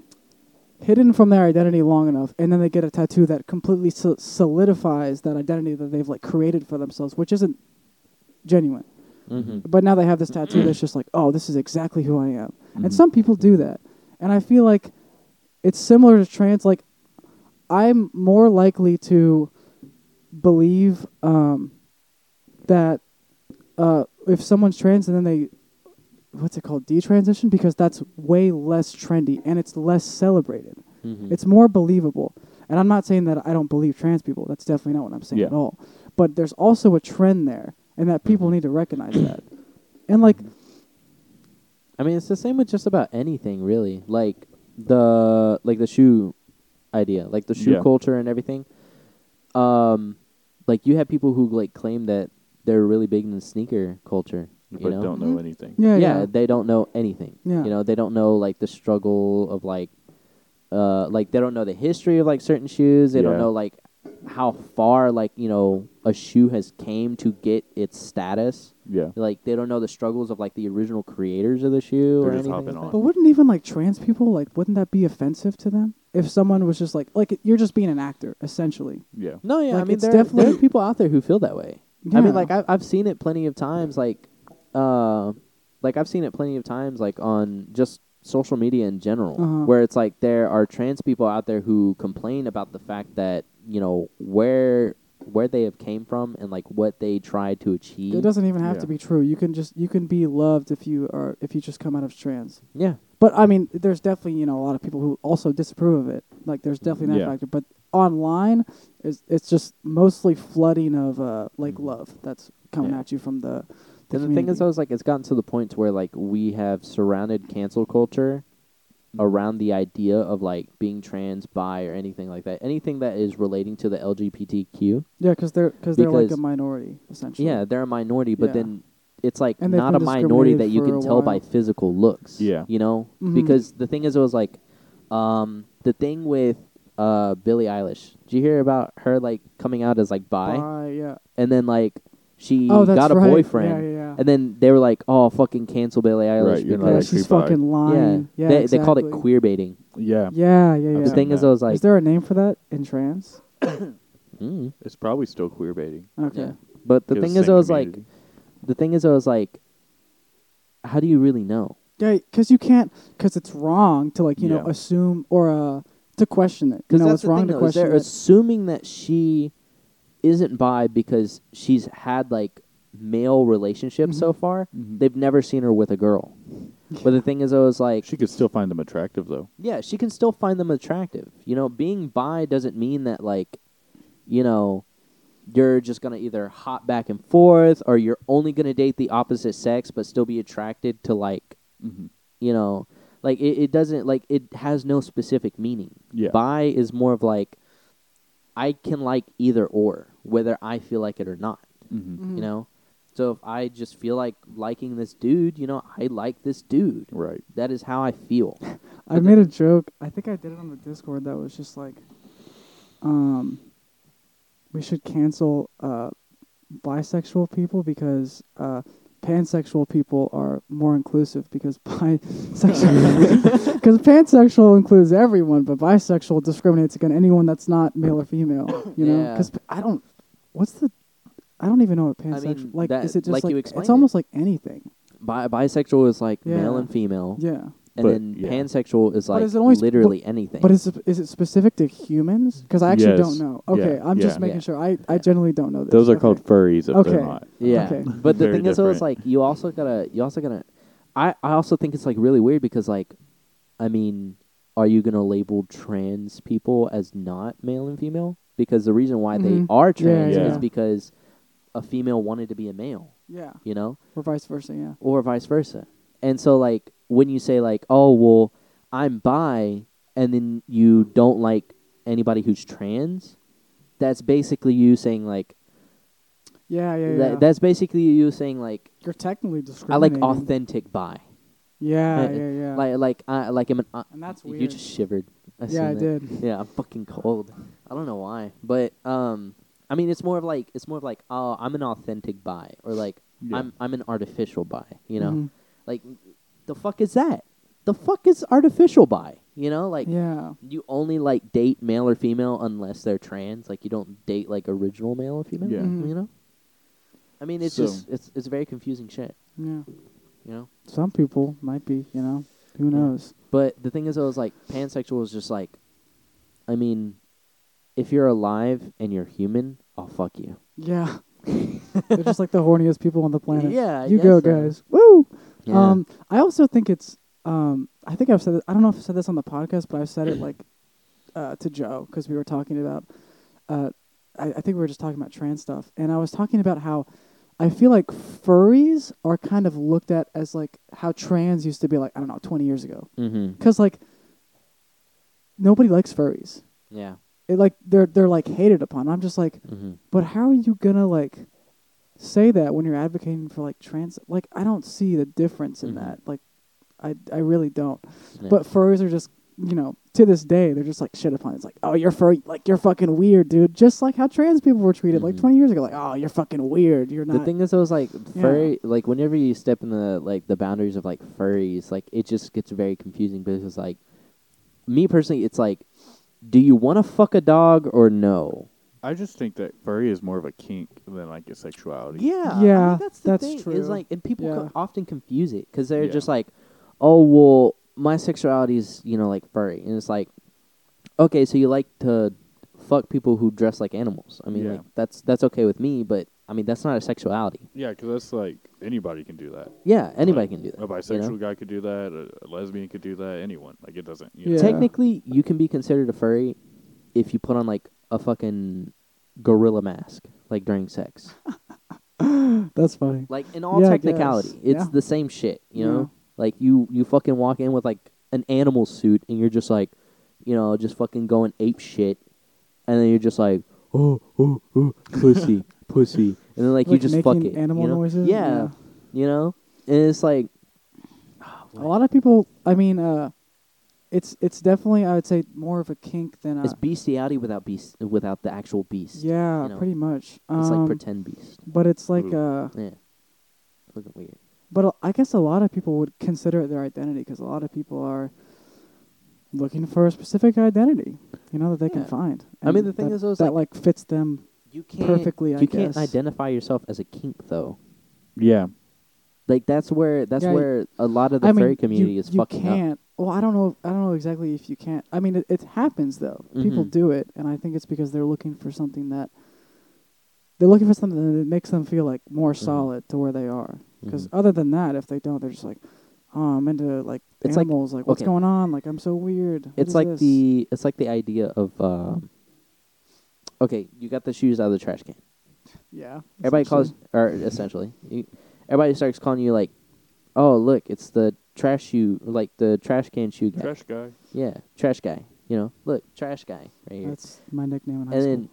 hidden from their identity long enough, and then they get a tattoo that completely so- solidifies that identity that they've like created for themselves, which isn't genuine. Mm-hmm. But now they have this tattoo that's just like, oh, this is exactly who I am. Mhm. And some people do that. And I feel like it's similar to trans. Like, I'm more likely to believe um, that uh, if someone's trans and then they, what's it called, detransition, because that's way less trendy and it's less celebrated. It's more believable. And I'm not saying that I don't believe trans people. That's definitely not what I'm saying Yeah. at all. But there's also a trend there, and that people need to recognize that. And like, I mean, it's the same with just about anything, really. Like the like the shoe idea, like the shoe Yeah. culture and everything. Um, like you have people who like claim that they're really big in the sneaker culture, you but know? don't know Mhm. anything. yeah, yeah, yeah, they don't know anything. Yeah. You know, they don't know like the struggle of like uh like they don't know the history of like certain shoes. They Yeah. don't know like how far like, you know, a shoe has came to get its status. Yeah. Like they don't know the struggles of like the original creators of the shoe They're or just anything. hopping like on. But wouldn't even like trans people like wouldn't that be offensive to them if someone was just like like you're just being an actor essentially? Yeah. that. No, yeah, I Like, mean it's there, are- there are definitely- people out there who feel that way. I Yeah. mean, like I, I've seen it plenty of times. Like, uh, like I've seen it plenty of times. Like on just social media in general, Uh-huh. where it's like there are trans people out there who complain about the fact that you know where where they have came from and like what they tried to achieve. It doesn't even have Yeah. to be true. You can just you can be loved if you are if you just come out of trans. yeah, But I mean, there's definitely you know a lot of people who also disapprove of it. Like there's definitely that Yeah. factor. But online, is it's just mostly flooding of uh Mm-hmm. like love that's coming Yeah. at you from the. the and the thing is, community. though, is like it's gotten to the point to where like we have surrounded cancel culture Mm-hmm. around the idea of like being trans, bi, or anything like that. Anything that is relating to the LGBTQ. yeah, because they're cause they're like a because- minority essentially. Yeah, they're a minority, but Yeah. then it's like And they've not a been minority that you can discriminated for tell a by while. physical looks. Yeah. You know? Mhm. Because the thing is it was like um the thing with uh Billie Eilish. Did you hear about her like coming out as like bi? Bi, yeah. And then like she Oh, that's got a right. boyfriend. Yeah, yeah, yeah. And then they were like, "Oh, fucking cancel Billie Eilish." Right, you're not Yeah, Like because, she's creep out. fucking lying. yeah, Yeah, they, exactly. they called it queer baiting. Yeah. Yeah, yeah, I've yeah. The thing is, Yeah. I was like, is there a name for that in trans? mm. It's probably still queer baiting. Okay. Yeah. but the It thing is, I same was like, community. the thing is, I was like, how do you really know? Yeah, because you can't, because it's wrong to like you know Yeah. assume or uh to question it. You Because know, that's it's wrong the thing, to though, is question they're it. assuming that she isn't bi because she's had like male relationships so Mm-hmm. far. Mhm. They've never seen her with a girl. But the thing is, I was like, she could still find them attractive though. yeah, she can still find them attractive. You know, being bi doesn't mean that like, you know, you're just gonna either hop back and forth or you're only gonna date the opposite sex but still be attracted to like, Mm-hmm. you know, like it, it doesn't like it has no specific meaning. Yeah. Bi is more of like I can like either or, whether I feel like it or not. Mm-hmm. Mm. You know? So if I just feel like liking this dude, you know, I like this dude. Right. That is how I feel. I made a joke. I think I did it on the Discord. That was just like, um, we should cancel uh bisexual people because uh pansexual people are more inclusive because bisexual because pansexual includes everyone, but bisexual discriminates against anyone that's not male or female. You know, Yeah. because I don't. What's the? I don't even know what mean, pansexual. like, that- is it just like like, you explained it's it. almost like anything? Bi- bisexual is like male Yeah. and female. Yeah. And But- then yeah. pansexual is like is it only sp- literally anything. But is it, is it specific to humans? Because I actually Yes. don't know. Okay, Yeah. I'm just Yeah. making Yeah. sure. I, Yeah. I generally don't know this. Those are Okay. called furries if they're Okay. not. Yeah, Okay. but the Very thing is, though, is different. like you also gotta, you also gotta. I I also think it's like really weird because like, I mean, are you gonna label trans people as not male and female? Because the reason why Mhm. they are Yeah, trans yeah, is yeah. because a female wanted to be a male, Yeah. you know, Or vice versa. Yeah. or vice versa. And so like when you say like, "Oh, well, I'm bi," and then you don't like anybody who's trans, that's basically you saying like Yeah. Yeah. yeah. that, that's basically you saying like You're technically I like discriminating. authentic bi. Yeah. Uh, Yeah. Yeah. Like like I like I'm an uh, and that's weird. you just shivered. I seen yeah, I that. did. Yeah, I'm fucking cold. I don't know why, but um, I mean, it's more of like it's more of like oh, I'm an authentic bi, or like Yeah. I'm I'm an artificial bi. You know, Mhm. like the fuck is that? The fuck is artificial bi? You know, like yeah. you only like date male or female unless they're trans. Like you don't date like original male or female. Yeah. Mhm. you know. I mean, it's So- just it's it's very confusing shit. Yeah. You know. Some people might be. You know. Who Yeah. knows? But the thing is, I was like, pansexual is just like, I mean, if you're alive and you're human, I'll fuck you. Yeah. They're just like the horniest people on the planet. Yeah, I You go, guess so. guys. Woo. Um, I also think it's. Um, I think I've said. It, I don't know if I said this on the podcast, but I've said it like uh, to Joe because we were talking about. Uh, I, I think we were just talking about trans stuff, and I was talking about how I feel like furries are kind of looked at as like how trans used to be like I don't know twenty years ago mm-hmm. because like nobody likes furries. Yeah. It like they're they're like hated upon. I'm just like, Mm-hmm. but how are you gonna like say that when you're advocating for like trans like i don't see the difference in Mhm. that like i i really don't Yeah. but furries are just you know to this day they're just like shit upon it's like oh you're fur like you're fucking weird dude just like how trans people were treated like Mhm. 20 years ago like oh you're fucking weird you're not the thing is, I was like, furry. Like, whenever you step in the like the boundaries of like furries, like it just gets very confusing because it's like, me personally, it's like, do you want to fuck a dog or no? I just think that furry is more of a kink than like a sexuality. Yeah, I mean, Yeah, that's the that's thing. true. Is like, and people Yeah. co- often confuse it because they're Yeah. just like, oh well, my sexuality is you know like furry, and it's like, okay, so you like to fuck people who dress like animals. I mean, Yeah. like that's that's okay with me, but I mean that's not a sexuality. Yeah, because that's like anybody can do that. Yeah, anybody Like, can do that. A bisexual guy could do that. A, a lesbian could do that. Anyone. Like it doesn't. You know? Yeah. Technically, you can be considered a furry if you put on like a fucking gorilla mask like during sex. that's funny Like in all Yeah, I technicality, guess. it's Yeah. the same shit. You Yeah. know, like you you fucking walk in with like an animal suit, and you're just like, you know, just fucking going ape shit, and then you're just like, oh oh oh, pussy pussy, and then like, you Like just fuck making it. animal you know? noises? Yeah, Yeah. you know, and it's like, a lot of people i mean uh it's it's definitely i would say more of a kink than a it's bestiality without beast without the actual beast. Uh. yeah you know. pretty much it's like Um, pretend beast. but it's like Ooh. uh Yeah, looking weird. But a- I guess a lot of people would consider it their identity because a lot of people are looking for a specific identity, you know, that they Yeah. can find. I mean, And the thing that, is, though, is that like, fits them. You can't Perfectly, You I can't guess. identify yourself as a kink though. Yeah. Like that's where that's Yeah, y- where a lot of the I mean, furry community you, is you fucking up. can't. Well, I don't know. I don't know exactly if you can't. I mean, it, it happens though. People Mhm. do it, and I think it's because they're looking for something that they're looking for something that makes them feel like more Mm-hmm. solid to where they are. Because other than that, if they don't, they're just like, oh, I'm into like It's like- animals. Like, what's okay. going on? Like, I'm so weird. What It's is like this?" the it's like the idea of um, okay, you got the shoes out of the trash can. yeah. Everybody essentially. calls or essentially, you, everybody starts calling you like, oh look, it's the trash shoe, like the trash can shoe guy. Trash guy. Yeah, trash guy. You know, look, trash guy right here. That's my nickname in high and school. then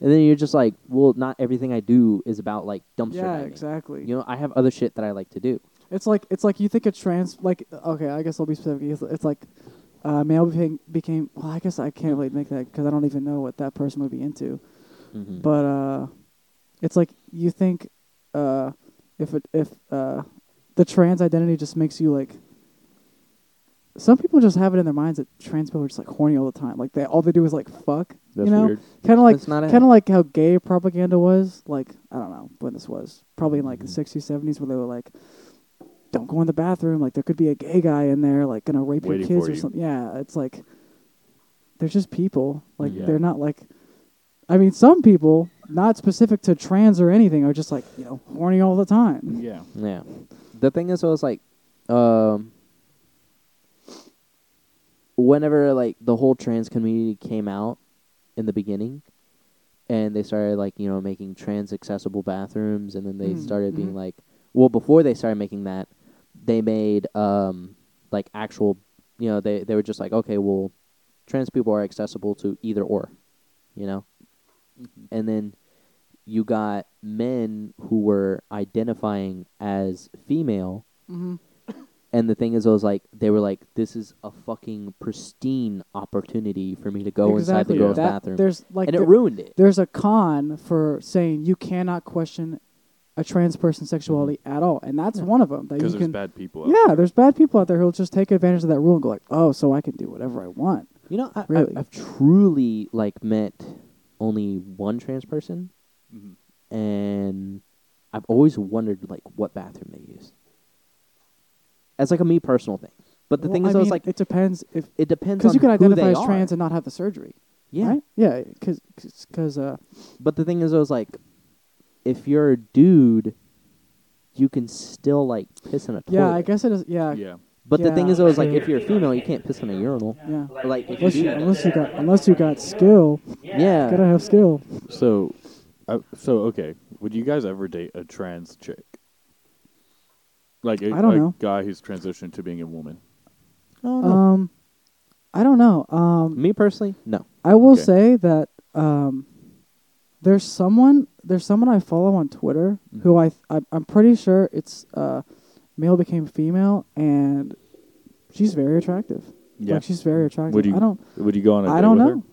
and then you're just like, well, not everything I do is about like dumpster yeah, diving. exactly. You know, I have other shit that I like to do. It's like it's like you think a trans like okay, I guess I'll be specific. It's, it's like uh, male became, became well, I guess I can't really make that because I don't even know what that person would be into. Mm-hmm. But uh, it's like you think uh, if it if uh, the trans identity just makes you like. Some people just have it in their minds that trans people are just like horny all the time. Like they all they do is like fuck. That's you know, weird. kind of like That's not it. kind of like how gay propaganda was like i don't know when this was probably in like Mm-hmm. the 60s 70s where they were like don't go in the bathroom like there could be a gay guy in there like gonna rape Waiting your kids for or you. something yeah it's like they're just people like Yeah. they're not like i mean some people not specific to trans or anything are just like you know horny all the time Yeah. Yeah. The thing is, I was like, um, whenever like the whole trans community came out in the beginning, and they started like you know making trans accessible bathrooms and then they Mm, started being mhm. like well before they started making that they made um like actual you know they they were just like okay well trans people are accessible to either or you know and then you got men who were identifying as female Mm-hmm. and the thing is, I was like, they were like, this is a fucking pristine opportunity for me to go inside exactly. the girls' that, bathroom, There's like and it there- ruined it. there's a con for saying you cannot question a trans person's sexuality at all, and that's Mm-hmm. Yeah. one of them that you because there's can. bad people. out yeah, there's bad people out there who'll just take advantage of that rule and go like, "Oh, so I can do whatever I want." You know, I, Really. I, I've truly like met only one trans person, there. Mhm. and I've always wondered like what bathroom they use. As like a me personal thing, but the Well, thing I is, I was mean, like, it depends if it depends on because you can who identify they as are. trans and not have the surgery. yeah, right? yeah, because uh, But the thing is, I was like, if you're a dude, you can still like piss in a toilet. yeah, I guess it is. Yeah, yeah. Yeah. But the thing Yeah. is, I was like, if you're a female, you can't piss in a urinal. Like, if you Unless you, do, unless you got unless you got skill, gotta yeah, have skill. So, I so okay. Would you guys ever date a trans chick? Like a I don't a know. guy who's transitioned to being a woman. Oh, no. Um, I don't know. Um, me personally, no. I will Okay. say that um, there's someone there's someone I follow on Twitter Mm-hmm. who I, th- I I'm pretty sure it's uh, male became female and she's very attractive. Yeah. Like she's very attractive. Would you I don't Would you go on a I date don't with know.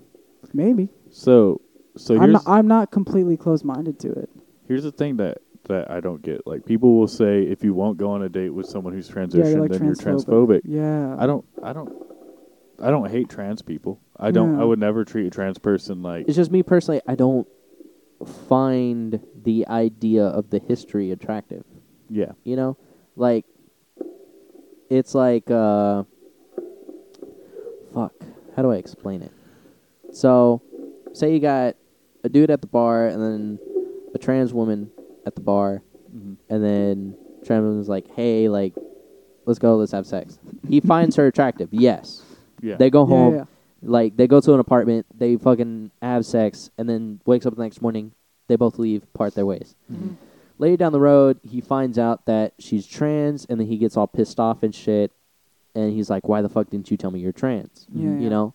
Maybe. her? So, so I'm here's not, I'm not completely closed minded to it. here's the thing that that I don't get. Like people will say if you won't go on a date with someone who's transitioned, yeah, you're like then transphobic. you're Yeah. transphobic. I don't I don't I don't hate trans people. I don't No. I would never treat a trans person like It's just me personally. I don't find the idea of the history attractive. yeah. You know, like it's like uh, fuck. How do I explain it? So, say you got a dude at the bar and then a trans woman at the bar, Mhm. and then trans woman's like, "Hey, like, let's go, let's have sex." He finds her attractive. Yes, Yeah. they go Yeah, home. yeah, yeah. Mm-hmm. Like they go to an apartment, they fucking have sex, and then wakes up the next morning. They both leave, part their ways. Mhm. Later down the road, he finds out that she's trans, and then he gets all pissed off and shit. And he's like, "Why the fuck didn't you tell me you're trans?" Yeah, you yeah. know.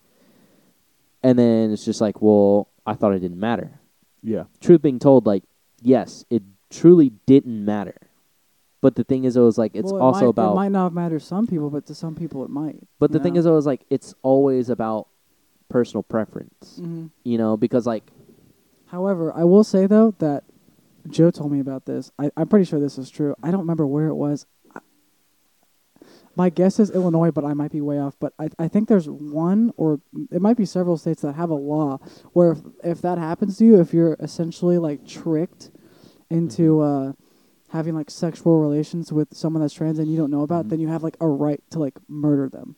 And then it's just like, "Well, I thought it didn't matter." yeah. Truth being told, like, yes, it truly didn't matter. But the thing is, it was like it's Well, it also might, about it might not matter to some people, but to some people it might. But the you thing know? is, I was like, it's always about personal preference, Mhm. you know, because like, However, I will say though that Joe told me about this. I, I'm pretty sure this is true. I don't remember where it was. I- My guess is Illinois, but I might be way off. But I, I think there's one or it might be several states that have a law where if, if that happens to you, if you're essentially like tricked into uh, having like sexual relations with someone that's trans and you don't know about, Mhm. then you have like a right to like murder them.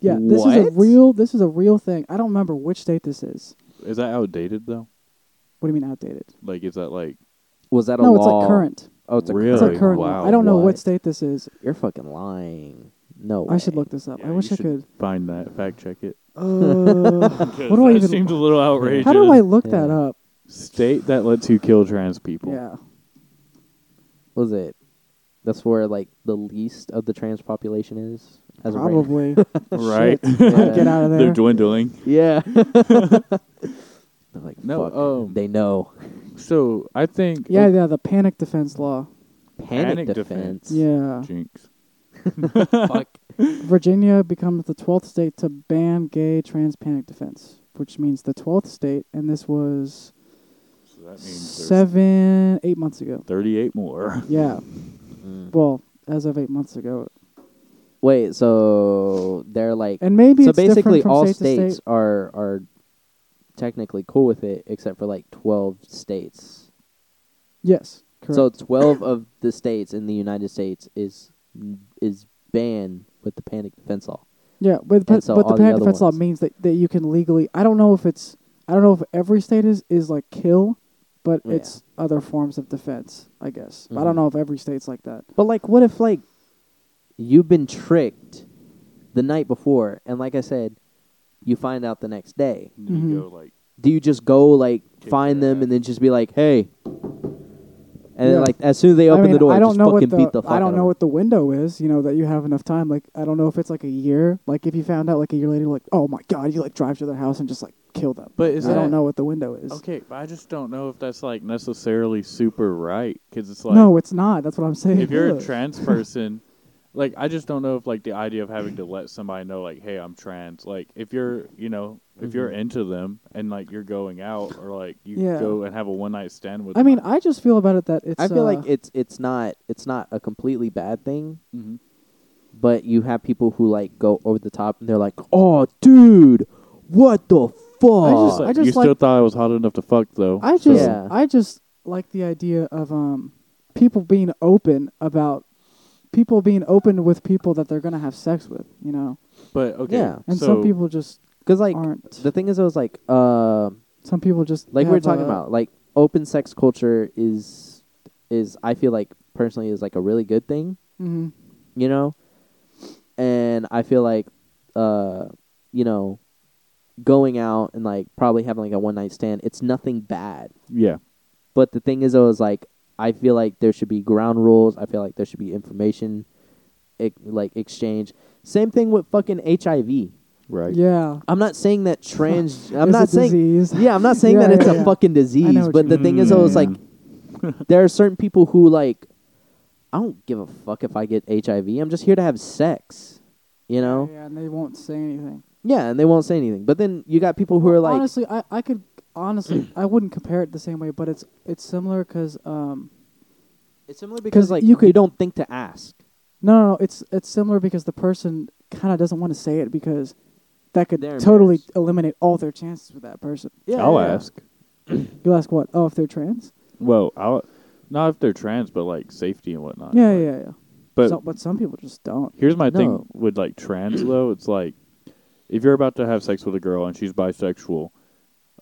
Yeah, this is a What? real. This is a real thing. I don't remember which state this is. Is that outdated though? What do you mean outdated? Like is that like was that a No, it's law? like current. Oh, it's a Really? It's current. like current law. Wow, I don't know what what? state this is. You're fucking lying. No, I should way. look this up. Yeah, I wish you I should could. find that fact check it. Uh, What do I that even- seems a little outrageous. how do I look Yeah. that up? state that lets you kill trans people? Yeah. Was it? That's where like the least of the trans population is. As of right now. Probably. Right. Shit. Yeah. Get out of They're there. dwindling. Yeah. They're like, No, fuck. um, they know. So I think oh, yeah, yeah, the panic defense law. Panic, Panic defense. Yeah. jinx. Fuck. Virginia becomes the 12th state to ban gay trans panic defense, which means the 12th state, and this was So that means there's seven, eight months ago. thirty-eight more. Yeah. Mm. Well, as of eight months ago. Wait, so they're like And maybe so it's basically different from all state to states state. are are technically cool with it except for like 12 states Yes. Correct. so 12 of the states in the united states is is banned with the panic defense law Yeah, but but, so but the all the parent other defense law ones. means that, that you can legally. I don't know if it's. I don't know if every state is is like kill, but Yeah. it's other forms of defense. I guess I Mhm. don't know if every state's like that. but like what if like you've been tricked the night before and like i said you find out the next day And then you Mhm. go like do you just go like kick find their them ass. and then just be like, hey. And then Yeah. like as soon as they I open mean, the door, I don't just know fucking what the, beat the fuck I out don't of know them. what the window is. You know that you have enough time. Like I don't know if it's like a year. Like if you found out like a year later, like oh my god, you like drive to their house and just like kill them. But is I don't that- know what the window is. Okay, but I just don't know if that's like necessarily super right because it's like no, it's not. That's what I'm saying. if you're a Ugh. trans person, like I just don't know if like the idea of having to let somebody know like, hey, I'm trans. Like if you're, you know, if you're into them and like you're going out or like you Mm-hmm. Yeah. go and have a one night stand with. I mean, I just feel about it that it's. I feel uh, like it's it's not it's not a completely bad thing, Mm-hmm. Mhm. but you have people who like go over the top and they're like, "Oh, dude, what the fuck?" I just- Like, I you still like- thought I was hot enough to fuck though. I just Yeah. I just like the idea of um people being open about people being open with people that they're gonna have sex with, you know. but okay, Yeah. And so some people just Cuz like aren't. the thing is I was like, uh, some people just like we have uh, were talking a- about, like open sex culture is is I feel like personally is like a really good thing, Mhm. you know? And I feel like uh, you know, going out and like probably having like a one night stand, it's nothing bad. yeah, But the thing is, though, is like I feel like there should be ground rules. I feel like there should be information, ex- like exchange. Same thing with fucking HIV. right. Yeah. I'm not saying that trans. I'm It's not a saying. disease. Yeah, I'm not saying Yeah, that it's yeah, a yeah. fucking disease. what But you Mm-hmm. the thing is, though, is like mean. there are certain people who like. I don't give a fuck if I get HIV. I'm just here to have sex. You know. Yeah, and they won't say anything. Yeah, and they won't say anything. But then you got people who are like, honestly, I I could honestly I wouldn't compare it the same way, but it's it's similar because um it's similar because like you you, could- don't think to ask. No, no, no, it's it's similar because the person kind of doesn't want to say it because that could They're totally embarrassed. eliminate all their chances with that person. Yeah, I'll yeah, yeah. ask. You ask what? Oh, if they're trans? Well, I'll not if they're trans, but like safety and whatnot. Yeah, Like, yeah, yeah. But So- but some people just don't. Here's my thing No. with like trans though. It's like if you're about to have sex with a girl and she's bisexual,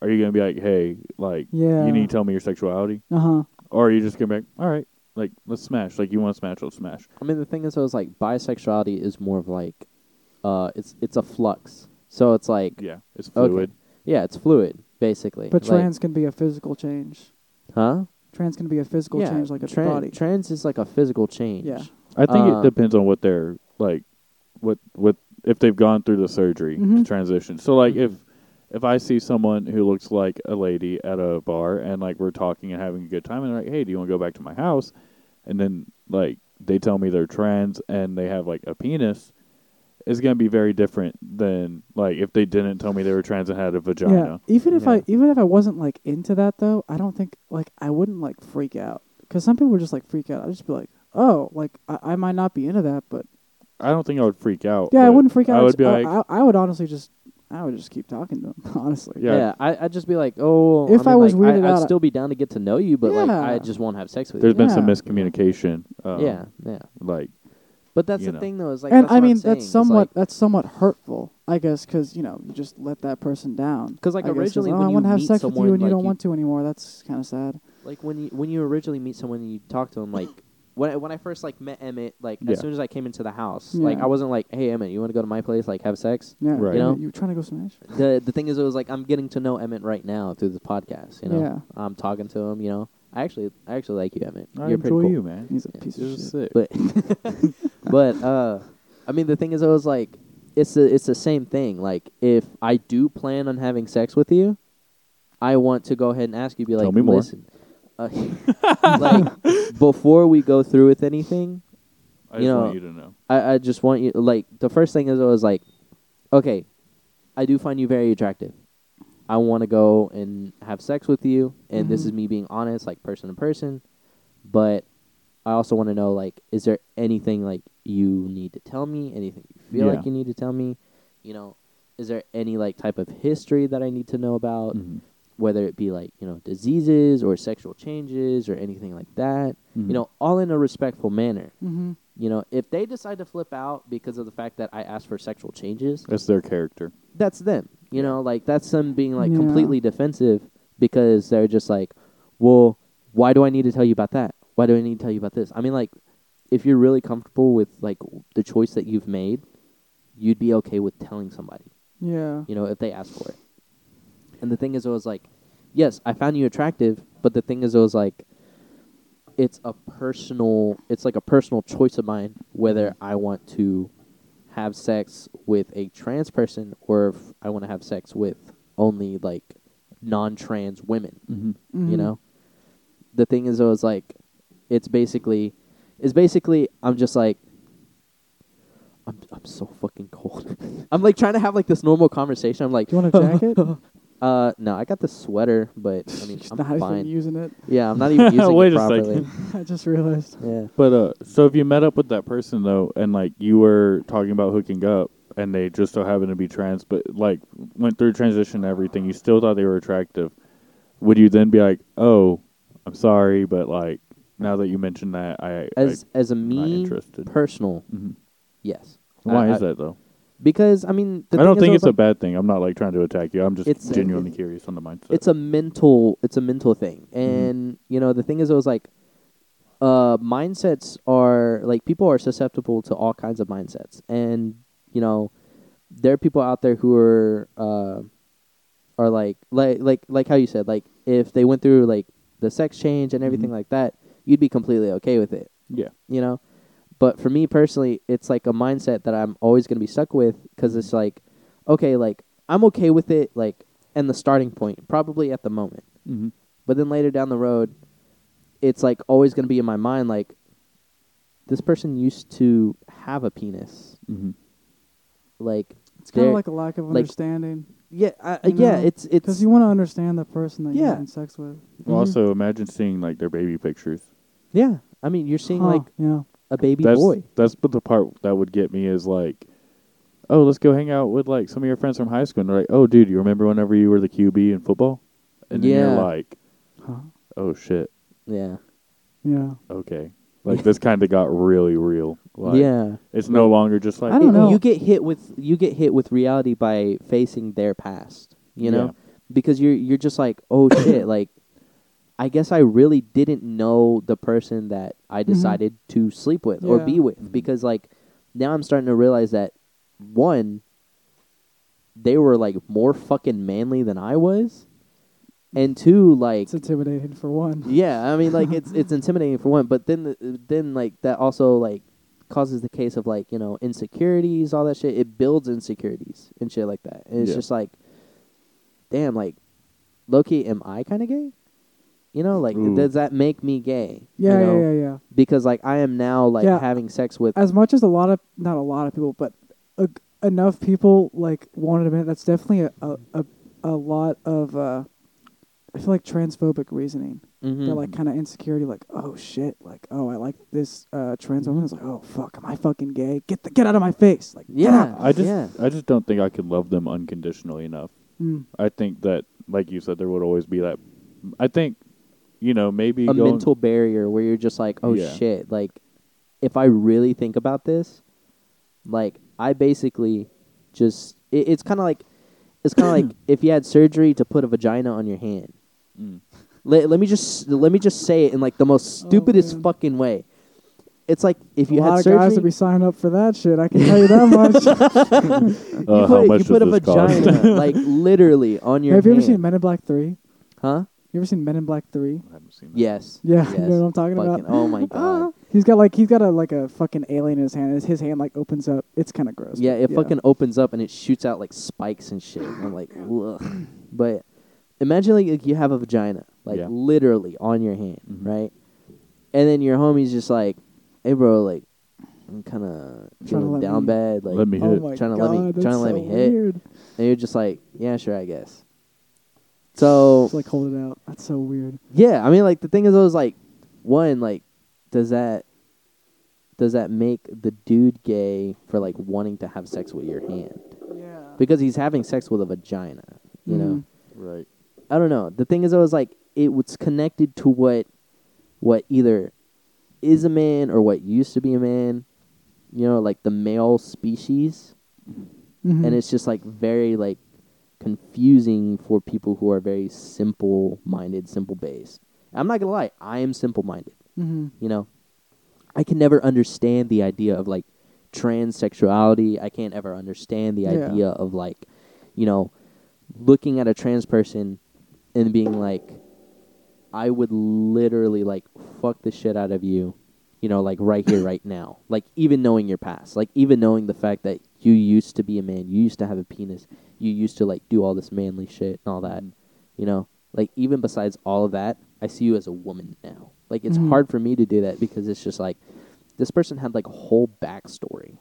are you gonna be like, hey, like, Yeah. you need to tell me your sexuality, Uh huh. or are you just gonna be like, all right, like let's smash, like you want to smash, let's smash. I mean, the thing is, I was like, bisexuality is more of like, uh, it's it's a flux. So it's like, yeah, Yeah, it's Okay. fluid. it's fluid basically. But Like- trans can be a physical change. huh? Trans can be a physical yeah, change, like a tran- body. Trans is like a physical change. Yeah. I think Uh, Um, it depends on what they're like, what what if they've gone through the surgery to Mhm. transition. So like Mhm. if if I see someone who looks like a lady at a bar and like we're talking and having a good time and they're like, hey, do you want to go back to my house? And then like they tell me they're trans and they have like a penis. It's gonna be very different than like if they didn't tell me they were trans and had a yeah. vagina. Even if Yeah. I even if I wasn't like into that though, I don't think like I wouldn't like freak out because some people just like freak out. I'd just be like, oh, like I, I might not be into that, but I don't think I would freak out. yeah, I but wouldn't freak out. uh, I would be I, like, I, I would honestly just I would just keep talking to them. Honestly. Yeah. Yeah, I, I'd just be like, oh, If I, I mean, was like, weirded I, I'd out- still be down to get to know you, but like, Yeah. I just won't have sex with there's been some Yeah. miscommunication. Um, you. Yeah, yeah. like But that's You the know. thing, though, is like, and that's I what I'm mean saying, that's is, somewhat like, that's somewhat hurtful, I guess, because you know you just let that person down. 'Cause, like, I guess, originally oh, when I you want to have meet sex with someone, you and you like, don't you- want to anymore, that's kind of sad. like when you when you originally meet someone and you talk to them, like. When I, when I first like met Emmett, like Yeah. as soon as I came into the house, Yeah. like I wasn't like, "Hey Emmett, you want to go to my place, like have sex?" Yeah, Right. you, You know? you trying to go smash? the the thing is, it was like I'm getting to know Emmett right now through this podcast. You know, Yeah. I'm talking to him. You know, I actually I actually like you, Emmett. I You're pretty enjoy cool. you, man. He's a Yeah. piece You're of shit. sick. But but uh, I mean, the thing is, it was like it's the it's the same thing. Like if I do plan on having sex with you, I want to go ahead and ask you, be like, Tell me more. listen, uh, like before we go through with anything, I you just know, want you to know. I, I just want you like the first thing is I was like, okay, I do find you very attractive. I want to go and have sex with you, and this Mhm. is me being honest, like person to person. But I also want to know, like, is there anything like you need to tell me? Anything you feel Yeah. like you need to tell me? You know, is there any like type of history that I need to know about? Mhm. Whether it be like you know diseases or sexual changes or anything like that. Mhm. You know, all in a respectful manner. Mm-hmm. You know, if they decide to flip out because of the fact that I asked for sexual changes, That's their character. that's them. You know, like that's them being like Yeah. completely defensive because they're just like, well, why do I need to tell you about that? Why do I need to tell you about this? I mean, like, if you're really comfortable with like the choice that you've made, you'd be okay with telling somebody. Yeah. You know, if they ask for it. And the thing is, I was like, yes, I found you attractive, but the thing is, it was like, it's a personal, it's like a personal choice of mine whether I want to have sex with a trans person or if I want to have sex with only like non-trans women Mm-hmm. Mhm. you know the thing is it was like it's basically it's basically i'm just like i'm, I'm so fucking cold i'm like trying to have like this normal conversation i'm like Do you want a jacket? uh no i got this sweater but i mean Just not i'm even fine using it. yeah i'm not even using Wait it a properly I just realized. yeah But uh, so if you met up with that person though, and like you were talking about hooking up, and they just so happened to be trans, but like went through transition and everything, you still thought they were attractive. Would you then be like, "Oh, I'm sorry, but like now that you mentioned that, I as as a I'm not me interested." personal Mhm. yes Why I- is I- that though? because i mean the I don't thing think is, it's I a was like, bad thing. I'm not like trying to attack you. I'm just It's- genuinely curious on the mindset. it's a mental it's a mental thing and you know the thing is it was like uh mindsets are like people are susceptible to all kinds of mindsets and you know there are people out there who are uh are like like like like how you said like if they went through like the sex change and everything Mhm. like that you'd be completely okay with it yeah. you know but for me personally it's like a mindset that i'm always going to be stuck with because it's like okay like i'm okay with it like and the starting point probably at the moment Mm-hmm. but then later down the road it's like always going to be in my mind like this person used to have a penis Mm-hmm. like It's kind they're- of like a lack of like- understanding. yeah I, you yeah know, it's it's Because you want to understand the person that you're Yeah. having sex with. Well, Mhm. also imagine seeing like their baby pictures. yeah i mean you're seeing Huh, like yeah. a baby that's, boy That's but the part that would get me is like, oh, let's go hang out with like some of your friends from high school. And they're like, oh, dude, you remember whenever you were the QB in football? And then Yeah. you're like, Huh. oh shit, yeah Yeah. okay. Like this kind of got really real. Like, yeah It's no longer just like I don't It- know. You get hit with you get hit with reality by facing their past, you know, Yeah. because you're you're just like, oh shit, like I guess I really didn't know the person that I decided to sleep with or Mm-hmm. Yeah. Mm-hmm. be with Mhm. because like now I'm starting to realize that one, they were like more fucking manly than I was, and two, like It's intimidating for one. yeah, I mean, like it's it's intimidating for one, but then then like that also like causes the case of like you know insecurities, all that shit. It builds insecurities and shit like that. And it's Yeah. just like, damn, like Loki, am I kind of gay? You know, like Ooh. does that make me gay? Yeah, you know? yeah, yeah, yeah. Because like I am now like Yeah. having sex with As much as a lot of, not a lot of people, but a, enough people like want to admit that's definitely a, a, a, a lot of, uh, I feel like transphobic reasoning. Mhm. That like kind of insecurity, like oh shit, like oh I like this uh, trans woman. It's like oh fuck, am I fucking gay? Get the get out of my face! Like get yeah, out. I just yeah. I just don't think I could love them unconditionally enough. Mm. I think that like you said, there would always be that. I think you know maybe a going- mental barrier where you're just like, oh Yeah. shit, like if I really think about this, like I basically just it, it's kind of like it's kind of like if you had surgery to put a vagina on your hand. Mm. Let, let me just let me just say it in like the most Oh, stupidest man. fucking way. It's like if you a had lot of surgery, guys would be signing up for that shit. I can tell you that much. you Uh, put, how you much put a does this cost? vagina like literally on your. Have you ever hand. seen Men in Black Three? Huh? You ever seen Men in Black Three? I haven't seen that. Yes. Yeah, Yes. you know what I'm talking Fucking- about. Oh my god. He's got like he's got a like a fucking alien in his hand. His, his hand like opens up. It's kind of gross. Yeah, but it fucking opens up and it shoots out like spikes and shit. And I'm like, ugh. But imagine like, like, you have a vagina, like Yeah. literally on your hand, Mhm. right? And then your homie's just like, "Hey, bro, like, I'm kind of to feeling let down me- bad. Like, Let me Oh hit. my trying god, to let me- that's trying to so let me hit. Weird. And you're just like, "Yeah, sure, I guess." So Just like hold it out. That's so weird. yeah, I mean, like the thing is, I was like, one, like, does that does that make the dude gay for like wanting to have sex with your hand? Yeah. because he's having sex with a vagina. You know, Right. I don't know. The thing is, I was like, it was connected to what, what either is a man or what used to be a man. You know, like the male species, hmm and it's just like very like confusing for people who are very simple minded, simple based. I'm not gonna lie, I am simple minded. hmm You know, I can never understand the idea of like transsexuality. I can't ever understand the Yeah. idea of like, you know, looking at a trans person and being like, I would literally like fuck the shit out of you, you know, like right here, right now. Like even knowing your past, like even knowing the fact that you used to be a man, you used to have a penis, you used to like do all this manly shit and all that, you know. Like even besides all of that, I see you as a woman now. Like it's Mhm. hard for me to do that because it's just like this person had like a whole backstory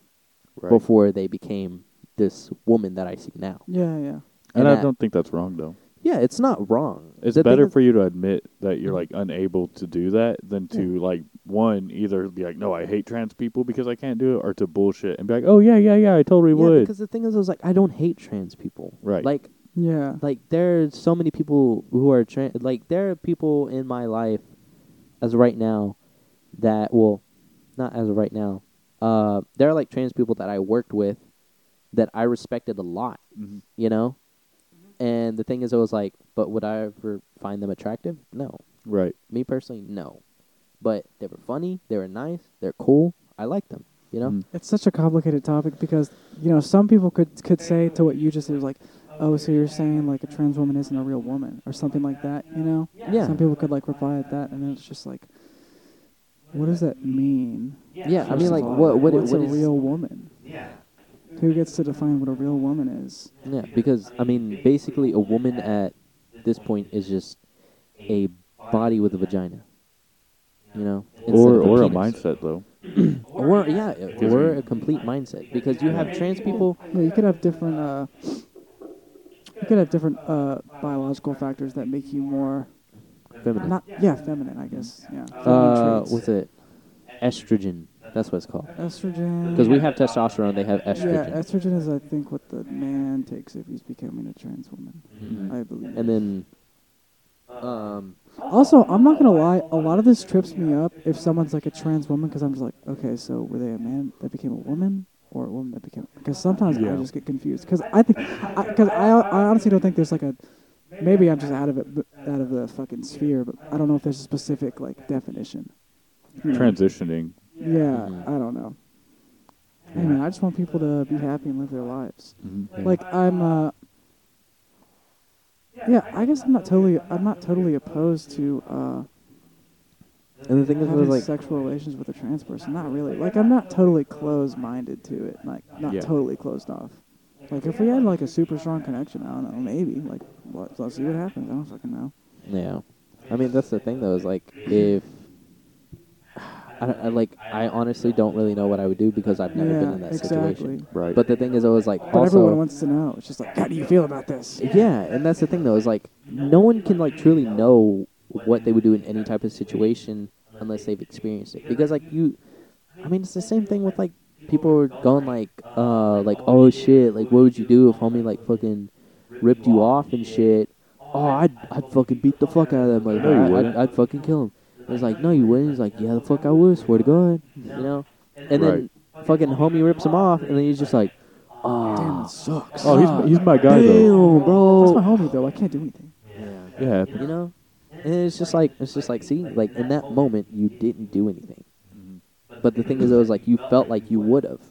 Right. before they became this woman that I see now. Yeah, yeah. and and I that- don't think that's wrong though. Yeah, it's not wrong. It's The thing better is- for you to admit that you're like unable to do that than to like one either be like, no, I hate trans people because I can't do it, or to bullshit and be like, oh yeah, yeah, yeah, I totally yeah, would. because the thing is, I was like, I don't hate trans people. Right. Like, Yeah. like there are so many people who are trans. Like, there are people in my life, as of right now, that well, not as of right now. Uh, there are like trans people that I worked with, that I respected a lot. Mhm. You know, Mm-hmm. and the thing is, I was like, but would I ever find them attractive? No. Right. Me personally, no. But they were funny. They were nice. They're cool. I like them. You know. Mm. It's such a complicated topic because you know some people could could say to what you just did was like, oh, so you're saying like a trans woman isn't a real woman or something like that, you know? Yeah. Some people could like reply at that, and then it's just like, what does that mean? Yeah. I First mean, of like, all, what? What, what's what a is real woman? Yeah. Who gets to define what a real woman is? Yeah, because I mean, basically, a woman at this point is just a body with a vagina. You know, instead Or of or a penis. mindset though. or yeah, or a complete mindset. Because you have trans people. Well, you could have different. Uh, you could have different uh, biological factors that make you more Feminine. not yeah feminine, I guess. Yeah. uh, Feminine traits. what's it? Estrogen. That's what it's called. Estrogen. Because we have testosterone, they have Yeah, estrogen. estrogen is, I think, what the man takes if he's becoming a trans woman. Mhm. I believe. And then, um, also, I'm not gonna lie. A lot of this trips me up if someone's like a trans woman, because I'm just like, okay, so were they a man that became a woman, or a woman that became? Because sometimes Yeah. I just get confused. Because I think, because I, I honestly don't think there's like a. Maybe I'm just out of it, but- out of the fucking sphere. But I don't know if there's a specific like definition. Hmm. Transitioning. Yeah, Mhm. I don't know. Hey man, I just want people to be happy and live their lives. Yeah. Like I'm uh Yeah, I guess I'm not totally I'm not totally opposed to uh and the thing is, having like, sexual relations with a trans person. Not really. Like I'm not totally closed minded to it. Like not Yeah. totally closed off. Like if we had like a super strong connection, I don't know, maybe. Like what let's see what happens. I don't fucking know. Yeah, I mean that's the thing though. Is like if I, don't- I like I honestly don't really know what I would do because I've never yeah, been in that exactly. situation. Right. But the thing is, I was like But everyone also wants to know. It's just like, how do you feel about this? yeah, and that's the thing though. Is like no one can like truly know what they would do in any type of situation unless they've experienced it. Because like you, I mean it's the same thing with like people are going like uh like oh shit like what would you do if homie like fucking ripped you off and shit. Oh, I'd, I'd fucking beat the fuck out of that motherfucker. No, you I- I'd, wouldn't. I'd fucking kill him. I was like, no, you wouldn't. He's like, yeah, the fuck I would. Swear to God, you know. And then fucking homie rips him off, and then he's just like, Damn, that oh, sucks. Oh, he's my, he's my guy damn, though. That's my bro. homie though. I can't do anything. Yeah. Yeah. You know, and it's just like it's just like see, like in that moment you didn't do anything, but the thing is, it was like you felt like you would have,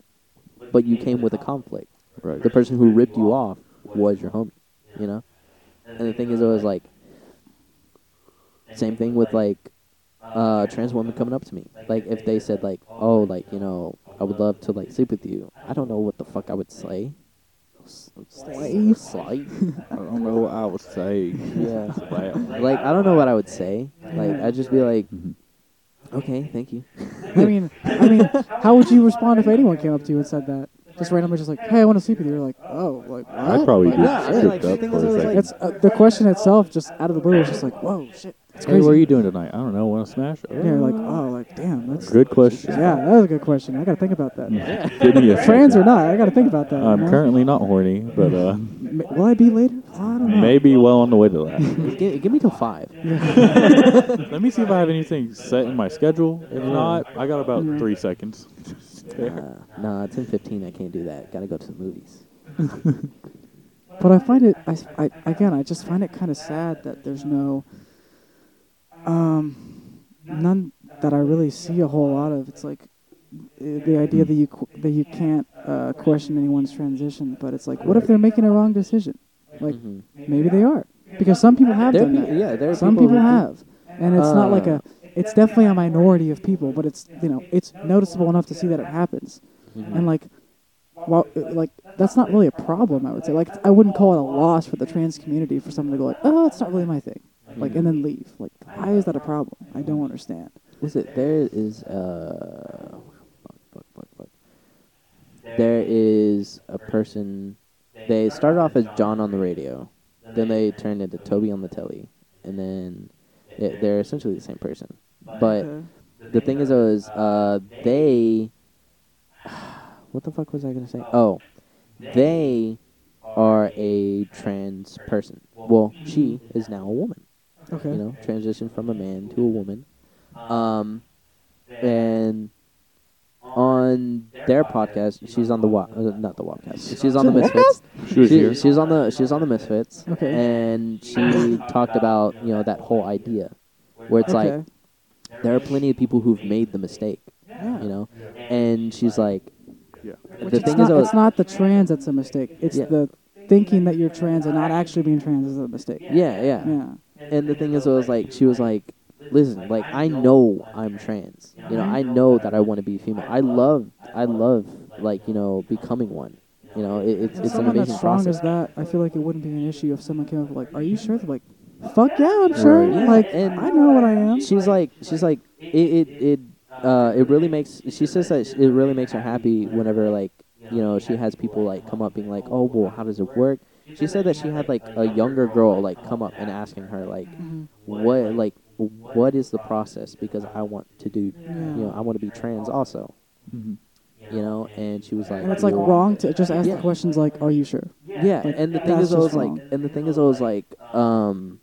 but you came with a conflict. Right. The person who ripped you off was your homie, you know. And the thing is, it was like same thing with like uh trans women coming up to me. Like if they said like, oh, like you know, I would love to like sleep with you. I don't know what the fuck I would say. Slay, slay. I don't know what I would say. Yeah. Wow. Like I don't know what I would say. Like Yeah. I'd just be like, Mhm. okay, thank you. I mean, I mean, how would you respond if anyone came up to you and said that? Just randomly, just like, "Hey, I want to sleep with you." You're like, "Oh, like what?" I'd probably Like, be Yeah, yeah, like, tripped the up thing for is, I was a like- second. It's uh, the question itself, just out of the blue, is just like, "Whoa, shit." It's Hey, crazy. what are you doing tonight? I don't know. Want to smash? Yeah, you're like, Mm. "Oh, like damn, that's Good question. yeah, that was a good question. I gotta think about that. Give me a Trans second. or not, I gotta think about that. you I'm know? currently not horny, but uh, M- Will I be later? I don't know. maybe well on the way to that. give, give me till five. Let me see if I have anything set in my schedule. If Mm-hmm. not, I got about three seconds. Uh, nah, ten fifteen. I can't do that. Gotta go to the movies. But I find it, I, I again, I just find it kind of sad that there's no, um, none that I really see a whole lot of. It's like uh, the idea that you qu- that you can't uh, question anyone's transition, but it's like, what if they're making a wrong decision? Like Mm-hmm. Mhm. maybe they are. because some people have There done pe- that. yeah, there are some people people, who do. have, and it's not like Uh, a. It's definitely a minority of people, but it's you know it's noticeable enough to see that it happens, Mm-hmm. and like, well, uh, like that's not really a problem. I would say like I wouldn't call it a loss for the trans community for someone to go like, oh, it's not really my thing, Mm-hmm. like and then leave. Like, why is that a problem? I don't understand. Is it there is uh fuck, fuck, fuck, fuck. There is a person they started off as John on the radio. Then they turned into Toby on the telly. And then they- they're essentially the same person. But the thing is though is uh they what the fuck was I gonna say? Oh. They are a trans person. Well, she is now a woman Okay. you know, transition from a man to a woman. Um, and on their podcast, she's on the wa- uh, not the Wapcast. She's on the The Misfits. She was here. she's on the she's on the Misfits. Okay. And she talked about you know that whole idea, where it's okay. like there are plenty of people who've made the mistake, yeah. you know, and she's like, Yeah. Which the it's thing not, is, uh, it's not the trans that's a mistake. It's Yeah. the thinking that you're trans and not actually being trans is a mistake. yeah, yeah, Yeah. and the thing is, I was like, she was like, listen, like I know I'm trans. You know, I know that I want to be female. I love, I love, like you know, becoming one. You know, it, it's If it's an someone amazing that's strong process. as that, I feel like it wouldn't be an issue if someone came up with like, "Are you sure?" They're like, "Fuck yeah, I'm sure." Right. Like, And- I know what I am. She's like, she's like, it, it, it, uh, it really makes. She says that it really makes her happy whenever like you know she has people like come up being like, oh well, how does it work? She said that she had like a younger girl like come up and asking her like, Mhm. what like what is the process because I want to do Yeah. you know I want to be trans also Mm-hmm. you know and she was like And it's like "Well, wrong to just ask Yeah. the questions like, "Are you sure?" yeah and the thing that's is I was just like wrong. and the thing is I was like um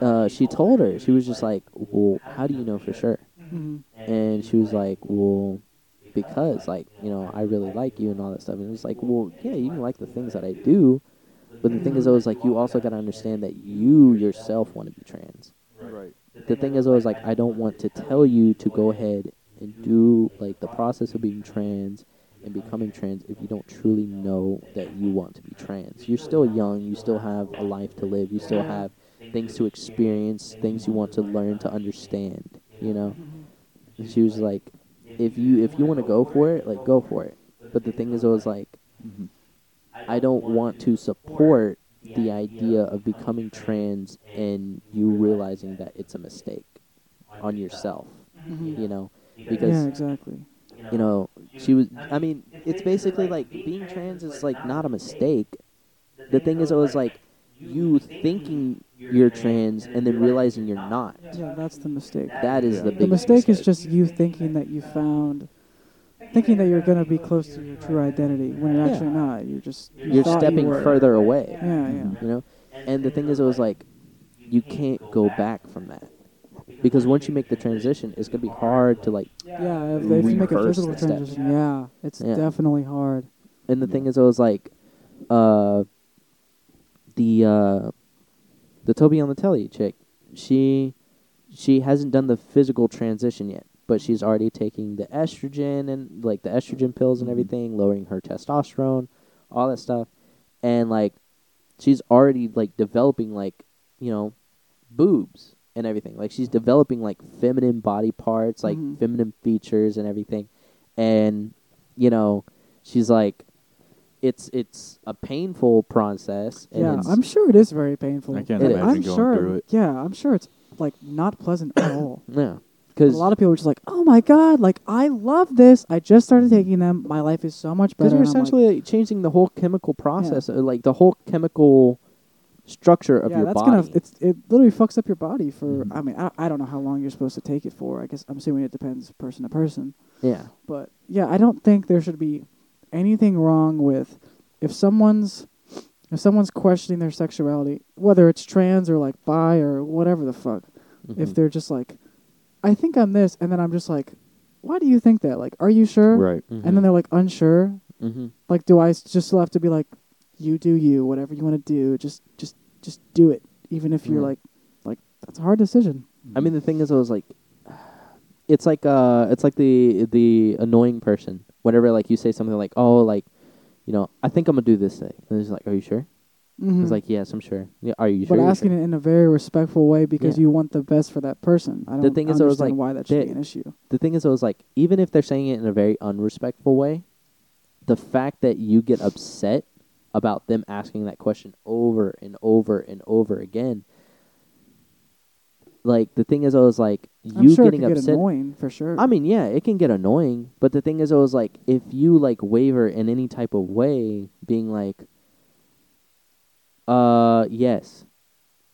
uh she told her she was just like well how do you know for sure Mhm. and she was like well because like you know I really like you and all that stuff and it was like well yeah you can like the things that I do but the thing is I was like you also got to understand that you yourself want to be trans Right. the thing is always like I don't want to tell you to go ahead and do like the process of being trans and becoming trans if you don't truly know that you want to be trans. You're still young, you still have a life to live, you still have things to experience, things you want to learn to understand, you know? And she was like if you if you want to go for it, like go for it. But the thing is always like Mhm. I don't want to support the idea of becoming trans and you realizing that it's a mistake on yourself, you know, Yeah, because exactly. you know she was. I mean, it's basically like being trans is like not a mistake. The thing is, it was like you thinking you're trans and then realizing you're not. Yeah, that's the mistake. That is Yeah. the The the biggest mistake is just you thinking that you found, thinking that you're gonna be close to your true identity when you're Yeah. actually not. You're just you you're thought you stepping were. further Mm-hmm. away. Yeah, yeah. you know and the thing is it was like you can't go back from that because once you make the transition it's going to be hard to like Yeah, if, if you make a Reverse physical the steps. transition, yeah, it's Yeah. definitely hard. and the thing is it was like uh the uh the toby on the telly chick she she hasn't done the physical transition yet but she's already taking the estrogen and like the estrogen pills and Mhm. everything lowering her testosterone all that stuff and like she's already like developing like you know boobs and everything like she's developing like feminine body parts like Mhm. feminine features and everything and you know she's like it's it's a painful process and yeah, it's, I'm sure it is very painful. I can't It is. imagine I'm going sure. through it. Yeah, I'm sure it's like not pleasant at all. yeah a because lot of people are just like, "Oh my god, like I love this. I just started taking them. My life is so much better." Mm-hmm. you're And I'm like, essentially like, changing the whole chemical process uh, like the whole chemical structure of yeah, your that's body Mm-hmm. gonna it's it literally fucks up your body for. Mhm. I mean, I, I don't know how long you're supposed to take it for. I guess I'm assuming it depends person to person. yeah But yeah, I don't think there should be anything wrong with if someone's if someone's questioning their sexuality, whether it's trans or like bi or whatever the fuck. If Mhm. they're just like, I think I'm this, and then I'm just like, why do you think that? Like, are you sure? Mm-hmm. Right. Mm-hmm. And then they're like unsure. Mhm. Like, do I s- just still have to be like, you do you, whatever you want to do, just just just do it, even if you're Yeah. like, like that's a hard decision. I mean, the thing is, I was like, it's like uh, it's like the the annoying person. Whenever like you say something like, "Oh, like, you know, I think I'm gonna do this thing," and it's like, "Are you sure?" I Mhm. was like, yes, I'm sure. Yeah, are you sure? but You're asking sure? it in a very respectful way because Yeah. you want the best for that person. I don't thing is, I understand was like, why that should they- be an issue. the thing is, I was like, even if they're saying it in a very unrespectful way, the fact that you get upset about them asking that question over and over and over again, like the thing is, I was like, I'm you sure it getting could get upset. annoying for sure. I mean, yeah, it can get annoying, but the thing is, I was like, if you like waver in any type of way, being like, uh, yes,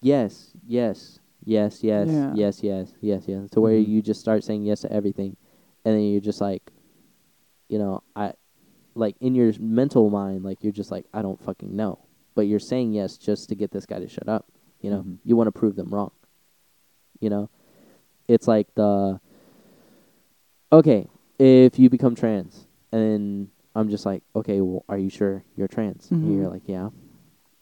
yes, yes, yes, yes, Yeah. yes, yes, yes, yes, to where Mhm. you just start saying yes to everything, and then you're just like, you know, I, like in your mental mind, like you're just like, I don't fucking know, but you're saying yes just to get this guy to shut up. You know, Mhm. you want to prove them wrong. You know, it's like the okay if you become trans, and then I'm just like, okay, well, are you sure you're trans? And Mhm. you're like, yeah.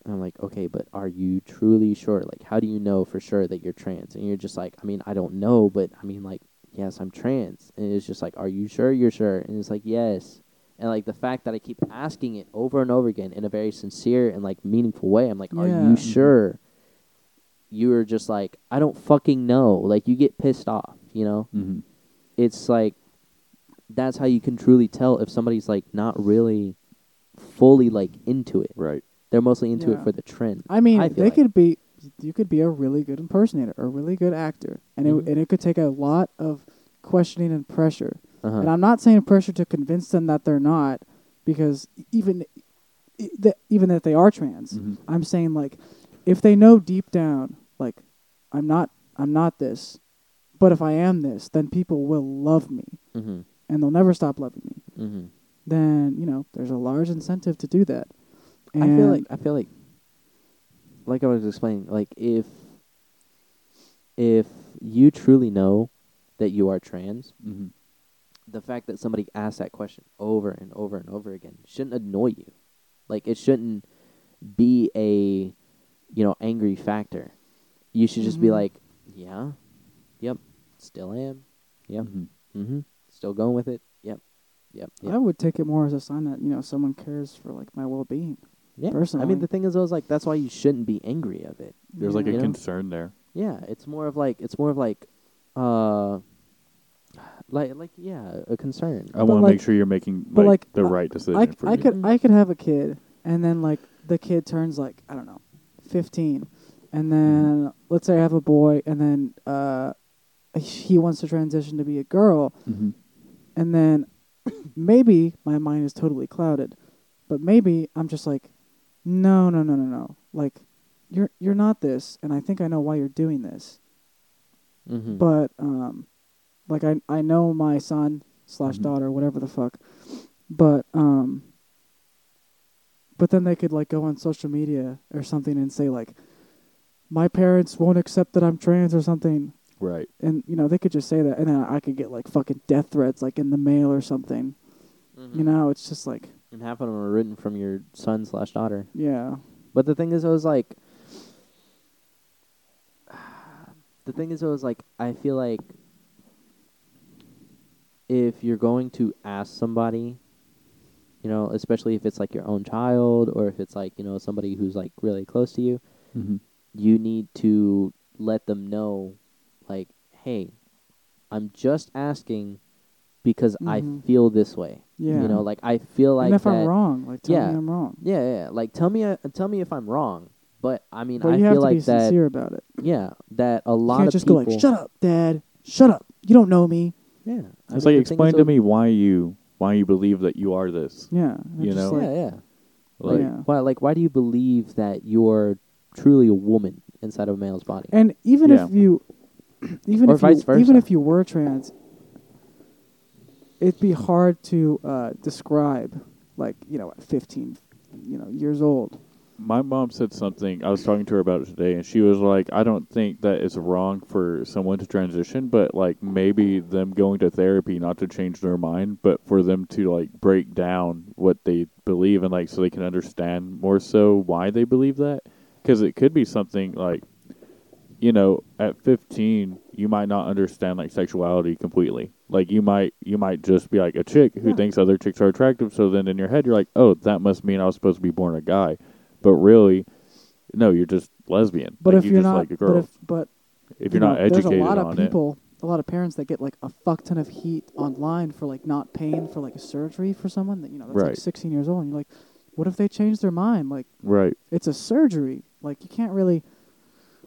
And I'm like, okay, but are you truly sure? Like, how do you know for sure that you're trans? And you're just like, I mean, I don't know, but I mean, like, yes, I'm trans. And it's just like, are you sure you're sure? And it's like, yes. And like the fact that I keep asking it over and over again in a very sincere and like meaningful way, I'm like, are Yeah. Mm-hmm. you sure? You're just like, I don't fucking know. Like, you get pissed off, you know? Mm-hmm. it's like that's how you can truly tell if somebody's like not really fully like into it. Right. They're mostly into it Yeah. for the trend. I mean, I feel they like- could be. You could be a really good impersonator or a really good actor, and Mhm. it and it could take a lot of questioning and pressure. Uh-huh. And I'm not saying pressure to convince them that they're not, because even e- that even if they are trans, Mm-hmm. Mhm. I'm saying like if they know deep down, like I'm not, I'm not this, but if I am this, then people will love me, mm-hmm. and they'll never stop loving me. Mm-hmm. Then you know, there's a large incentive to do that. And I feel like I feel like like I was explaining, like if if you truly know that you are trans, Mm-hmm. the fact that somebody asks that question over and over and over again shouldn't annoy you. Like it shouldn't be a you know angry factor. You should just be Mhm. like, yeah, yep, still am, yep, Mm-hmm. mm-hmm, still going with it, yep, yep, yep. I would take it more as a sign that you know someone cares for like my well being. yeah. I personally- mean, the thing is, I was like, that's why you shouldn't be angry of it. There's like a You know? concern there. Yeah, it's more of like it's more of like, uh, like like yeah, a concern. I want to like- make sure you're making but like, like, the I- right decision. I, for I you. could Mhm. I could have a kid and then like the kid turns like I don't know, fifteen, and then Mm-hmm. let's say I have a boy and then uh, he wants to transition to be a girl, Mhm. and then maybe my mind is totally clouded, but maybe I'm just like, no no no no no like. You're you're not this, and I think I know why you're doing this. Mm-hmm. but um like i i know my son slash Mm-hmm. Mhm. daughter whatever the fuck but um but then they could like go on social media or something and say like my parents won't accept that i'm trans or something Right. and you know they could just say that and then i could get like fucking death threats like in the mail or something mm-hmm. you know it's just like and half of them are written from your son slash daughter. yeah But the thing is, I was like, the thing is, I was like, I feel like if you're going to ask somebody, you know, especially if it's like your own child or if it's like, you know, somebody who's like really close to you, Mm-hmm. you need to let them know, like, hey, I'm just asking because Mhm. I feel this way. yeah You know, like, I feel like and if that. i'm wrong like tell Yeah. me i'm wrong Yeah, yeah, yeah. Like, tell me, uh, tell me if I'm wrong. But I mean, but I you feel have to like be that. sincere about it Yeah, that a you lot can't of just people. go like shut up dad shut up you don't know me Yeah, I It's mean, like the thing explain is, to me why you why you believe that you are this. Yeah. and You just know? Yeah, like- yeah. Like Yeah. Why? Like, why do you believe that you're truly a woman inside of a male's body? and even Yeah. if you, even Or if vice you, even versa. if you were trans, it'd be hard to uh, describe, like you know, at fifteen, you know, years old. my mom said something I was talking to her about it today, and she was like, "I don't think that it's wrong for someone to transition, but like maybe them going to therapy not to change their mind, but for them to like break down what they believe and like so they can understand more so why they believe that, because it could be something like." You know, at 15, you might not understand like sexuality completely. Like you might you might just be like a chick who Yeah. thinks other chicks are attractive, so then in your head you're like, "Oh, that must mean I was supposed to be born a guy." but really No, you're just lesbian. But Like, if you you're just not, like a girl. but if but if you you're not know, there's a educated lot of on people, a lot of parents that get like a fuck ton of heat online for like not paying for like a surgery for someone that you know that's like Right. 16 years old. And you're like, what if they change their mind? Like it, right? it's a surgery. Like you can't really.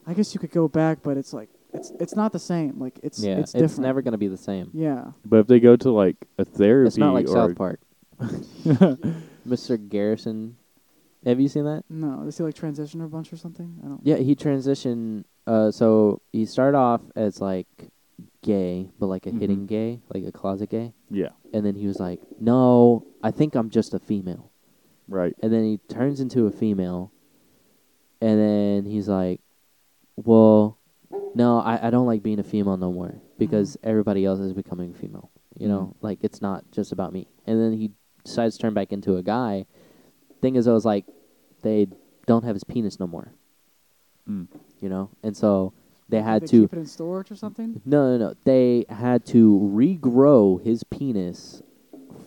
I guess you could go back, but it's like it's it's not the same. Like it's yeah, it's it's, different. never gonna be the same. Yeah. But if they go to like a therapy, It's not like or South Park. Mr. Garrison, have you seen that? No, does he like transition a bunch or something? I don't. Yeah, he transitioned. Uh, so he started off as like gay, but like a hidden Mhm. gay, like a closet gay, yeah, and then he was like, "No, I think I'm just a female." right, and then he turns into a female, and then he's like, "Well, no, I, I don't like being a female no more because everybody else is becoming female. You know, like it's not just about me." And then he decides to turn back into a guy. Thing is, I was like, they don't have his penis no more. Mm. You know, and so they had They to. keep it in storage or something. No, no, no. They had to regrow his penis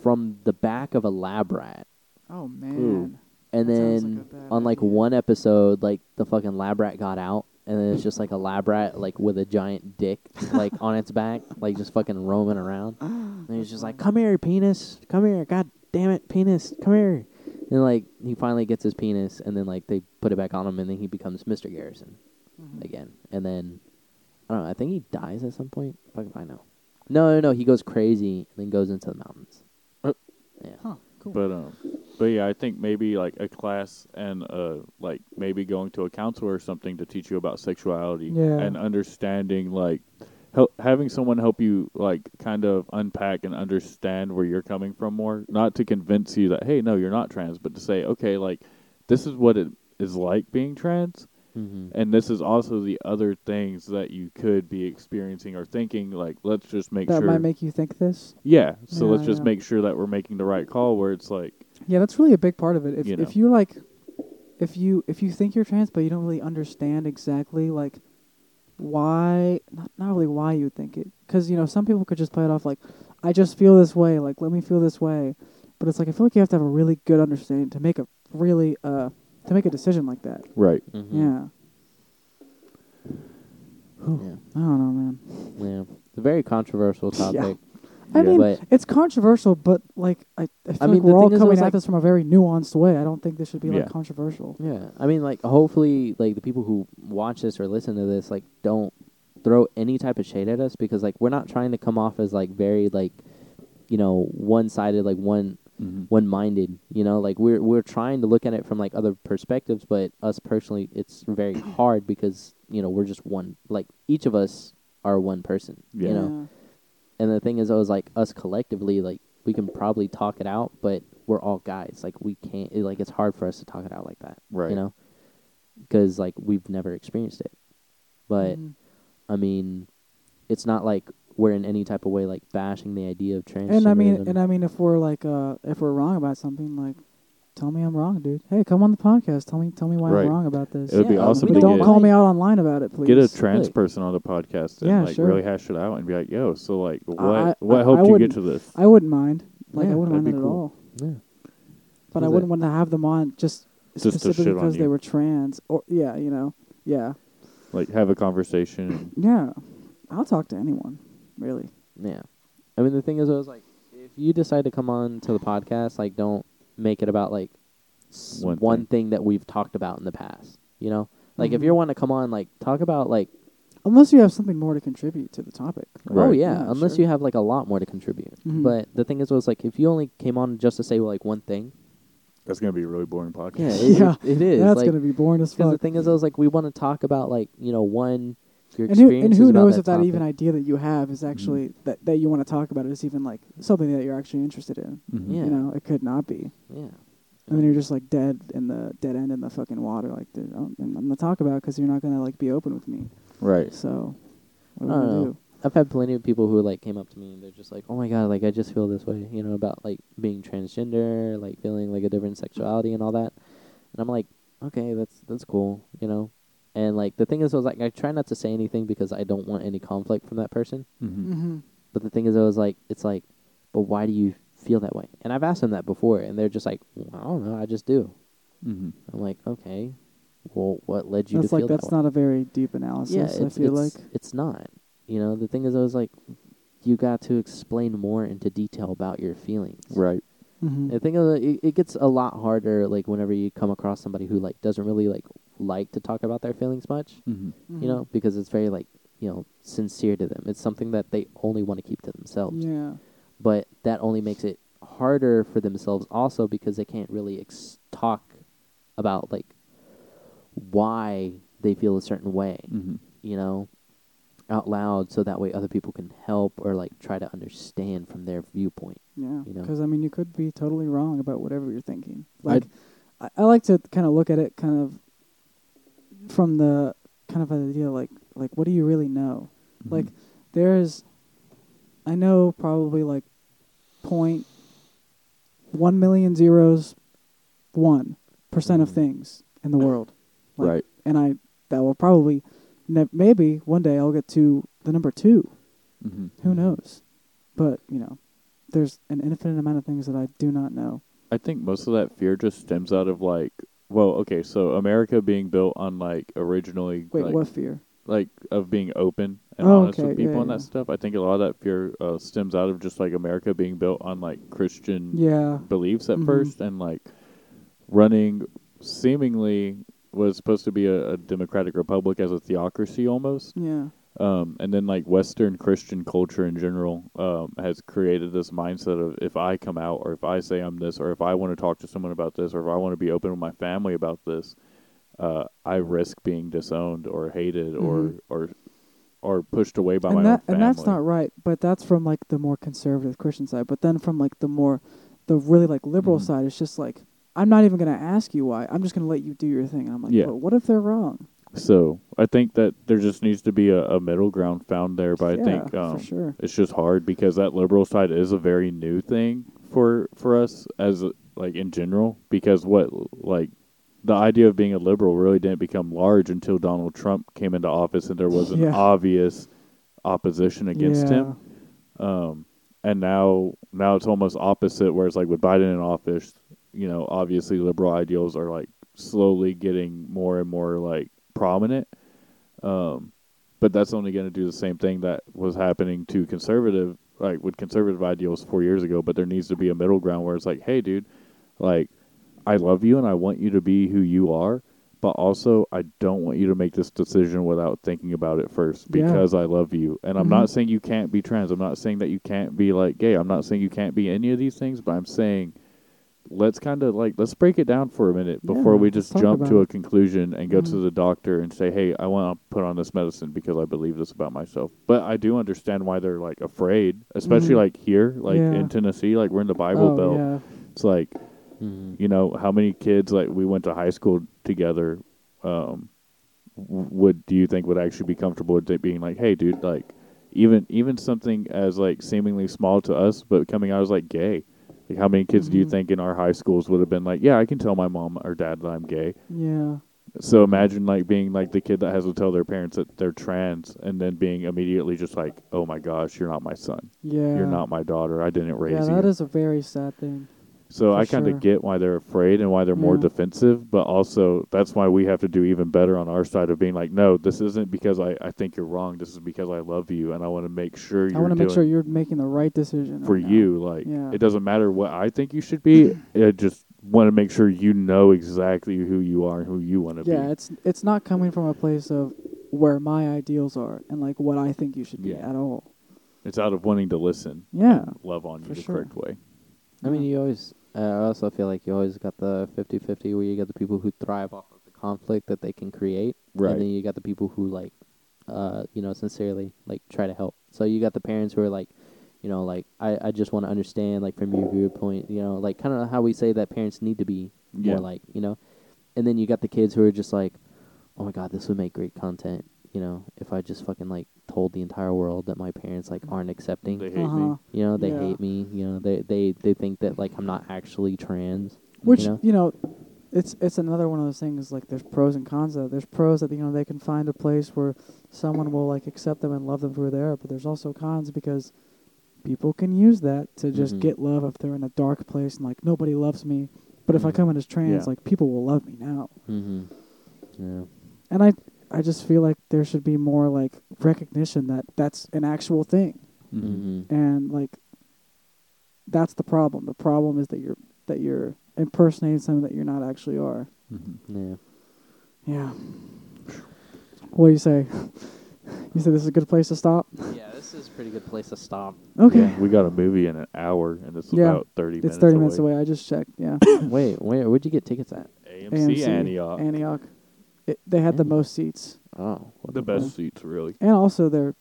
from the back of a lab rat Oh man. and That sounds then like a bad on like idea. one episode, like the fucking lab rat got out, and then it's just like a lab rat like with a giant dick like on its back, like just fucking roaming around. And he's just like, "Come here, penis! Come here! God damn it, penis! Come here!" And like he finally gets his penis, and then like they put it back on him, and then he becomes Mr. Garrison Mhm. again. And then I don't know. I think he dies at some point. Fuck if I know. No, no, no. He goes crazy and then goes into the mountains. Yeah. Huh. Cool. but um, but yeah, I think maybe like a class and uh, like maybe going to a counselor or something to teach you about sexuality Yeah. and understanding like. hel- Having someone help you, like, kind of unpack and understand where you're coming from more, not to convince you that, hey, no, you're not trans, but to say, okay, like, this is what it is like being trans, Mm-hmm. And this is also the other things that you could be experiencing or thinking. Like, let's just make that sure. might make you think this. yeah. So Yeah, let's just yeah. make sure that we're making the right call. Where it's like, Yeah, that's really a big part of it. If You know. if you like, if you if you think you're trans but you don't really understand exactly like why not not really why you think it because you know some people could just play it off like I just feel this way like let me feel this way, but it's like I feel like you have to have a really good understanding to make a really uh to make a decision like that. right. Mm-hmm. Yeah, yeah. I don't know, man. Yeah, it's a very controversial topic. I Yeah. mean, But- it's controversial, but like I, I feel mean, like the we're all thing is, it coming was at like- this from a very nuanced way. I don't think this should be Yeah. like controversial. yeah. I mean, like, hopefully, like the people who watch this or listen to this, like, don't throw any type of shade at us because, like, we're not trying to come off as like very like, you know, one-sided, like one Mm-hmm. Mhm. one-minded. You know, like we're we're trying to look at it from like other perspectives, but us personally, it's very hard because you know we're just one. Like each of us are one person. Yeah. You know. And the thing is, I was like, us collectively, like we can probably talk it out, but we're all guys. Like we can't. It, like it's hard for us to talk it out like that. Right. You know, because like we've never experienced it. But Mhm. I mean, it's not like we're in any type of way like bashing the idea of transgenderism. and I mean, and I mean, if we're like, uh, if we're wrong about something, like, tell me I'm wrong, dude. Hey, come on the podcast. Tell me, tell me why Right. I'm wrong about this. It would be Yeah, awesome but we to don't get, call me out online about it, please. get a trans Really. person on the podcast and Yeah, like sure. really hash it out and be like, yo, so like, what I- what I- helped I you wouldn't- get to this? I wouldn't mind. Like, Yeah, I wouldn't mind that'd be it at cool. all. yeah. But I Sounds wouldn't want to have them on just, Just to specifically shit on because they you. were trans, or yeah, you know, yeah, like, have a conversation. And, yeah. I'll talk to anyone, really. Yeah. I mean, the thing is, I was like, if you decide to come on to the podcast, like, don't make it about, like, s- One one, thing. thing. that we've talked about in the past, you know? Like, if Mhm. you're wanting to come on, like, talk about, like, Unless you have something more to contribute to the topic. oh, Right. yeah, Yeah, unless Mm, sure. you have, like, a lot more to contribute. Mhm. But the thing is, was like, if you only came on just to say, like, one thing, that's gonna be a really boring podcast. yeah, it, Yeah. it- it is. That's like, gonna be boring as Because fuck. the thing is, I was like, we want to talk about, like, you know, one, your and who, experience. and who knows that if that topic. Mm-hmm. even idea that you have is actually that, that you want to talk about is even like something that you're actually interested in. Mhm. Mm, Yeah. You know, it could not be. Yeah. And then you're just like dead in the dead end in the fucking water. Like, dude, I don't, I'm gonna talk about because you're not gonna like be open with me. Right. So, what I am I don't gonna know. I've had plenty of people who like came up to me and they're just like, "Oh my god, like I just feel this way," you know, about like being transgender, like feeling like a different sexuality and all that. And I'm like, "Okay, that's that's cool," you know. And like the thing is, I was like, I try not to say anything because I don't want any conflict from that person. do? hmm Mm-hmm. But the thing is, I was like, it's like, but why do you feel that way? And I've asked them that before, and they're just like, well, I don't know, I just do. hmm I'm like, okay, Well, what led you that's to like feel that's that way? not a very deep analysis. yeah, I it's, feel it's, like it's not. You know, the thing is, I was like, you got to explain more into detail about your feelings. Right. Mhm. I think uh, it, it gets a lot harder, like whenever you come across somebody who like doesn't really like like to talk about their feelings much. Mm-hmm. Mhm. You know, because it's very like you know sincere to them. It's something that they only want to keep to themselves. Mm-hmm. Yeah. But that only makes it harder for themselves also because they can't really ex- talk about like why they feel a certain way. Mm-hmm. You know. Out loud, so that way other people can help or like try to understand from their viewpoint. Yeah, you know? because I mean, you could be totally wrong about whatever you're thinking. Like, I'd- I, I like to kind of look at it kind of from the kind of idea like like what do you really know? Mm-hmm. Like, there's, I know probably like point one million zeros one percent of Mhm. things in the world, like, right. And I that will probably ne- maybe one day I'll get to the number two. Mm-hmm. Who knows? But, you know, there's an infinite amount of things that I do not know. I think most of that fear just stems out of like, well, okay, so America being built on like originally Wait, like, what fear? like of being open and Oh, honest okay, with people yeah, and yeah. that stuff. I think a lot of that fear uh, stems out of just like America being built on like Christian Yeah. beliefs at Mhm. first and like running seemingly was supposed to be a, a democratic republic as a theocracy almost Yeah. um, and then like Western Christian culture in general um, has created this mindset of if I come out or if I say I'm this or if I want to talk to someone about this or if I want to be open with my family about this, uh, I risk being disowned or hated Mhm. or or or pushed away by my and that own and family. that's not right, but that's from like the more conservative Christian side, but then from like the more the really like liberal Mhm. side, it's just like I'm not even going to ask you why. I'm just going to let you do your thing. And I'm like, Yeah. but what if they're wrong? So I think that there just needs to be a, a middle ground found there. But yeah, I think um, for sure. it's just hard because that liberal side is a very new thing for for us as like in general because what like the idea of being a liberal really didn't become large until Donald Trump came into office and there was an Yeah. obvious opposition against yeah. him um and now now it's almost opposite where it's like with Biden in office you know obviously liberal ideals are like slowly getting more and more like prominent um but that's only going to do the same thing that was happening to conservative like with conservative ideals 4 years ago but there needs to be a middle ground where it's like hey dude like I love you and I want you to be who you are but also I don't want you to make this decision without thinking about it first Yeah. because I love you and I'm Mhm. not saying you can't be trans I'm not saying that you can't be like gay I'm not saying you can't be any of these things but I'm saying let's kind of like let's break it down for a minute Yeah, before we let's just talk jump about to it. a conclusion and go to Mhm. the doctor and say hey I want to put on this medicine because I believe this about myself but I do understand why they're like afraid especially Mhm. like here like Yeah. in Tennessee like we're in the Bible oh, belt yeah. it's like Mhm. you know how many kids like we went to high school together um w- would do you think would actually be comfortable with it being like hey dude like even even something as like seemingly small to us but coming out as like gay like how many kids do you Mhm. think in our high schools would have been like yeah i can tell my mom or dad that i'm gay Yeah. so imagine like being like the kid that has to tell their parents that they're trans and then being immediately just like oh my gosh you're not my son Yeah. you're not my daughter i didn't raise Yeah, you that is a very sad thing. so For I kind of sure. get why they're afraid and why they're more Yeah. defensive, but also that's why we have to do even better on our side of being like, no, this isn't because I, I think you're wrong. This is because I love you and I want to make sure I you're want to doing make sure you're making the right decision for right now. you. Like Yeah. it doesn't matter what I think you should be. I just want to make sure you know exactly who you are and who you want to yeah be. it's it's not coming from a place of where my ideals are and like what i think you should be Yeah. at all It's out of wanting to listen. Yeah, and love on you for the sure. correct way. I mean, you always. Uh, I also feel like you always got the 50-50 where you got the people who thrive off of the conflict that they can create, Right. and then you got the people who like, uh, you know, sincerely like try to help. So you got the parents who are like, you know, like I, I just want to understand like from your viewpoint, you know, like kind of how we say that parents need to be Yeah. more like, you know, and then you got the kids who are just like, oh my god, this would make great content, you know, if I just fucking like told the entire world that my parents like aren't accepting. They hate uh-huh me. You know, they Yeah. hate me. You know, they, they they think that like I'm not actually trans. which you know? you know it's it's another one of those things like there's pros and cons of it. there's pros that you know they can find a place where someone will like accept them and love them for who they are but there's also cons because people can use that to just Mhm. get love if they're in a dark place and like nobody loves me but if i Mhm. come in as trans Yeah. like people will love me now Mm-hmm. Yeah. And I I just feel like there should be more like recognition that that's an actual thing. Mm-hmm. and like that's the problem the problem is that you're that you're impersonating someone that you're not actually are Yeah. yeah what do you say you say this is a good place to stop Yeah, this is a pretty good place to stop. okay Yeah, we got a movie in an hour, and it's Yeah. about thirty. it's 30 minutes away. i just checked yeah Wait, where where'd you get tickets at? AMC, Antioch, antioch it, they had the Mm. most seats Oh, what the best seats really. and also they're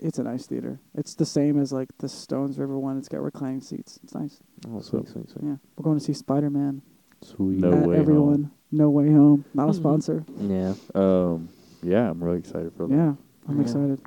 it's a nice theater it's the same as like the stones river one it's got reclining seats it's nice Oh, sweet, sweet, sweet. yeah we're going to see spider-man Sweet. No at Way everyone Home. no way home not a Mhm. sponsor Yeah. Uh, Um, yeah, I'm really excited for that. yeah i'm Yeah. excited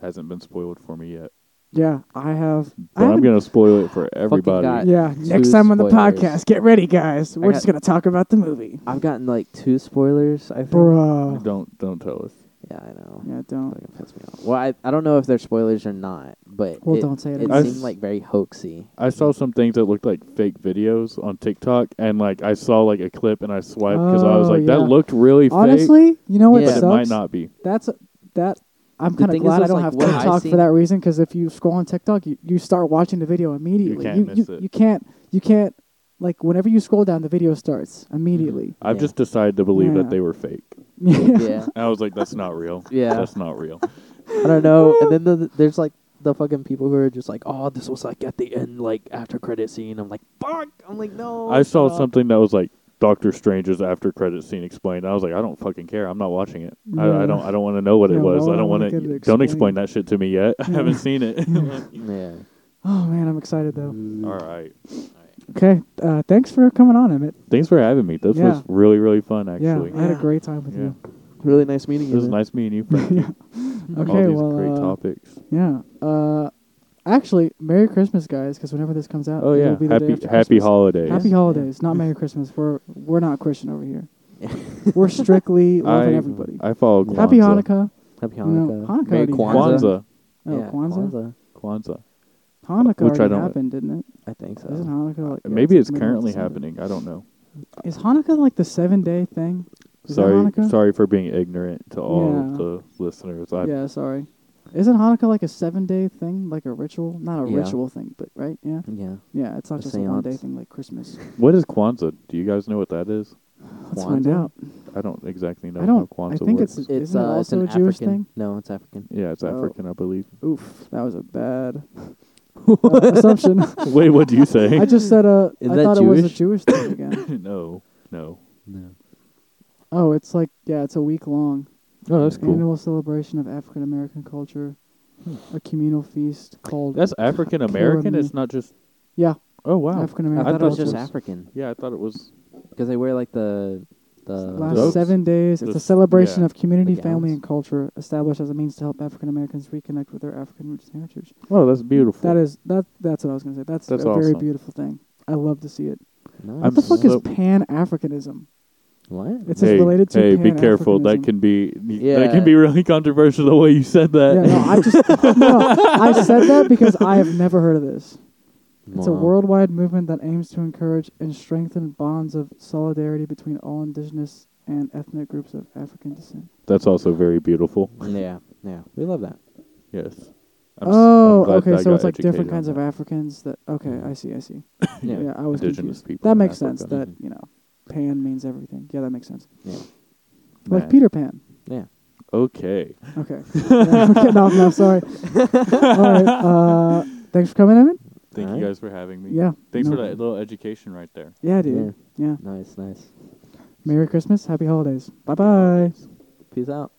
hasn't been spoiled for me yet, Yeah, I have. I but I'm haven't- gonna spoil it for everybody. got- Yeah, Two next time on the spoilers. podcast, get ready, guys. We're got- just gonna talk about the movie, I've gotten like two spoilers. I think. bro. Don't don't tell us. Yeah, I know. Yeah, don't. Fucking piss me off. Well, I, I don't know if they're spoilers or not, but Well, it, don't say it It anyway. seemed like very hoaxy. I saw some things that looked like fake videos on TikTok, and like I saw like a clip, and I swiped because I was Oh, like, yeah. that looked really fake, Honestly, you know what Yeah. but sucks? it might not be. That's that. I'm The kind of thing is, glad I is, don't like, have what I TikTok see- for that reason. Because if you scroll on TikTok, you, you start watching the video immediately. can't you miss you, it. you can't you can't like whenever you scroll down, the video starts Mm-hmm. immediately. I've Yeah. just decided to believe Yeah. that they were fake. yeah. yeah. I was like, that's not real. Yeah. that's not real. I don't know. And then the, there's like the fucking people who are just like, oh, this was like at the end, like after credit scene. I'm like, fuck. I'm like, no. I saw stop. something that was like Doctor Strange's after credit scene explained. I was like, I don't fucking care. I'm not watching it. I, Yeah. I don't. I don't want to know what it Yeah, was. why I would I don't want wanna get to. it explained? Don't explain that shit to me yet. I haven't seen it. Yeah. Oh man, I'm excited though. All right. Okay, uh, thanks for coming on, Emmett. Thanks for having me. This Yeah. was really really fun. Actually, Yeah, I had a Yeah. great time with Yeah. you. Really nice meeting it you. was man. nice meeting you. Frank. Okay, All these well, great uh, topics. Yeah. Uh, actually, Merry Christmas, guys, because whenever this comes out, Oh it yeah, will be the day happy after happy Christmas. holidays. Happy holidays, not Merry Christmas. We're we're not Christian over here. we're strictly loving I- everybody. I follow Yeah. Kwanzaa. happy Hanukkah. Happy know, Hanukkah. Hanukkah Merry already Kwanzaa. Kwanzaa. Oh, Yeah, Kwanzaa. Kwanzaa. Hanukkah Which I already don't- happened, didn't it? I think so. Isn't Hanukkah like? yeah, Maybe it's the middle of currently December. happening. I don't know. Is Hanukkah like the seven day thing? Is that sorry, Hanukkah? sorry for being ignorant to all Yeah. of the listeners. I yeah, sorry. Isn't Hanukkah like a seven day thing, like a ritual? Not a Yeah. ritual thing, but right? Yeah. Yeah. Yeah, it's not A just a one day seance. thing like Christmas. What is Kwanzaa? Do you guys know what that is? Let's find Kwanzaa? out. I don't exactly know I don't- how I Kwanzaa think works. it's- It's Isn't it uh, it's also an a Jewish African. thing? No, it's African. yeah, it's oh. African, I believe. Oof, that was a bad uh, assumption. Wait, what do you say? I just said uh, Is I that thought it was a Jewish? Jewish thing again. no, no. No. Oh, it's like yeah, it's a week long Oh, that's cool. annual celebration of African American culture, Hmm. a communal feast called That's African American. me. It's not just. yeah Oh wow. African I American thought it was just cultures. African Yeah, I thought it was. because they wear like the the Last Those- seven days, it's a those- celebration yeah. of community, The family, gowns. and culture, established as a means to help African Americans reconnect with their African roots and heritage. Oh, that's beautiful. That is that. That's what I was gonna say. That's, That's a very awesome. beautiful thing. I love to see it. No, I'm What the fuck is so- Pan Africanism? what? It's hey, just related to hey, be careful. Pan-Africanism. That can be that Yeah. can be really controversial the way you said that. Yeah, no, I just no, I said that because I have never heard of this. It's a Wow. worldwide movement that aims to encourage and strengthen bonds of solidarity between all indigenous and ethnic groups of African descent. That's also very beautiful. Yeah, yeah, we love that. Yes. oh, okay, so it's like different kinds of Africans that okay, I see, I see. Yeah, Yeah, I was Indigenous confused. people That in makes Africa. sense that, you know, pan means everything. Yeah, that makes sense. yeah, Like Peter Pan. yeah. Okay. Okay. Yeah, we're getting off now, sorry. all right. Uh, thanks for coming, Evan. Thank Alright. you guys for having me. Yeah. Thanks no for that problem. little education right there. Yeah, dude. yeah. Nice, nice. Merry Christmas. Happy holidays. Bye bye. Peace out.